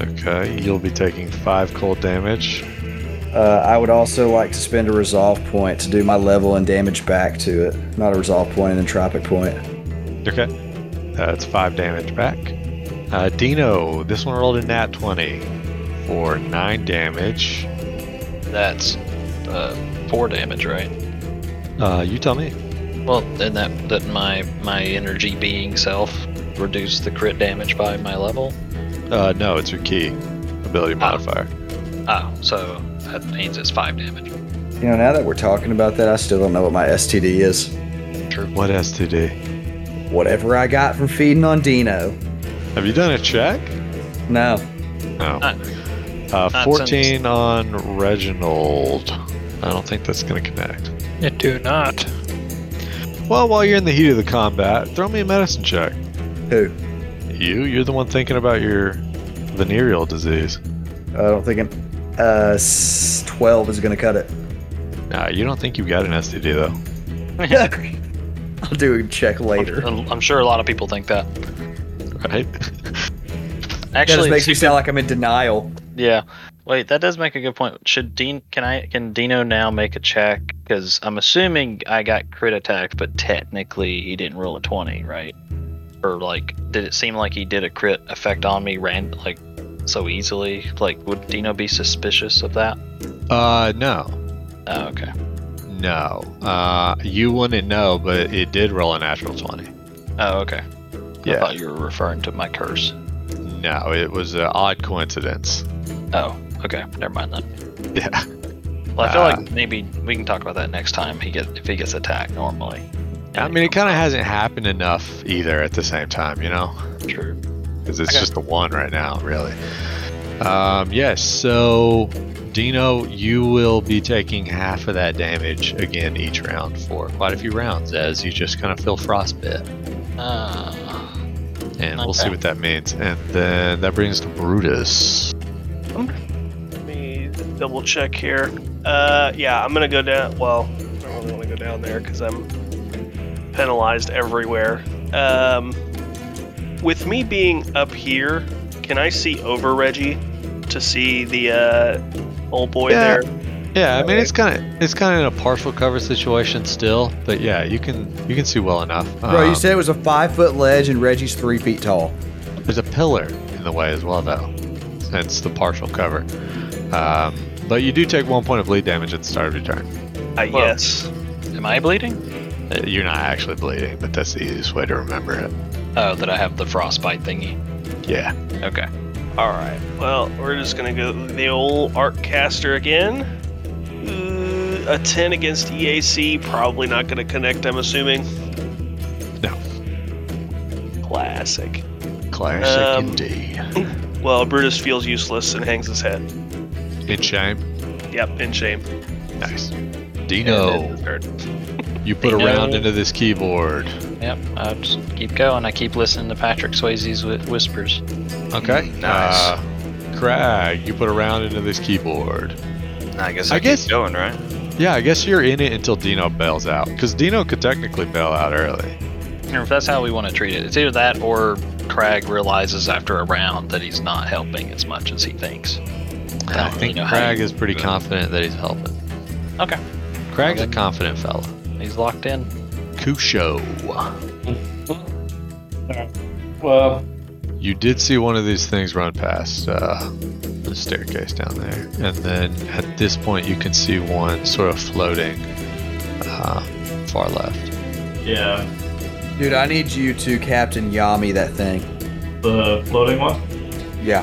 [SPEAKER 2] Okay, you'll be taking five cold damage.
[SPEAKER 8] Uh, I would also like to spend a resolve point to do my level and damage back to it. Not a resolve point, an entropic point.
[SPEAKER 2] Okay. That's five damage back. Uh, Dino, this one rolled a nat 20 for nine damage.
[SPEAKER 1] That's uh, four damage, right?
[SPEAKER 2] Uh, you tell me.
[SPEAKER 1] Well, then that that my my energy being self reduce the crit damage by my level.
[SPEAKER 2] Uh, no, it's your key ability
[SPEAKER 1] Ah.
[SPEAKER 2] modifier.
[SPEAKER 1] Oh, so that means it's five damage.
[SPEAKER 8] You know, now that we're talking about that, I still don't know what my STD is.
[SPEAKER 2] What STD?
[SPEAKER 8] Whatever I got from feeding on Dino.
[SPEAKER 2] Have you done a check?
[SPEAKER 8] No.
[SPEAKER 2] No.
[SPEAKER 1] Uh,
[SPEAKER 2] Uh, 14 on Reginald. I don't think that's going to connect.
[SPEAKER 9] It do not.
[SPEAKER 2] Well, while you're in the heat of the combat, throw me a medicine check.
[SPEAKER 8] Who?
[SPEAKER 2] You, you're the one thinking about your venereal disease.
[SPEAKER 8] I don't think an, uh, s- 12 is going to cut it. (laughs)
[SPEAKER 2] Nah, you don't think you've got an STD though.
[SPEAKER 8] I'll do a check later.
[SPEAKER 1] I'm, I'm sure a lot of people think that.
[SPEAKER 2] right?
[SPEAKER 8] That just
[SPEAKER 1] Actually,
[SPEAKER 8] makes me sound like I'm in denial.
[SPEAKER 1] yeah. Wait, that does make a good point. Should Dean? Can I? Can Dino now make a check? Because I'm assuming I got crit attacked, but technically he didn't roll a twenty, right? Or like, did it seem like he did a crit effect on me? Ran like so easily. Like, would Dino be suspicious of that?
[SPEAKER 2] Uh, no,
[SPEAKER 1] Oh, okay.
[SPEAKER 2] no. Uh, you wouldn't know, but it did roll a natural twenty.
[SPEAKER 1] Oh, okay. I
[SPEAKER 2] Yeah.
[SPEAKER 1] thought you were referring to my curse.
[SPEAKER 2] No, it was an odd coincidence.
[SPEAKER 1] Oh, okay. Never mind then.
[SPEAKER 2] Yeah.
[SPEAKER 1] Well, I feel
[SPEAKER 2] Uh,
[SPEAKER 1] like maybe we can talk about that next time. He get if he gets attacked normally.
[SPEAKER 2] I mean, it kind of hasn't happened enough either at the same time, you know,
[SPEAKER 1] of true.
[SPEAKER 2] because it's
[SPEAKER 1] Okay.
[SPEAKER 2] just the one right now, really. Um, yes. So, Dino, you will be taking half of that damage again each round for quite a few rounds as you just kind of feel frostbit.
[SPEAKER 1] Uh,
[SPEAKER 2] And we'll see
[SPEAKER 1] Okay.
[SPEAKER 2] what that means. And then that brings us to Brutus.
[SPEAKER 3] Let me double check here. Uh, yeah, I'm gonna go down. Well, I don't really want to go down there because I'm penalized everywhere. Um, with me being up here, can I see over Reggie to see the uh, old boy
[SPEAKER 2] Yeah.
[SPEAKER 3] there?
[SPEAKER 2] Yeah, I mean it's kind of it's kind of in a partial cover situation still, but yeah, you can you can see well enough.
[SPEAKER 8] Bro,
[SPEAKER 2] Um,
[SPEAKER 8] you said it was a five foot ledge and Reggie's three feet tall.
[SPEAKER 2] there's a pillar in the way as well though, hence the partial cover. Um, but you do take one point of bleed damage at the start of your turn.
[SPEAKER 3] Uh,
[SPEAKER 1] Well-
[SPEAKER 3] yes.
[SPEAKER 1] am I bleeding?
[SPEAKER 2] Uh, You're not actually bleeding, but that's the easiest way to remember it.
[SPEAKER 1] Oh, that I have the frostbite thingy.
[SPEAKER 2] Yeah.
[SPEAKER 1] Okay.
[SPEAKER 3] All right. Well, we're just gonna go the old arc caster again. Ooh, a ten against EAC, probably not gonna connect. I'm assuming.
[SPEAKER 2] No.
[SPEAKER 3] Classic.
[SPEAKER 2] Classic
[SPEAKER 3] Um,
[SPEAKER 2] indeed.
[SPEAKER 3] Well, Brutus feels useless and hangs his head.
[SPEAKER 2] In shame.
[SPEAKER 3] Yep, in shame. (laughs)
[SPEAKER 2] Nice. Dino, you put a
[SPEAKER 1] Dino.
[SPEAKER 2] round into this keyboard.
[SPEAKER 1] Yep. I just keep going. I keep listening to Patrick Swayze's whi- whispers.
[SPEAKER 2] Okay.
[SPEAKER 5] Nice.
[SPEAKER 2] Uh, Crag, you put a round into this keyboard.
[SPEAKER 5] I guess
[SPEAKER 2] I
[SPEAKER 5] I,
[SPEAKER 2] guess-
[SPEAKER 5] keep going, right?
[SPEAKER 2] Yeah, I guess you're in it until Dino bails out. Because Dino could technically bail out early.
[SPEAKER 1] Or if that's how we want to treat it, it's either that or Crag realizes after a round that he's not helping as much as he thinks.
[SPEAKER 2] I,
[SPEAKER 1] don't really
[SPEAKER 2] think
[SPEAKER 1] know how
[SPEAKER 2] Crag
[SPEAKER 1] you-
[SPEAKER 2] is pretty confident that he's helping.
[SPEAKER 1] Okay.
[SPEAKER 2] Crag's a confident fella.
[SPEAKER 1] He's locked in.
[SPEAKER 2] Kusho.
[SPEAKER 6] Well,
[SPEAKER 2] You did see one of these things run past uh, the staircase down there. And then at this point, you can see one sort of floating uh, far left.
[SPEAKER 6] yeah.
[SPEAKER 8] Dude, I need you to Captain Yami that thing.
[SPEAKER 6] The floating one.
[SPEAKER 8] Yeah.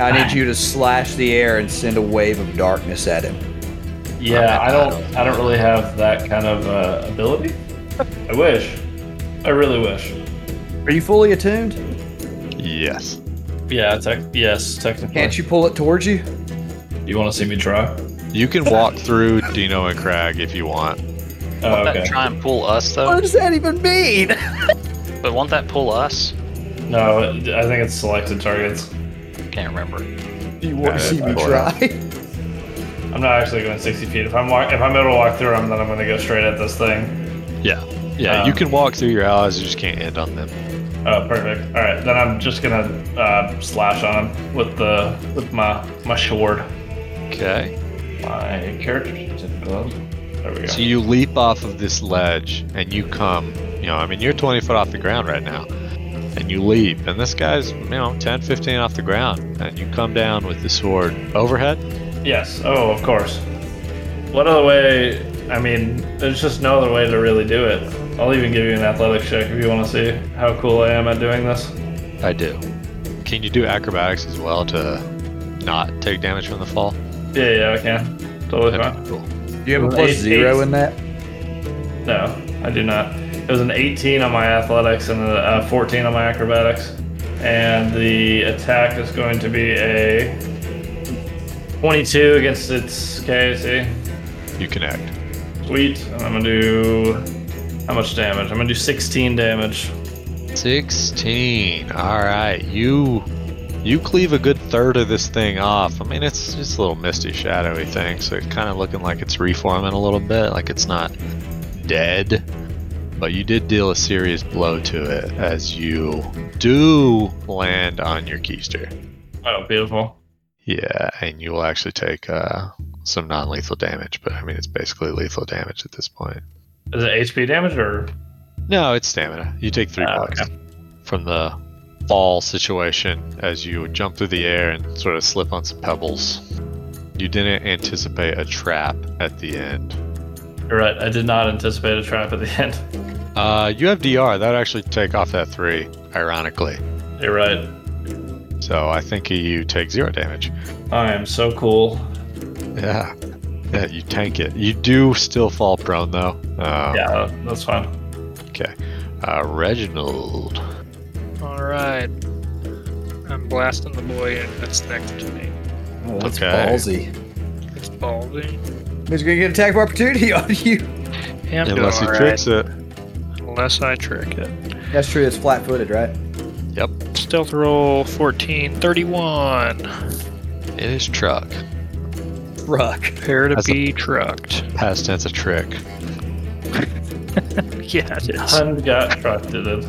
[SPEAKER 8] I need you to slash the air and send a wave of darkness at him.
[SPEAKER 6] Yeah, I don't. I don't really have that kind of uh, ability. I wish. I really wish.
[SPEAKER 8] Are you fully attuned?
[SPEAKER 2] Yes.
[SPEAKER 6] Yeah. Tech. Yes. Technically.
[SPEAKER 8] Can't you pull it towards you?
[SPEAKER 6] You want to see me try?
[SPEAKER 2] You can
[SPEAKER 1] (laughs)
[SPEAKER 2] walk through Dino and Crag if you want.
[SPEAKER 6] Oh,
[SPEAKER 1] Won't
[SPEAKER 6] okay.
[SPEAKER 1] that try and pull us though?
[SPEAKER 8] What does that even mean?
[SPEAKER 1] But won't that pull us?
[SPEAKER 6] No, I think it's selected targets.
[SPEAKER 1] Can't remember.
[SPEAKER 8] (laughs) You
[SPEAKER 2] wanna see me try?
[SPEAKER 6] I'm not actually going 60 feet. If I'm walk, if I'm able to walk through them, then I'm going to go straight at this thing.
[SPEAKER 2] Yeah. Yeah,
[SPEAKER 6] Um,
[SPEAKER 2] you can walk through your allies, you just can't end on them.
[SPEAKER 6] Oh, perfect. All right, then I'm just gonna uh, slash on him with the with my my sword.
[SPEAKER 2] Okay.
[SPEAKER 6] My character glove. There we go.
[SPEAKER 2] So you leap off of this ledge and you come, you know, I mean, you're 20 foot off the ground right now. And you leap, and this guy's, you know, 10, 15 off the ground. And you come down with the sword overhead.
[SPEAKER 6] Yes. Oh, of course. What other way? I mean, there's just no other way to really do it. I'll even give you an athletics check if you want to see how cool I am at doing this.
[SPEAKER 2] I do. Can you do acrobatics as well to not take damage from the fall?
[SPEAKER 6] Yeah, yeah, I can. Totally fine.
[SPEAKER 2] cool.
[SPEAKER 8] Do you have a plus
[SPEAKER 6] Eight-
[SPEAKER 8] zero
[SPEAKER 6] eight.
[SPEAKER 8] in that?
[SPEAKER 6] No, I do not. It was an 18 on my athletics and a uh, 14 on my acrobatics. And the attack is going to be a 22 against its KAC.
[SPEAKER 2] You connect.
[SPEAKER 6] Sweet. And I'm going to do. How much damage? I'm going to do 16 damage.
[SPEAKER 2] 16 all right you you cleave a good third of this thing off i mean it's just a little misty shadowy thing so it's kind of looking like it's reforming a little bit like it's not dead but you did deal a serious blow to it as you do land on your keister
[SPEAKER 6] Oh, beautiful.
[SPEAKER 2] yeah and you will actually take uh, some non-lethal damage but i mean it's basically lethal damage at this point
[SPEAKER 6] Is it HP damage or.
[SPEAKER 2] no, it's stamina. You take three
[SPEAKER 6] Ah,
[SPEAKER 2] points from the fall situation as you jump through the air and sort of slip on some pebbles. You didn't anticipate a trap at the end.
[SPEAKER 6] You're right. I did not anticipate a trap at the (laughs) end.
[SPEAKER 2] Uh, you have DR. That would actually take off that three, ironically.
[SPEAKER 6] You're right.
[SPEAKER 2] So I think you take zero damage.
[SPEAKER 6] I am so cool.
[SPEAKER 2] Yeah. Yeah, you tank it. You do still fall prone, though. Um,
[SPEAKER 6] Yeah, that's fine.
[SPEAKER 2] Okay. Uh, Reginald.
[SPEAKER 9] All right. I'm blasting the boy that's next to me.
[SPEAKER 4] Oh, that's
[SPEAKER 2] Okay.
[SPEAKER 4] ballsy.
[SPEAKER 9] It's ballsy.
[SPEAKER 8] He's gonna get an attack of opportunity (laughs) on you.
[SPEAKER 9] Yeah, I'm doing
[SPEAKER 2] Unless he
[SPEAKER 9] all right.
[SPEAKER 2] tricks it.
[SPEAKER 9] Unless I trick it.
[SPEAKER 8] That's true. It's flat-footed, right?
[SPEAKER 9] Stealth roll 14, 31.
[SPEAKER 2] In his truck.
[SPEAKER 4] Truck.
[SPEAKER 9] Prepare to
[SPEAKER 2] That's a-
[SPEAKER 9] be trucked.
[SPEAKER 2] Past tense a trick.
[SPEAKER 9] Yeah, it
[SPEAKER 8] Oh,
[SPEAKER 9] is.
[SPEAKER 6] Hun got trucked at it.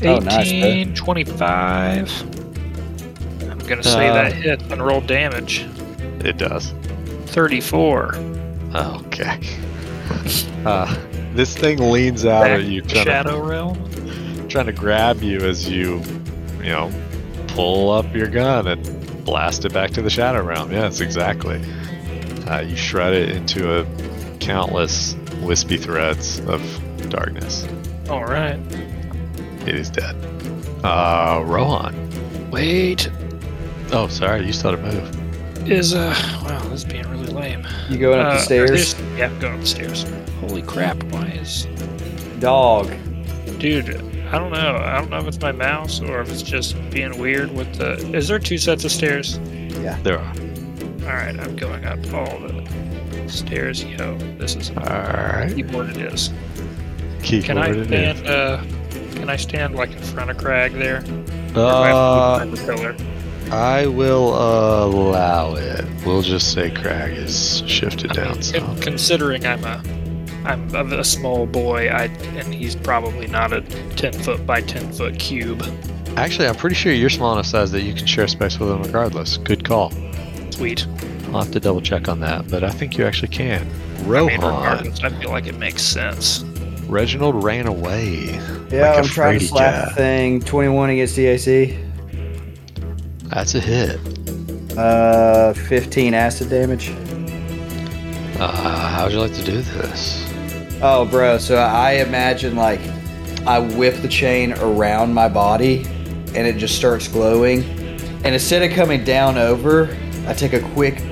[SPEAKER 9] 18,
[SPEAKER 4] Oh, nice, bro.
[SPEAKER 9] 25. I'm going to say
[SPEAKER 2] Uh,
[SPEAKER 9] that hit and roll damage.
[SPEAKER 2] It does.
[SPEAKER 9] 34.
[SPEAKER 2] Okay. Uh, this thing leans out
[SPEAKER 9] Back
[SPEAKER 2] at you, trying to,
[SPEAKER 9] Shadow Realm.
[SPEAKER 2] trying to grab you as you, you know, pull up your gun and blast it back to the Shadow Realm. Yes, exactly. Uh, you shred it into a countless wispy threads of darkness.
[SPEAKER 9] All right.
[SPEAKER 2] It is dead. Uh, Rohan.
[SPEAKER 9] Wait.
[SPEAKER 2] Oh, sorry, you still had a move.
[SPEAKER 9] Is, uh, wow, this is being really lame.
[SPEAKER 8] You going up
[SPEAKER 9] Uh,
[SPEAKER 8] the
[SPEAKER 9] are
[SPEAKER 8] stairs?
[SPEAKER 9] these- Yeah, I'm going upstairs. Holy crap, why is.
[SPEAKER 8] Dog.
[SPEAKER 9] Dude, I don't know. I don't know if it's my mouse or if it's just being weird with the. Is there two sets of stairs?
[SPEAKER 2] There are.
[SPEAKER 9] All right, I'm going up all the stairs. Yo, this is
[SPEAKER 2] All right.
[SPEAKER 9] what it is.
[SPEAKER 2] Keep
[SPEAKER 9] Can I
[SPEAKER 2] moving it in.
[SPEAKER 9] stand? Uh, can I stand like in front of Crag there? Or do I have
[SPEAKER 2] Uh,
[SPEAKER 9] to move behind the pillar?
[SPEAKER 2] I will allow it. We'll just say Crag is shifted
[SPEAKER 9] I mean,
[SPEAKER 2] down
[SPEAKER 9] con-
[SPEAKER 2] some.
[SPEAKER 9] considering I'm a I'm a, a small boy, I and he's probably not a ten foot by ten foot cube.
[SPEAKER 2] Actually, I'm pretty sure you're small enough size that you can share space with him regardless. Good call.
[SPEAKER 9] Sweet.
[SPEAKER 2] I'll have to double check on that, but I think you actually can. Oh,
[SPEAKER 9] I mean,
[SPEAKER 2] Rohan.
[SPEAKER 9] regardless, I feel like it makes sense.
[SPEAKER 2] Reginald ran away.
[SPEAKER 8] Yeah,
[SPEAKER 2] Like a
[SPEAKER 8] I'm trying to
[SPEAKER 2] Frady
[SPEAKER 8] slap
[SPEAKER 2] jab.
[SPEAKER 8] the thing. 21 against DAC.
[SPEAKER 2] That's a hit.
[SPEAKER 8] Uh, 15 acid damage.
[SPEAKER 2] Uh, how would you like to do this?
[SPEAKER 8] Oh, bro. So I imagine like I whip the chain around my body, and it just starts glowing. And instead of coming down over, I take a quick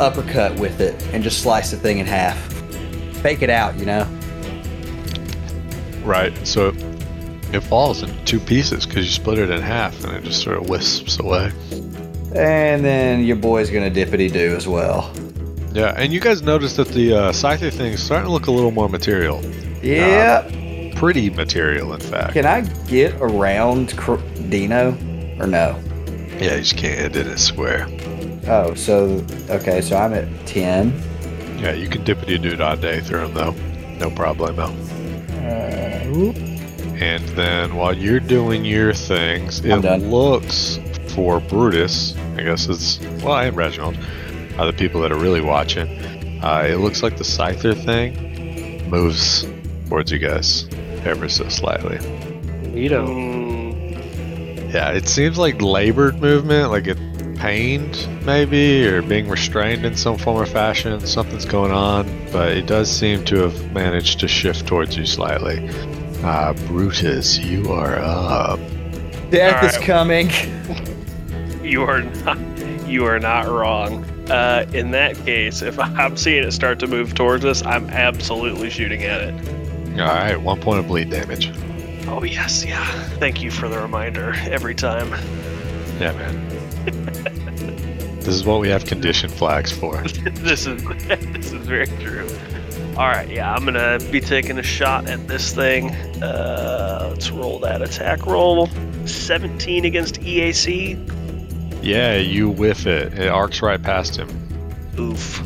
[SPEAKER 8] uppercut with it and just slice the thing in half. Fake it out, you know.
[SPEAKER 2] Right. So it falls in two pieces because you split it in half and it just sort of wisps away.
[SPEAKER 8] And then your boy's gonna dippity do as well.
[SPEAKER 2] Yeah, and you guys notice that the uh, scythe thing is starting to look a little more material.
[SPEAKER 8] Yep.
[SPEAKER 2] Pretty material, in fact.
[SPEAKER 8] Can I get around Cr- Dino, or no?
[SPEAKER 2] Yeah, you just can't end it in a square.
[SPEAKER 8] Oh, so okay. So I'm at 10.
[SPEAKER 2] Yeah, you can dippity dude all day through them though. No problemo.
[SPEAKER 8] Uh,
[SPEAKER 2] and then while you're doing your things,
[SPEAKER 8] I'm
[SPEAKER 2] it
[SPEAKER 8] done.
[SPEAKER 2] looks for Brutus. I guess it's well, and Reginald are the people that are really watching. Uh, it looks like the Scyther thing moves towards you guys ever so slightly.
[SPEAKER 9] Neato.
[SPEAKER 3] Mm,
[SPEAKER 2] Yeah, it seems like labored movement, like it pained maybe, or being restrained in some form or fashion. Something's going on, but it does seem to have managed to shift towards you slightly. Ah, Brutus, you are up.
[SPEAKER 8] Death
[SPEAKER 3] All
[SPEAKER 8] is coming.
[SPEAKER 3] you are not. You are not wrong. Uh, in that case, if (laughs) I'm seeing it start to move towards us, I'm absolutely shooting at it.
[SPEAKER 2] All right, one point of bleed damage.
[SPEAKER 3] Oh yes, yeah. Thank you for the reminder every time.
[SPEAKER 2] Yeah, man. this is what we have condition flags for.
[SPEAKER 3] this is (laughs) this is very true. All right, yeah, I'm gonna be taking a shot at this thing. Uh, let's roll that attack roll. 17 against E EAC.
[SPEAKER 2] Yeah, you whiff it. It arcs right past him.
[SPEAKER 3] Oof.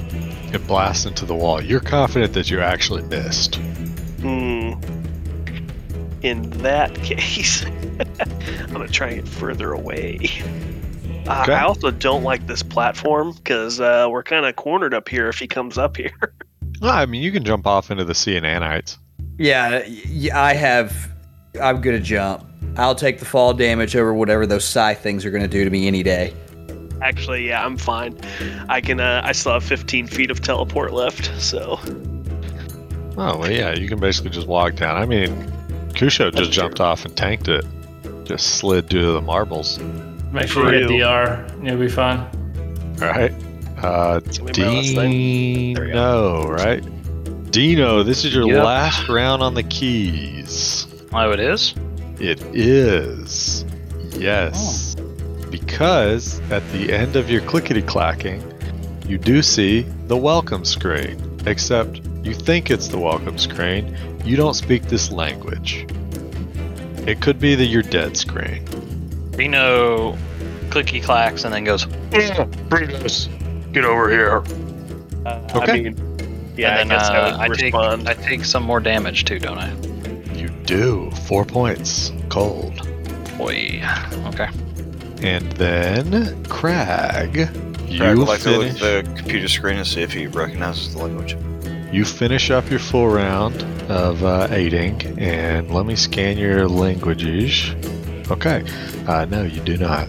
[SPEAKER 2] It blasts into the wall. You're confident that you actually missed.
[SPEAKER 3] Hmm. In that (laughs) case, I'm gonna try and get further away. Uh,
[SPEAKER 2] Okay.
[SPEAKER 3] I also don't like this platform because uh, we're kind of cornered up here. If he comes up here, (laughs)
[SPEAKER 2] No, I mean, you can jump off into the sea and anites.
[SPEAKER 8] Yeah, y- I have. I'm gonna jump. I'll take the fall damage over whatever those psi things are gonna do to me any day.
[SPEAKER 3] actually, yeah, I'm fine. I can. Uh, I still have 15 feet of teleport left, so
[SPEAKER 2] Oh well, yeah, you can basically just walk down. I mean, Kusho just jumped off and tanked it, just slid due to the marbles.
[SPEAKER 6] Make sure you
[SPEAKER 3] True.
[SPEAKER 6] get DR. You'll be fine.
[SPEAKER 2] All right, uh,
[SPEAKER 3] Can we borrow this thing? There we
[SPEAKER 2] Dino, right? Dino, this is your
[SPEAKER 1] Yep.
[SPEAKER 2] last round on the keys.
[SPEAKER 1] Oh, it is?
[SPEAKER 2] It is. Yes. Because at the end of your clickety clacking, you do see the welcome screen. Except you think it's the welcome screen. You don't speak this language. It could be the you're dead screen.
[SPEAKER 1] Dino clicky clacks and then goes,
[SPEAKER 7] Yeah, Brutus, get over here.
[SPEAKER 3] Uh, I
[SPEAKER 2] Okay.
[SPEAKER 3] mean, yeah,
[SPEAKER 1] and then
[SPEAKER 3] I guess
[SPEAKER 1] uh,
[SPEAKER 3] I
[SPEAKER 1] I
[SPEAKER 3] would
[SPEAKER 1] take
[SPEAKER 3] respond.
[SPEAKER 1] I take some more damage too, don't I?
[SPEAKER 2] You do. Four points. Cold.
[SPEAKER 1] Boy, okay.
[SPEAKER 2] And then Crag.
[SPEAKER 5] Craig
[SPEAKER 2] You
[SPEAKER 5] would like to look
[SPEAKER 2] finish,
[SPEAKER 5] at the computer screen and see if he recognizes the language.
[SPEAKER 2] you finish up your full round of uh, aiding, and let me scan your languages. Okay. Uh, no, you do not.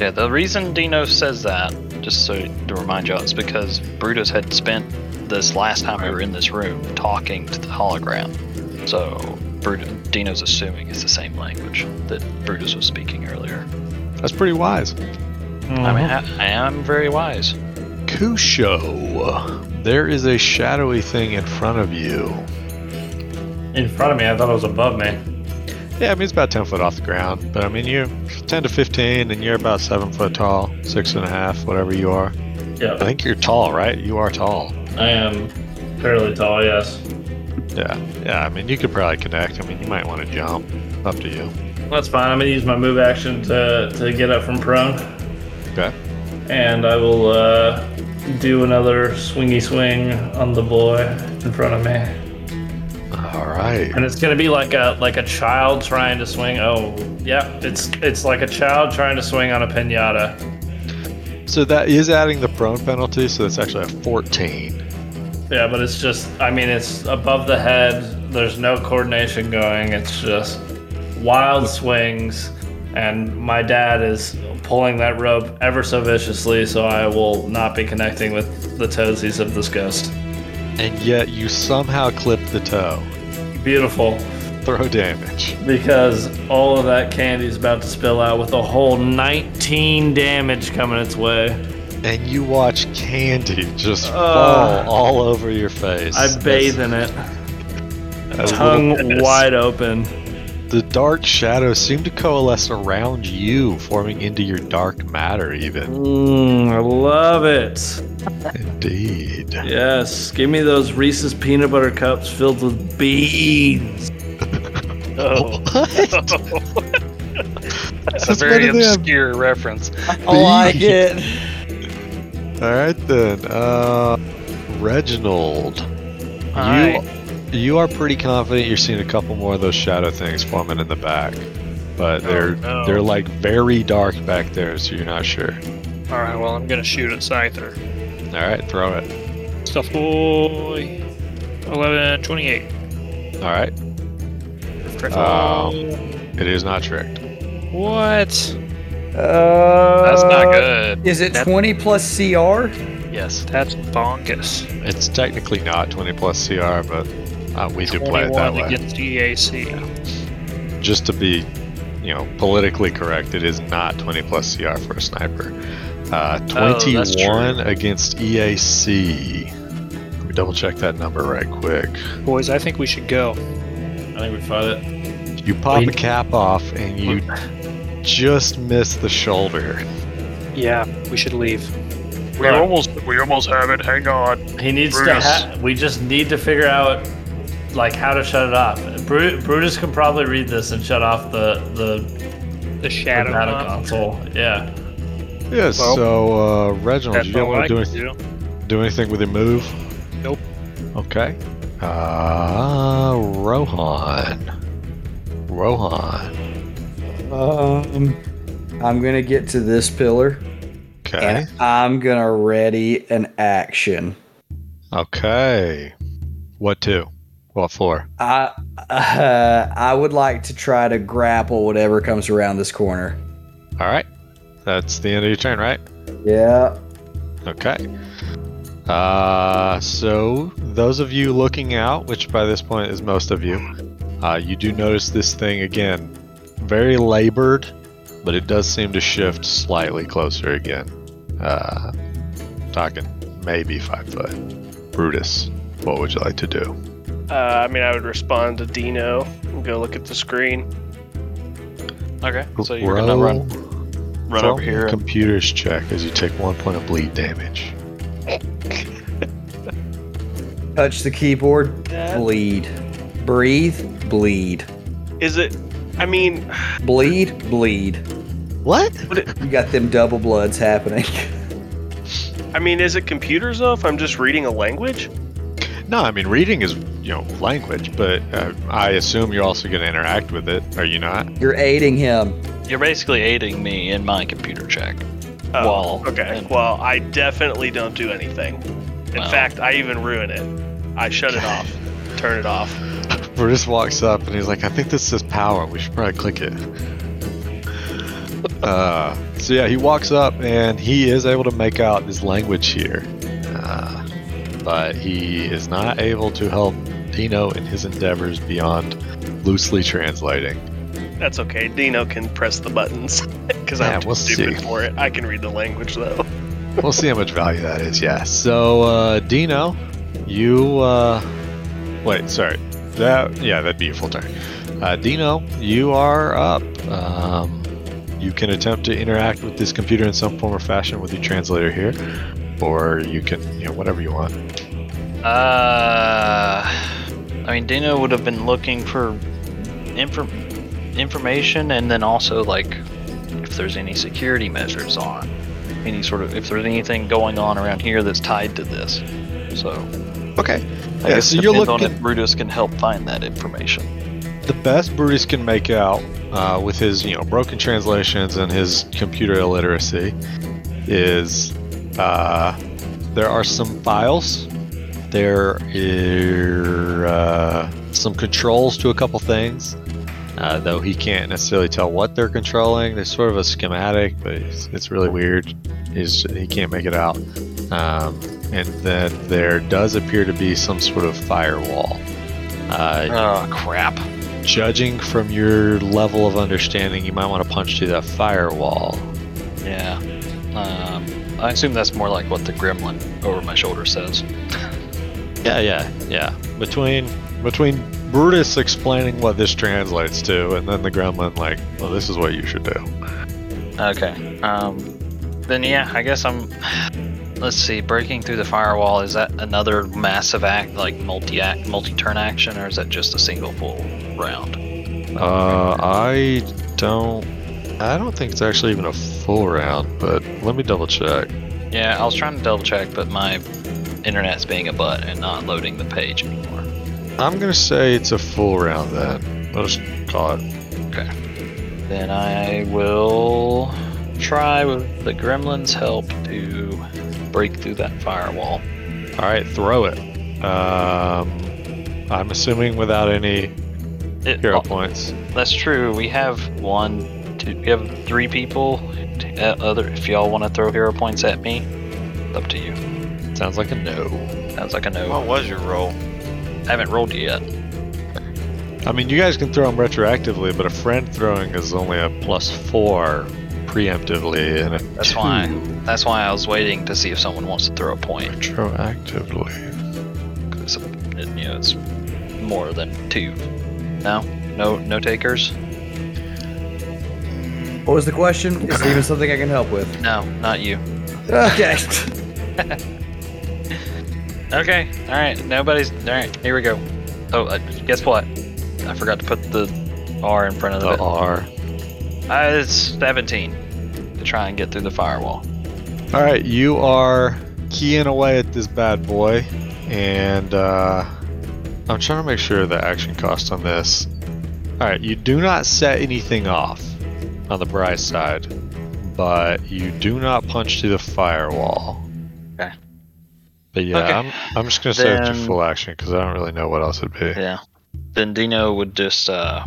[SPEAKER 1] Yeah, the reason Dino says that, just so to remind y'all, is because Brutus had spent this last time we were in this room talking to the hologram. So Brutus, Dino's assuming it's the same language that Brutus was speaking earlier.
[SPEAKER 2] That's pretty wise.
[SPEAKER 1] I mean, I, I am very wise.
[SPEAKER 2] Kusho, there is a shadowy thing in front of you.
[SPEAKER 6] In front of me, I thought it was above me.
[SPEAKER 2] Yeah, I mean, it's about 10 foot off the ground, but I mean, you're 10 to 15, and you're about 7 foot tall, six and a half, whatever you are. I
[SPEAKER 6] Yeah,
[SPEAKER 2] think you're tall, right? You are tall.
[SPEAKER 6] I am fairly tall. Yes.
[SPEAKER 2] Yeah, yeah, I mean, you could probably connect. I mean, you might want to jump. Up to you.
[SPEAKER 6] That's fine. I'm gonna use my move action to to get up from prone.
[SPEAKER 2] Okay.
[SPEAKER 6] and I will uh, do another swingy swing on the boy in front of me.
[SPEAKER 2] All right.
[SPEAKER 6] And it's gonna be like a like a child trying to swing. Oh, yeah, it's it's like a child trying to swing on a pinata.
[SPEAKER 2] So that is adding the prone penalty, so that's actually a 14.
[SPEAKER 6] Yeah, but it's just I mean it's above the head. There's no coordination going. It's just wild swings. And my dad is pulling that rope ever so viciously, so I will not be connecting with the toesies of this ghost.
[SPEAKER 2] And yet you somehow clip the toe.
[SPEAKER 6] Beautiful.
[SPEAKER 2] Throw damage.
[SPEAKER 6] because all of that candy is about to spill out with a whole 19 damage coming its way.
[SPEAKER 2] And you watch candy just
[SPEAKER 6] Uh,
[SPEAKER 2] fall all over your face.
[SPEAKER 6] I bathe in it,
[SPEAKER 2] That's- that's a little-
[SPEAKER 6] tongue wide open.
[SPEAKER 2] The dark shadows seem to coalesce around you, forming into your dark matter, even.
[SPEAKER 6] Mmm, I love it.
[SPEAKER 2] Indeed.
[SPEAKER 6] Yes, give me those Reese's peanut butter cups filled with beans.
[SPEAKER 2] (laughs)
[SPEAKER 9] Oh, (laughs) that's a
[SPEAKER 2] That's
[SPEAKER 9] very
[SPEAKER 2] better than-
[SPEAKER 9] obscure reference.
[SPEAKER 2] Oh,
[SPEAKER 8] Oh,
[SPEAKER 4] I like it.
[SPEAKER 2] All right then, uh, Reginald,
[SPEAKER 9] Hi.
[SPEAKER 2] you you are pretty confident you're seeing a couple more of those shadow things forming in the back, but they're
[SPEAKER 9] Oh, no.
[SPEAKER 2] they're like very dark back there, so you're not sure.
[SPEAKER 9] All right, well, I'm gonna shoot at Scyther.
[SPEAKER 2] All right, throw it.
[SPEAKER 9] Stuff boy. 11, 28.
[SPEAKER 2] All right, Um, it is not tricked.
[SPEAKER 9] what?
[SPEAKER 4] Uh,
[SPEAKER 9] That's not good.
[SPEAKER 4] Is it
[SPEAKER 9] That-
[SPEAKER 4] 20 plus CR?
[SPEAKER 9] Yes, that's bongus.
[SPEAKER 2] It's technically not 20 plus CR, but uh, we do play it that
[SPEAKER 9] 21
[SPEAKER 2] way.
[SPEAKER 9] against EAC.
[SPEAKER 2] Just to be, you know, politically correct, it is not 20 plus CR for a sniper. Uh,
[SPEAKER 9] Oh, that's true.
[SPEAKER 2] 21 against EAC. Let me double check that number right quick.
[SPEAKER 9] Boys, I think we should go.
[SPEAKER 6] I think we fought it.
[SPEAKER 2] You pop
[SPEAKER 6] Wait.
[SPEAKER 2] a cap off and you just miss the shoulder.
[SPEAKER 9] Yeah, we should leave.
[SPEAKER 7] We almost, we almost have it. Hang on.
[SPEAKER 6] He needs
[SPEAKER 7] Brutus.
[SPEAKER 6] to. Ha- we just need to figure out like how to shut it off. Bru- Brutus can probably read this and shut off the the
[SPEAKER 9] The shadow.
[SPEAKER 6] data
[SPEAKER 9] Mon-
[SPEAKER 6] console. Yeah.
[SPEAKER 2] Yeah, so, uh, Reginald,
[SPEAKER 9] That's
[SPEAKER 2] you don't
[SPEAKER 9] all I
[SPEAKER 2] want to do,
[SPEAKER 9] can
[SPEAKER 2] anyth-
[SPEAKER 9] do.
[SPEAKER 2] do anything with your move?
[SPEAKER 9] Nope.
[SPEAKER 2] Okay. Uh, Rohan. Rohan.
[SPEAKER 4] Um, I'm going to get to this pillar
[SPEAKER 2] Okay.
[SPEAKER 4] and I'm going to ready an action.
[SPEAKER 2] Okay. What two? What four?
[SPEAKER 4] I uh, I would like to try to grapple whatever comes around this corner.
[SPEAKER 2] All right. That's the end of your turn, right?
[SPEAKER 4] Yeah.
[SPEAKER 2] Okay. Uh, so those of you looking out, which by this point is most of you, uh, you do notice this thing again, very labored, but it does seem to shift slightly closer again. Uh, talking maybe five foot. Brutus, what would you like to do?
[SPEAKER 3] Uh, I mean, I would respond to Dino and go look at the screen.
[SPEAKER 5] Okay, so you're gonna
[SPEAKER 2] Roll-
[SPEAKER 5] run run
[SPEAKER 2] roll
[SPEAKER 5] over here. and-
[SPEAKER 2] Computers check as you take one point of bleed damage.
[SPEAKER 4] Touch the keyboard. Bleed. Breathe. Bleed.
[SPEAKER 3] Is it? I mean,
[SPEAKER 4] Bleed. Bleed.
[SPEAKER 2] What?
[SPEAKER 4] You got them double bloods happening. (laughs)
[SPEAKER 3] I mean, is it computers though? If I'm just reading a language,
[SPEAKER 2] No, I mean reading is you know language, but uh, I assume you're also going to interact with it. Are you (laughs) not?
[SPEAKER 4] You're aiding him.
[SPEAKER 1] You're basically aiding me in my computer check.
[SPEAKER 3] Oh,
[SPEAKER 1] Well,
[SPEAKER 3] okay.
[SPEAKER 1] and-
[SPEAKER 3] Well, I definitely don't do anything. In
[SPEAKER 1] Well.
[SPEAKER 3] fact, I even ruin it. I shut
[SPEAKER 2] (laughs)
[SPEAKER 3] it off. Turn it off.
[SPEAKER 2] Brutus walks up and he's like, "I think this says power. We should probably click it." uh, so yeah, he walks up and he is able to make out his language here, uh, but he is not able to help Dino in his endeavors beyond loosely translating.
[SPEAKER 3] That's okay. Dino can press the buttons (laughs) because
[SPEAKER 2] Yeah,
[SPEAKER 3] I'm too
[SPEAKER 2] we'll
[SPEAKER 3] stupid
[SPEAKER 2] see.
[SPEAKER 3] for it. I can read the language though. (laughs)
[SPEAKER 2] we'll see how much value that is. Yeah. So, uh, Dino, you. Uh, wait, sorry. That yeah, that'd be your full turn. Uh, Dino, you are up. Um, you can attempt to interact with this computer in some form or fashion with your translator here, or you can, you know, whatever you want.
[SPEAKER 1] Uh, I mean, Dino would have been looking for inform information, and then also like if there's any security measures on. any sort of if there's anything going on around here that's tied to this. So I
[SPEAKER 2] Okay. Yeah,
[SPEAKER 1] guess
[SPEAKER 2] so
[SPEAKER 1] it
[SPEAKER 2] you're
[SPEAKER 1] depends on
[SPEAKER 2] looking-
[SPEAKER 1] if Brutus can help find that information.
[SPEAKER 2] The best Brutus can make out uh, with his, you know, broken translations and his computer illiteracy is uh, there are some files, there are uh, some controls to a couple things, uh, though he can't necessarily tell what they're controlling. There's sort of a schematic, but it's, it's really weird. He's, he can't make it out. Um, and then there does appear to be some sort of firewall. Uh,
[SPEAKER 1] Oh crap.
[SPEAKER 2] Judging from your level of understanding, you might want to punch through that firewall.
[SPEAKER 1] Yeah. Um, I assume that's more like what the gremlin over my shoulder says.
[SPEAKER 2] Yeah, yeah, yeah. Between between Brutus explaining what this translates to, and then the gremlin like, well, this is what you should do.
[SPEAKER 1] Okay. Um, then yeah, I guess I'm. Let's see. Breaking through the firewall is that another massive act, like multi-act, multi-turn action, or is that just a single full round?
[SPEAKER 2] Uh, I don't, I don't think it's actually even a full round, but let me double check.
[SPEAKER 1] Yeah, I was trying to double check, but my internet's being a butt and not loading the page anymore.
[SPEAKER 2] I'm gonna say it's a full round then. Let's call it.
[SPEAKER 1] Then I will try with the gremlin's help to break through that firewall.
[SPEAKER 2] All right, throw it. Um, I'm assuming without any
[SPEAKER 1] It,
[SPEAKER 2] hero points.
[SPEAKER 1] That's true. We have one, two, we have three people. Uh, other, if y'all want to throw hero points at me, it's up to you.
[SPEAKER 2] Sounds like a no.
[SPEAKER 1] Sounds like a no.
[SPEAKER 5] What was your roll?
[SPEAKER 1] I haven't rolled yet.
[SPEAKER 2] I mean, you guys can throw them retroactively, but a friend throwing is only a plus four preemptively, and a
[SPEAKER 1] That's
[SPEAKER 2] two
[SPEAKER 1] why. That's why I was waiting to see if someone wants to throw a point.
[SPEAKER 2] retroactively.
[SPEAKER 1] 'Cause, uh, it- you know, it's more than two. No, no, no takers.
[SPEAKER 8] What was the question? Is there even something I can help (laughs) with?
[SPEAKER 1] No, not you.
[SPEAKER 8] Okay.
[SPEAKER 1] Okay. All right. Nobody's. All right. Here we go. Oh, uh, guess what? I forgot to put the R in front of
[SPEAKER 2] The
[SPEAKER 1] the.
[SPEAKER 2] R.
[SPEAKER 1] Uh, it's 17 to try and get through the firewall.
[SPEAKER 2] All right, you are keying away at this bad boy, and uh, I'm trying to make sure the action cost on this. All right, you do not set anything off on the bright side, but you do not punch through the firewall.
[SPEAKER 1] Okay.
[SPEAKER 2] But yeah,
[SPEAKER 1] Okay.
[SPEAKER 2] I'm, I'm just gonna set it to
[SPEAKER 1] Then-
[SPEAKER 2] full action because I don't really know what else it'd be.
[SPEAKER 1] Yeah. Then Dino would just. uh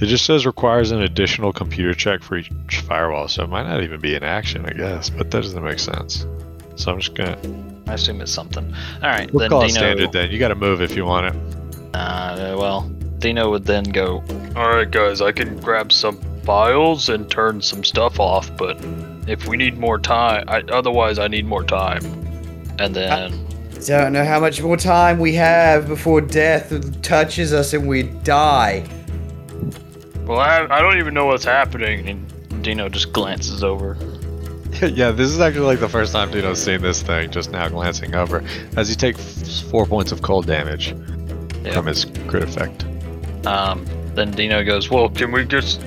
[SPEAKER 2] It just says requires an additional computer check for each firewall, so it might not even be an action, I guess. But that doesn't make sense. So I'm just gonna
[SPEAKER 1] I assume it's something. All right.
[SPEAKER 2] We'll
[SPEAKER 1] then
[SPEAKER 2] call
[SPEAKER 1] Dino.
[SPEAKER 2] it standard then. You got to move if you want it.
[SPEAKER 1] Uh, well, Dino would then go.
[SPEAKER 7] Alright, guys, I can grab some files and turn some stuff off, but if we need more time, I, otherwise, I need more time.
[SPEAKER 1] And then
[SPEAKER 8] Don't know how much more time we have before death touches us and we die.
[SPEAKER 7] Well, I, I don't even know what's happening. And
[SPEAKER 1] Dino just glances over.
[SPEAKER 2] (laughs) yeah, this is actually like the first time Dino's seen this thing, just now glancing over. As you take f- four points of cold damage
[SPEAKER 1] Yeah.
[SPEAKER 2] from his crit effect.
[SPEAKER 1] Um, then Dino goes,
[SPEAKER 7] well,
[SPEAKER 1] "Well,
[SPEAKER 7] can we just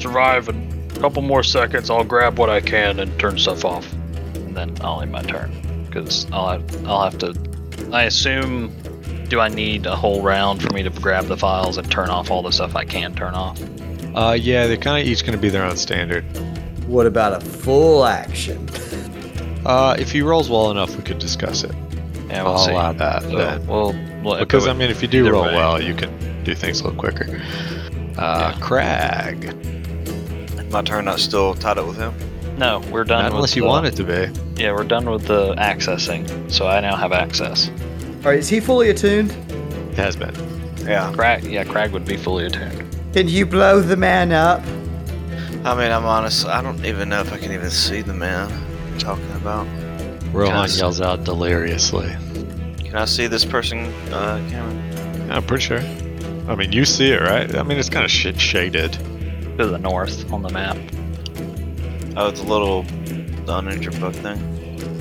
[SPEAKER 7] survive a couple more seconds? I'll grab what I can and turn stuff off.
[SPEAKER 1] and then I'll end my turn because I'll have, I'll have to. I assume. Do I need a whole round for me to grab the files and turn off all the stuff I can turn off?
[SPEAKER 2] Uh, yeah, they're kind of each going to be their own standard.
[SPEAKER 8] What about a full action?
[SPEAKER 2] Uh, if he rolls well enough, we could discuss it.
[SPEAKER 1] Yeah, we'll
[SPEAKER 2] I'll
[SPEAKER 1] see.
[SPEAKER 2] allow that
[SPEAKER 1] So,
[SPEAKER 2] then.
[SPEAKER 1] we'll we'll echo
[SPEAKER 2] Because
[SPEAKER 1] it.
[SPEAKER 2] I mean, if you do
[SPEAKER 1] Either
[SPEAKER 2] roll
[SPEAKER 1] way.
[SPEAKER 2] well, you can do things a little quicker. Uh, Crag,
[SPEAKER 5] My turn not still tied up with him?
[SPEAKER 1] no, we're done.
[SPEAKER 2] not
[SPEAKER 1] with
[SPEAKER 2] unless you
[SPEAKER 1] the-
[SPEAKER 2] want it to be.
[SPEAKER 1] Yeah, we're done with the accessing, so I now have access.
[SPEAKER 8] All right, is he fully attuned?
[SPEAKER 2] It has been.
[SPEAKER 5] Yeah.
[SPEAKER 1] Crag, yeah, Crag would be fully attuned.
[SPEAKER 8] Can you blow the man up?
[SPEAKER 5] I mean, I'm honest. I don't even know if I can even see the man I'm talking about.
[SPEAKER 2] Rohan
[SPEAKER 5] Yes.
[SPEAKER 2] yells out deliriously.
[SPEAKER 5] Can I see this person, uh, Cameron?
[SPEAKER 2] I'm pretty sure. I mean, you see it, right? I mean, it's kind of shit shaded.
[SPEAKER 1] To the north on the map.
[SPEAKER 5] Oh, it's a little the uninjured bug thing.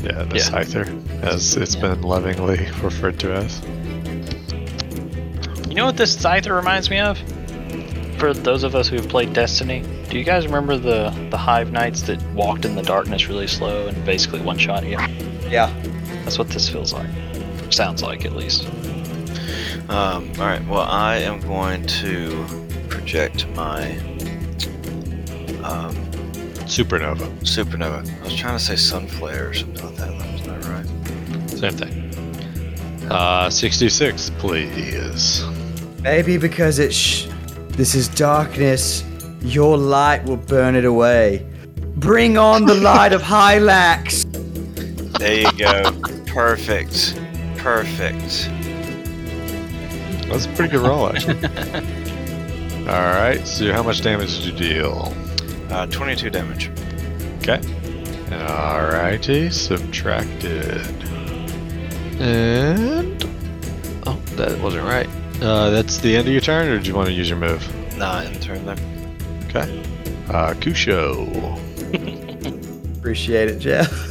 [SPEAKER 2] Yeah, the
[SPEAKER 1] Yeah.
[SPEAKER 2] Scyther, as it's
[SPEAKER 1] Yeah.
[SPEAKER 2] been lovingly (laughs) referred to as.
[SPEAKER 1] You know what this Scyther reminds me of? For those of us who have played Destiny, Do you guys remember the the hive knights that walked in the darkness really slow and basically one shot you?
[SPEAKER 8] Yeah.
[SPEAKER 1] That's what this feels like. Sounds like at least.
[SPEAKER 5] Um, all right. Well, I am going to project my um,
[SPEAKER 2] Supernova.
[SPEAKER 5] supernova. I was trying to say sun flare or something like that. That was not right.
[SPEAKER 2] Same thing. Uh, 66, please.
[SPEAKER 8] Maybe because it's sh- this is darkness, your light will burn it away. Bring on the light of Hylax.
[SPEAKER 5] There you go. Perfect. Perfect.
[SPEAKER 2] That's a pretty good
[SPEAKER 1] (laughs)
[SPEAKER 2] roll, actually. All right. So, how much damage did you deal?
[SPEAKER 5] Uh, 22 damage.
[SPEAKER 2] All righty. Subtracted. And oh, that wasn't right. Uh, that's the end of your turn, or did you want to use your move?
[SPEAKER 5] Nah, in turn there.
[SPEAKER 2] Uh, Kusho.
[SPEAKER 8] Appreciate it, Jeff.
[SPEAKER 2] (laughs)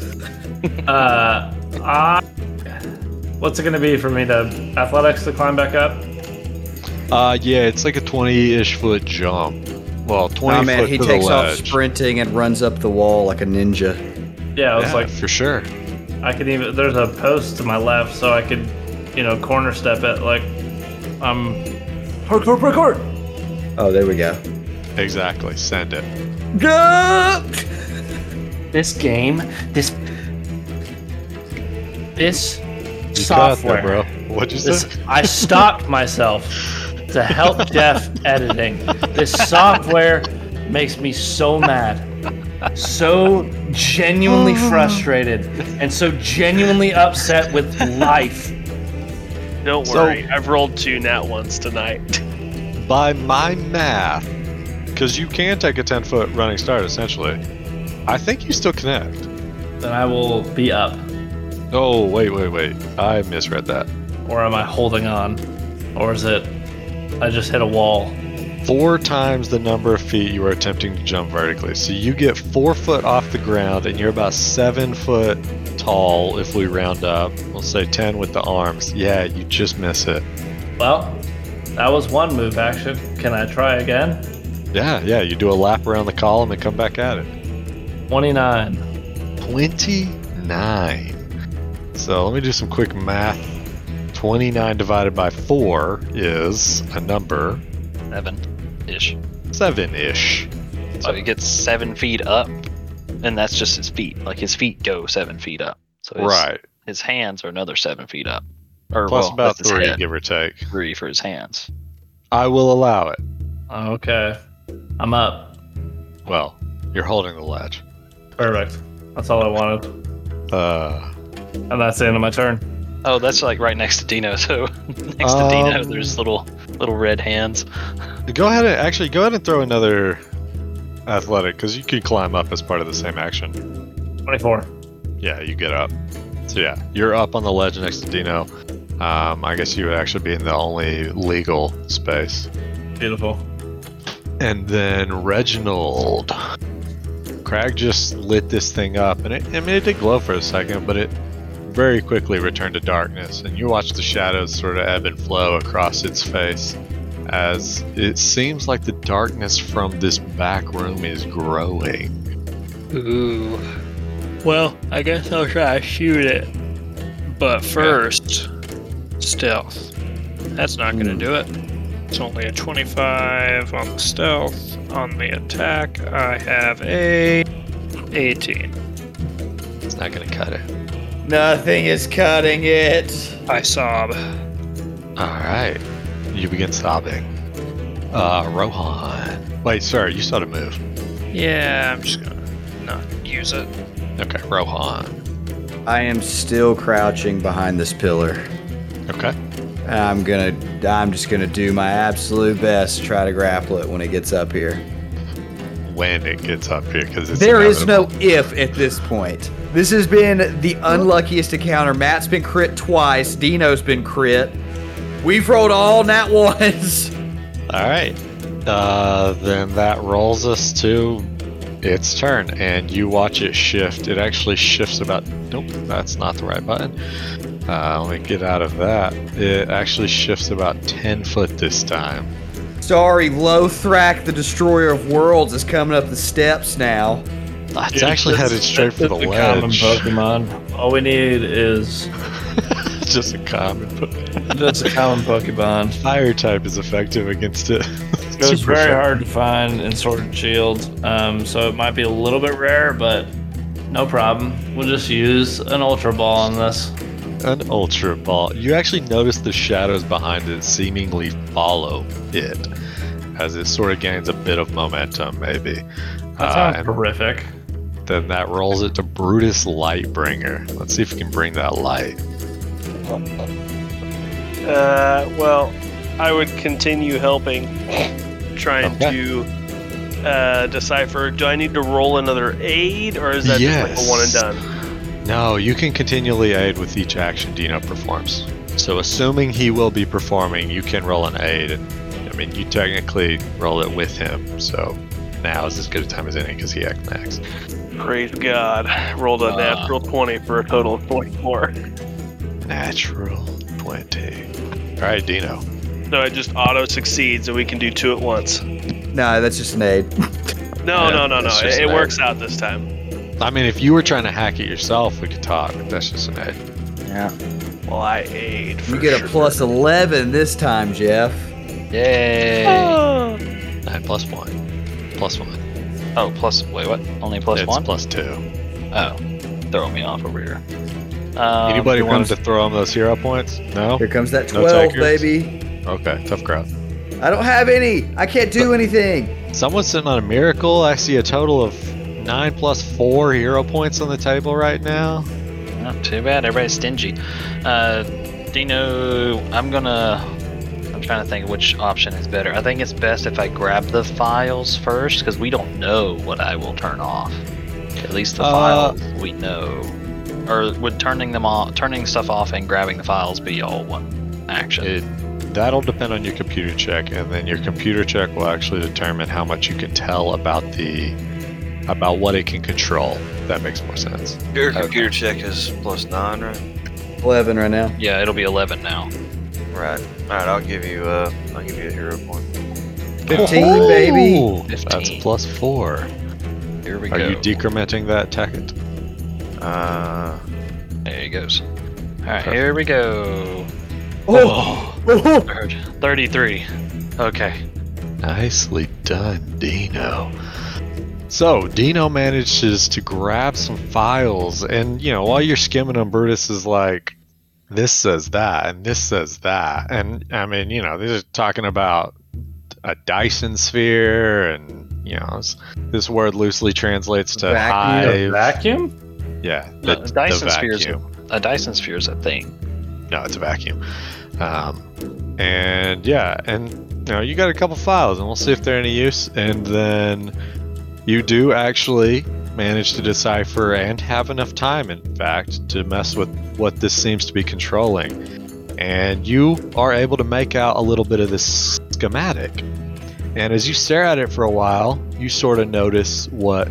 [SPEAKER 6] Uh, I, what's it going to be for me to athletics to climb back up?
[SPEAKER 2] Uh, yeah, it's like a 20-ish foot jump. Well, 20
[SPEAKER 8] Nah,
[SPEAKER 2] foot
[SPEAKER 8] man, he
[SPEAKER 2] to
[SPEAKER 8] takes
[SPEAKER 2] the
[SPEAKER 8] off
[SPEAKER 2] ledge.
[SPEAKER 8] sprinting and runs up the wall like a ninja.
[SPEAKER 6] Yeah, I was
[SPEAKER 2] Yeah,
[SPEAKER 6] like,
[SPEAKER 2] for sure.
[SPEAKER 6] I could even. There's a post to my left, so I could, you know, corner step it. Like, um, I'm. Parkour, parkour.
[SPEAKER 8] Oh, there we go.
[SPEAKER 2] Exactly. Send it.
[SPEAKER 9] This game, this this
[SPEAKER 2] You got that,
[SPEAKER 6] software.
[SPEAKER 2] bro. What'd you
[SPEAKER 6] This,
[SPEAKER 2] say?
[SPEAKER 6] I stopped myself to help Jeff editing. This software makes me so mad. So genuinely frustrated and so genuinely upset with life.
[SPEAKER 3] Don't
[SPEAKER 2] So-
[SPEAKER 3] worry, I've rolled two nat ones tonight.
[SPEAKER 2] By my math, because you can take a 10 foot running start essentially. I think you still connect.
[SPEAKER 6] Then I will be up.
[SPEAKER 2] Oh, wait, wait, wait. I misread that.
[SPEAKER 6] Or am I holding on? Or is it I just hit a wall?
[SPEAKER 2] Four times the number of feet you are attempting to jump vertically. So you get four foot off the ground and you're about seven foot tall if we round up. We'll say 10 with the arms. Yeah, you just miss it.
[SPEAKER 6] Well, that was one move action. Can I try again?
[SPEAKER 2] Yeah, yeah, you do a lap around the column and come back at it.
[SPEAKER 6] 29.
[SPEAKER 2] 29. So let me do some quick math. 29 divided by 4 is a number
[SPEAKER 1] Seven ish.
[SPEAKER 2] 7 ish.
[SPEAKER 1] So he gets seven feet up, and that's just his feet. Like his feet go seven feet up. So his,
[SPEAKER 2] Right.
[SPEAKER 1] his hands are another seven feet up. Or
[SPEAKER 2] Plus
[SPEAKER 1] well,
[SPEAKER 2] about
[SPEAKER 1] that's his
[SPEAKER 2] 3,
[SPEAKER 1] head.
[SPEAKER 2] give or take.
[SPEAKER 1] three for his hands.
[SPEAKER 2] I will allow it.
[SPEAKER 6] Okay. I'm up.
[SPEAKER 2] Well, you're holding the ledge.
[SPEAKER 6] Perfect. That's all I wanted.
[SPEAKER 2] Uh,
[SPEAKER 6] And that's the end of my turn.
[SPEAKER 1] Oh, that's like right next to Dino. So (laughs) next to Dino,
[SPEAKER 2] Um,
[SPEAKER 1] there's little little red hands.
[SPEAKER 2] go ahead and actually go ahead and throw another athletic because you can climb up as part of the same action.
[SPEAKER 6] 24.
[SPEAKER 2] Yeah, you get up. So yeah, you're up on the ledge next to Dino. Um, I guess you would actually be in the only legal space.
[SPEAKER 6] Beautiful.
[SPEAKER 2] And then Reginald. Crag just lit this thing up, and it, I mean, it did glow for a second, but it very quickly returned to darkness. And you watch the shadows sort of ebb and flow across its face as it seems like the darkness from this back room is growing.
[SPEAKER 9] Ooh. Well, I guess I'll try to shoot it. But first, stealth. That's not
[SPEAKER 2] Hmm.
[SPEAKER 9] going to do it. It's only a 25 on the stealth. On the attack, I have a 18.
[SPEAKER 2] It's not going to cut it.
[SPEAKER 8] Nothing is cutting it.
[SPEAKER 9] I sob.
[SPEAKER 2] All right. You begin sobbing. Uh, Rohan. Wait, sorry, you saw the move.
[SPEAKER 9] Yeah, I'm just going to not use it.
[SPEAKER 2] Okay, Rohan.
[SPEAKER 8] I am still crouching behind this pillar.
[SPEAKER 2] Okay.
[SPEAKER 8] I'm gonna. I'm just gonna do my absolute best to try to grapple it when it gets up here.
[SPEAKER 2] When it gets up here, because it's
[SPEAKER 8] There is
[SPEAKER 2] inevitable.
[SPEAKER 8] no if at this point. This has been the unluckiest encounter. Matt's been crit twice. Dino's been crit. We've rolled all nat ones. (laughs)
[SPEAKER 2] All right. Uh, then that rolls us to its turn, and you watch it shift. It actually shifts about. Nope, that's not the right button. Uh, let me get out of that. It actually shifts about 10 foot this time.
[SPEAKER 8] Sorry, Lothrak, the destroyer of worlds, is coming up the steps now.
[SPEAKER 2] It's actually headed straight for the
[SPEAKER 6] It's a common
[SPEAKER 2] ledge.
[SPEAKER 6] Pokemon. All we need is
[SPEAKER 2] (laughs) just a common.
[SPEAKER 6] just a common Pokemon.
[SPEAKER 2] (laughs) Fire type is effective against it.
[SPEAKER 6] It was
[SPEAKER 2] Super
[SPEAKER 6] very
[SPEAKER 2] effective.
[SPEAKER 6] hard to find in Sword and Shield, um, so it might be a little bit rare, but no problem. We'll just use an Ultra Ball on this.
[SPEAKER 2] An ultra ball. You actually notice the shadows behind it seemingly follow it as it sort of gains a bit of momentum, maybe.
[SPEAKER 6] That
[SPEAKER 2] Uh,
[SPEAKER 6] sounds
[SPEAKER 2] and
[SPEAKER 6] horrific.
[SPEAKER 2] then that rolls it to Brutus Lightbringer. Let's see if we can bring that light.
[SPEAKER 3] Uh, well, I would continue helping, trying
[SPEAKER 2] Okay.
[SPEAKER 3] to uh, decipher. Do I need to roll another aid, or is that just like a one and
[SPEAKER 2] Yes.
[SPEAKER 3] done?
[SPEAKER 2] No, you can continually aid with each action Dino performs. So, assuming he will be performing, you can roll an aid. And, I mean, you technically roll it with him. So, now is as good a time as any because he acts next.
[SPEAKER 3] Praise God! Rolled a
[SPEAKER 1] Uh.
[SPEAKER 3] natural twenty for a total of twenty-four.
[SPEAKER 2] Natural 20. All right, Dino.
[SPEAKER 3] So I just auto succeeds, and we can do two at once. No,
[SPEAKER 8] No, that's just an aid.
[SPEAKER 2] Yeah,
[SPEAKER 3] no, no, no!
[SPEAKER 2] that's just
[SPEAKER 3] It, it
[SPEAKER 2] an
[SPEAKER 3] works out this time.
[SPEAKER 2] I mean, if you were trying to hack it yourself, we could talk, but that's just an aid.
[SPEAKER 8] Yeah.
[SPEAKER 3] Well, I aid. For
[SPEAKER 8] You get a
[SPEAKER 3] sure.
[SPEAKER 8] plus 11 this time, Jeff.
[SPEAKER 1] (laughs) Yay!
[SPEAKER 2] Nine plus one. Plus one.
[SPEAKER 1] Oh, plus wait, what? Only plus
[SPEAKER 2] it's
[SPEAKER 1] one?
[SPEAKER 2] plus two.
[SPEAKER 1] oh, throwing me off over here. Um,
[SPEAKER 2] Anybody
[SPEAKER 1] who
[SPEAKER 2] wanted
[SPEAKER 1] wants-
[SPEAKER 2] to throw him those hero points? No?
[SPEAKER 8] Here comes that
[SPEAKER 2] No
[SPEAKER 8] 12,
[SPEAKER 2] takers.
[SPEAKER 8] baby.
[SPEAKER 2] Okay, tough crowd.
[SPEAKER 8] I don't have any. I can't do anything.
[SPEAKER 2] Someone's sitting on a miracle. I see a total of nine plus four hero points on the table right now.
[SPEAKER 1] Not oh, too bad. Everybody's stingy. Uh, Dino, I'm gonna. I'm trying to think which option is better. I think it's best if I grab the files first because we don't know what I will turn off. At least the
[SPEAKER 2] Uh,
[SPEAKER 1] files we know. Or would turning them off, turning stuff off, and grabbing the files be all one action?
[SPEAKER 2] It that'll depend on your computer check, and then your computer check will actually determine how much you can tell about the about what it can control. If that makes more sense.
[SPEAKER 5] Your computer check is plus nine, right?
[SPEAKER 8] 11 right now.
[SPEAKER 1] yeah, it'll be 11 now.
[SPEAKER 5] Right. All right. I'll give you. Uh, I'll give you a hero point.
[SPEAKER 8] 15, baby.
[SPEAKER 2] Ooh, That's
[SPEAKER 1] 15.
[SPEAKER 2] plus four.
[SPEAKER 1] Here we
[SPEAKER 2] Are
[SPEAKER 1] go.
[SPEAKER 2] you decrementing that tactic?
[SPEAKER 5] Uh,
[SPEAKER 1] there he goes. All right,
[SPEAKER 2] Perfect.
[SPEAKER 1] here we go.
[SPEAKER 8] Oh.
[SPEAKER 1] Third- 33. Okay.
[SPEAKER 2] Nicely done, Dino. So, Dino manages to grab some files, and you know, while you're skimming them, Brutus is like, this says that, and this says that. And I mean, you know, they're talking about a Dyson sphere, and you know, s- this word loosely translates to
[SPEAKER 8] Vacuum.
[SPEAKER 2] hive.
[SPEAKER 6] Vacuum?
[SPEAKER 2] Yeah,
[SPEAKER 1] No,
[SPEAKER 2] the-
[SPEAKER 1] a
[SPEAKER 2] the
[SPEAKER 1] Dyson sphere is a-
[SPEAKER 2] vacuum.
[SPEAKER 1] A Dyson sphere is a thing.
[SPEAKER 2] No, it's a vacuum. Um, and yeah, and you know, you got a couple files, and we'll see if they're any use. And then you do actually manage to decipher and have enough time, in fact, to mess with what this seems to be controlling. And you are able to make out a little bit of this schematic. And as you stare at it for a while, you sort of notice what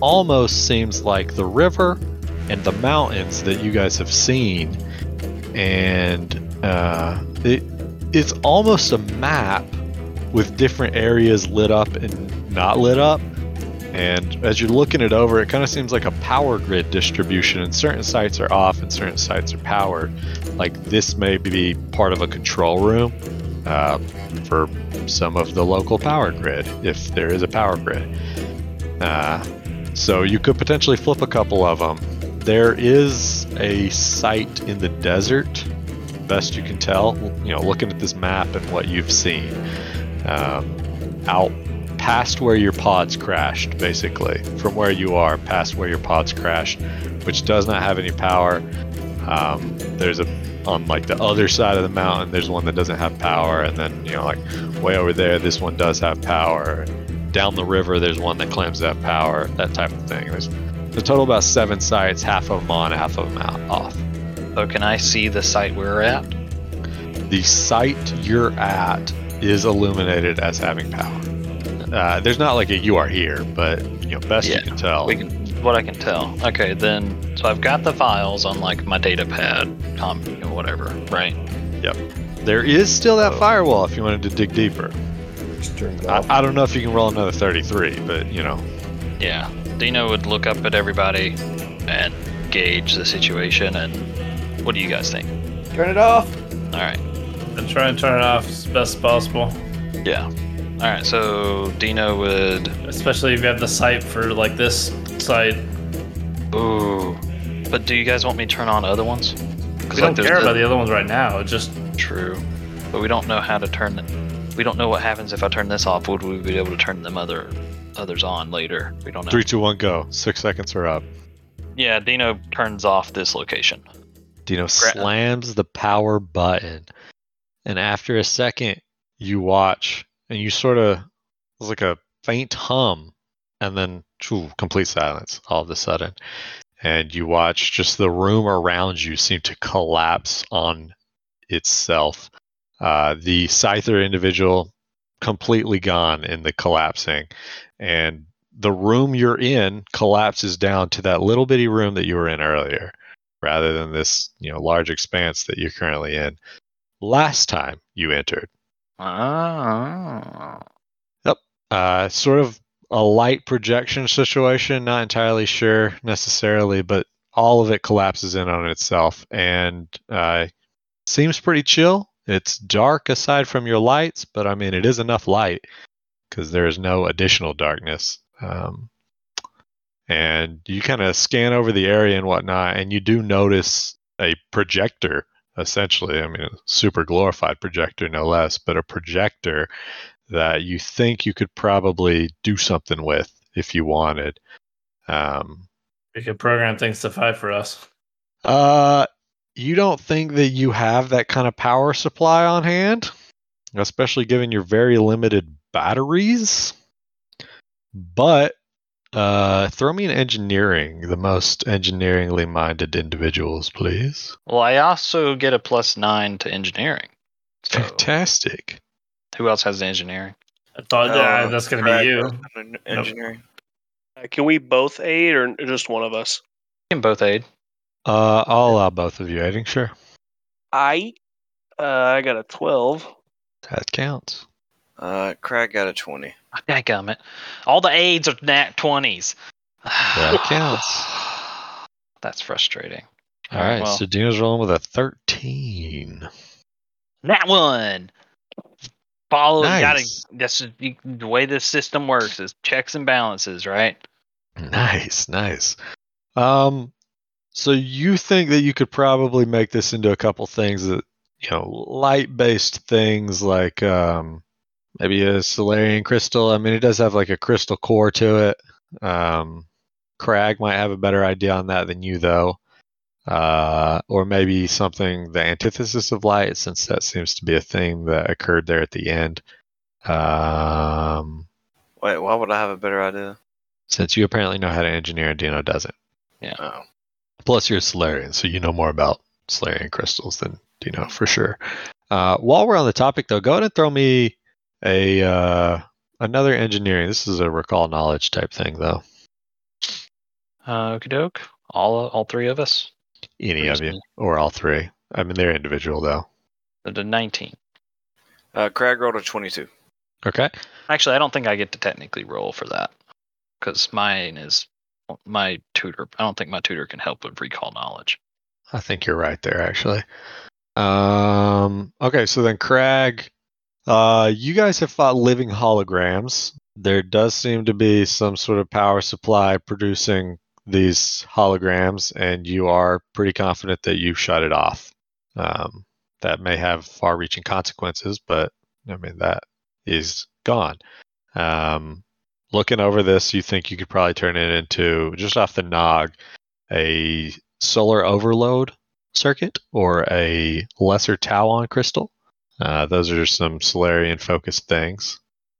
[SPEAKER 2] almost seems like the river and the mountains that you guys have seen and uh, it it's almost a map with different areas lit up and not lit up. And as you're looking it over, it kind of seems like a power grid distribution, and certain sites are off and certain sites are powered. Like this may be part of a control room uh, for some of the local power grid, if there is a power grid. Uh, so you could potentially flip a couple of them there is a site in the desert, best you can tell. You know, looking at this map and what you've seen, um, out past where your pods crashed, basically, from where you are, past where your pods crashed, which does not have any power. Um, there's a on like the other side of the mountain, there's one that doesn't have power, and then you know, like way over there, this one does have power. Down the river, there's one that claims to have power, that type of thing. There's the total about seven sites, half of them on, half of them out, off.
[SPEAKER 1] So Oh, can I see the site we're at?
[SPEAKER 2] The site you're at is illuminated as having power. Uh, there's not like a you are here, but you know, best
[SPEAKER 1] Yeah,
[SPEAKER 2] you can tell.
[SPEAKER 1] We can, what I can tell. Okay, then. So I've got the files on like my data pad, com, you know, whatever, right? Oh.
[SPEAKER 2] There is still that firewall if you wanted to dig deeper.
[SPEAKER 8] just turned it
[SPEAKER 2] I,
[SPEAKER 8] off.
[SPEAKER 2] I don't know if you can roll another 33, but you know.
[SPEAKER 1] Yeah. Dino would look up at everybody and gauge the situation. And what do you guys think?
[SPEAKER 8] Turn it off.
[SPEAKER 1] All right.
[SPEAKER 6] I'm trying to turn it off as best possible,
[SPEAKER 1] Yeah. All right. So Dino would.
[SPEAKER 6] especially if you have the site for like this site.
[SPEAKER 1] Ooh. But do you guys want me to turn on other ones?
[SPEAKER 6] We
[SPEAKER 1] Because
[SPEAKER 6] don't care about the other ones right now. It's just
[SPEAKER 1] True. But we don't know how to turn. The, we don't know what happens if I turn this off. Would we be able to turn them other others on later? We don't know.
[SPEAKER 2] Three, two, one, go. Six seconds are up.
[SPEAKER 1] Yeah. Dino turns off this location.
[SPEAKER 2] Dino slams the power button. And after a second, you watch and you sort of, it's like a faint hum, and then phew, complete silence all of a sudden. And you watch just the room around you seem to collapse on itself. Uh, the Scyther individual completely gone in the collapsing. And the room you're in collapses down to that little bitty room that you were in earlier rather than this you know large expanse that you're currently in last time you entered
[SPEAKER 1] Ah.
[SPEAKER 2] uh, sort of a light projection situation not entirely sure necessarily but all of it collapses in on itself and uh, seems pretty chill it's dark aside from your lights but i mean it is enough light because there is no additional darkness um, and you kind of scan over the area and whatnot, and you do notice a projector, essentially. I mean, a super glorified projector, no less, but a projector that you think you could probably do something with if you wanted. Um,
[SPEAKER 6] we could program things to fight for us.
[SPEAKER 2] uh, you don't think that you have that kind of power supply on hand, especially given your very limited batteries. But uh, throw me an engineering, the most engineeringly minded individuals, please.
[SPEAKER 1] Well, I also get a plus nine to engineering. So
[SPEAKER 2] (laughs) Fantastic.
[SPEAKER 1] who else has engineering?
[SPEAKER 6] I thought
[SPEAKER 5] Oh,
[SPEAKER 6] yeah, that's gonna
[SPEAKER 5] Brad
[SPEAKER 6] be you.
[SPEAKER 5] goes on en- Engineering.
[SPEAKER 3] Uh, Can we both aid or just one of us?
[SPEAKER 1] You can both aid.
[SPEAKER 2] Uh, I'll allow both of you adding, sure.
[SPEAKER 3] I uh, I got a twelve.
[SPEAKER 2] That counts.
[SPEAKER 5] Uh, Craig got a twenty.
[SPEAKER 1] Ah, Dadgummit. All the aids are nat (sighs) 20s.
[SPEAKER 2] That counts.
[SPEAKER 1] (sighs) That's frustrating.
[SPEAKER 2] All right,
[SPEAKER 1] well.
[SPEAKER 2] so Dino's rolling with a 13.
[SPEAKER 1] Nat 1! Follow, you
[SPEAKER 2] Nice.
[SPEAKER 1] gotta, that's you, the way this system works is checks and balances, right?
[SPEAKER 2] (laughs) Nice, nice. Um, so you think that you could probably make this into a couple things that you know, light-based things like um, maybe a Solarian crystal. I mean, it does have like a crystal core to it. Um, Crag might have a better idea on that than you, though. Uh, or maybe something the antithesis of light, since that seems to be a thing that occurred there at the end. Um,
[SPEAKER 5] Wait, why would I have a better idea?
[SPEAKER 2] since you apparently know how to engineer, and Dino doesn't. Um,
[SPEAKER 5] Oh,
[SPEAKER 2] Plus, you're a Solarian, so you know more about Solarian crystals than Dino for sure. Uh, while we're on the topic, though, go ahead and throw me a uh, another engineering. This is a recall knowledge type thing, though.
[SPEAKER 1] Uh, Okie doke. All, all three of us.
[SPEAKER 2] Any
[SPEAKER 1] Please
[SPEAKER 2] of you,
[SPEAKER 1] do.
[SPEAKER 2] or all three. I mean, they're individual, though.
[SPEAKER 1] The 19.
[SPEAKER 5] uh, Craig rolled a twenty-two.
[SPEAKER 2] Okay.
[SPEAKER 1] Actually, I don't think I get to technically roll for that because mine is my tutor. I don't think my tutor can help with recall knowledge.
[SPEAKER 2] I think you're right there, actually. Um, okay, so then Crag, uh, you guys have fought living holograms. There does seem to be some sort of power supply producing these holograms, and you are pretty confident that you shut it off. Um, that may have far reaching consequences, but I mean, that is gone. Um, looking over this, you think you could probably turn it into, just off the nog, a solar overload circuit or a lesser Talon crystal. Uh, those are some Solarian focused things.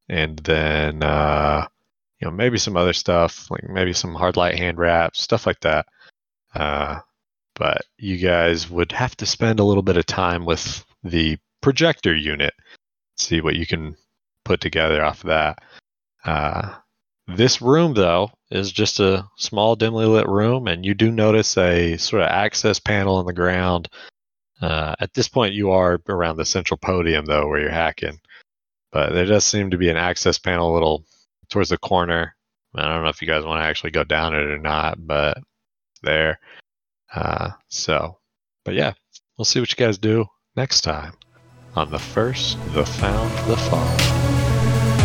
[SPEAKER 2] And then, uh, you know, maybe some other stuff, like maybe some hard light hand wraps, stuff like that. Uh, but you guys would have to spend a little bit of time with the projector unit, see what you can put together off of that. Uh, this room, though, is just a small, dimly lit room, and you do notice a sort of access panel in the ground. Uh, at this point, you are around the central podium, though, where you're hacking. But there does seem to be an access panel a little towards the corner. I don't know if you guys want to actually go down it or not, but it's there. Uh, so, but yeah, we'll see what you guys do next time on the first, the found, the found.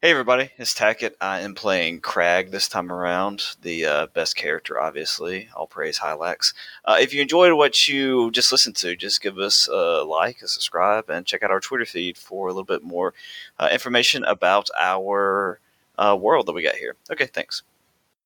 [SPEAKER 5] Hey everybody, it's Tackett. I am playing Crag this time around, the uh, best character, obviously. All praise Hylax. Uh, if you enjoyed what you just listened to, just give us a like, a subscribe, and check out our Twitter feed for a little bit more uh, information about our uh, world that we got here. Okay, thanks.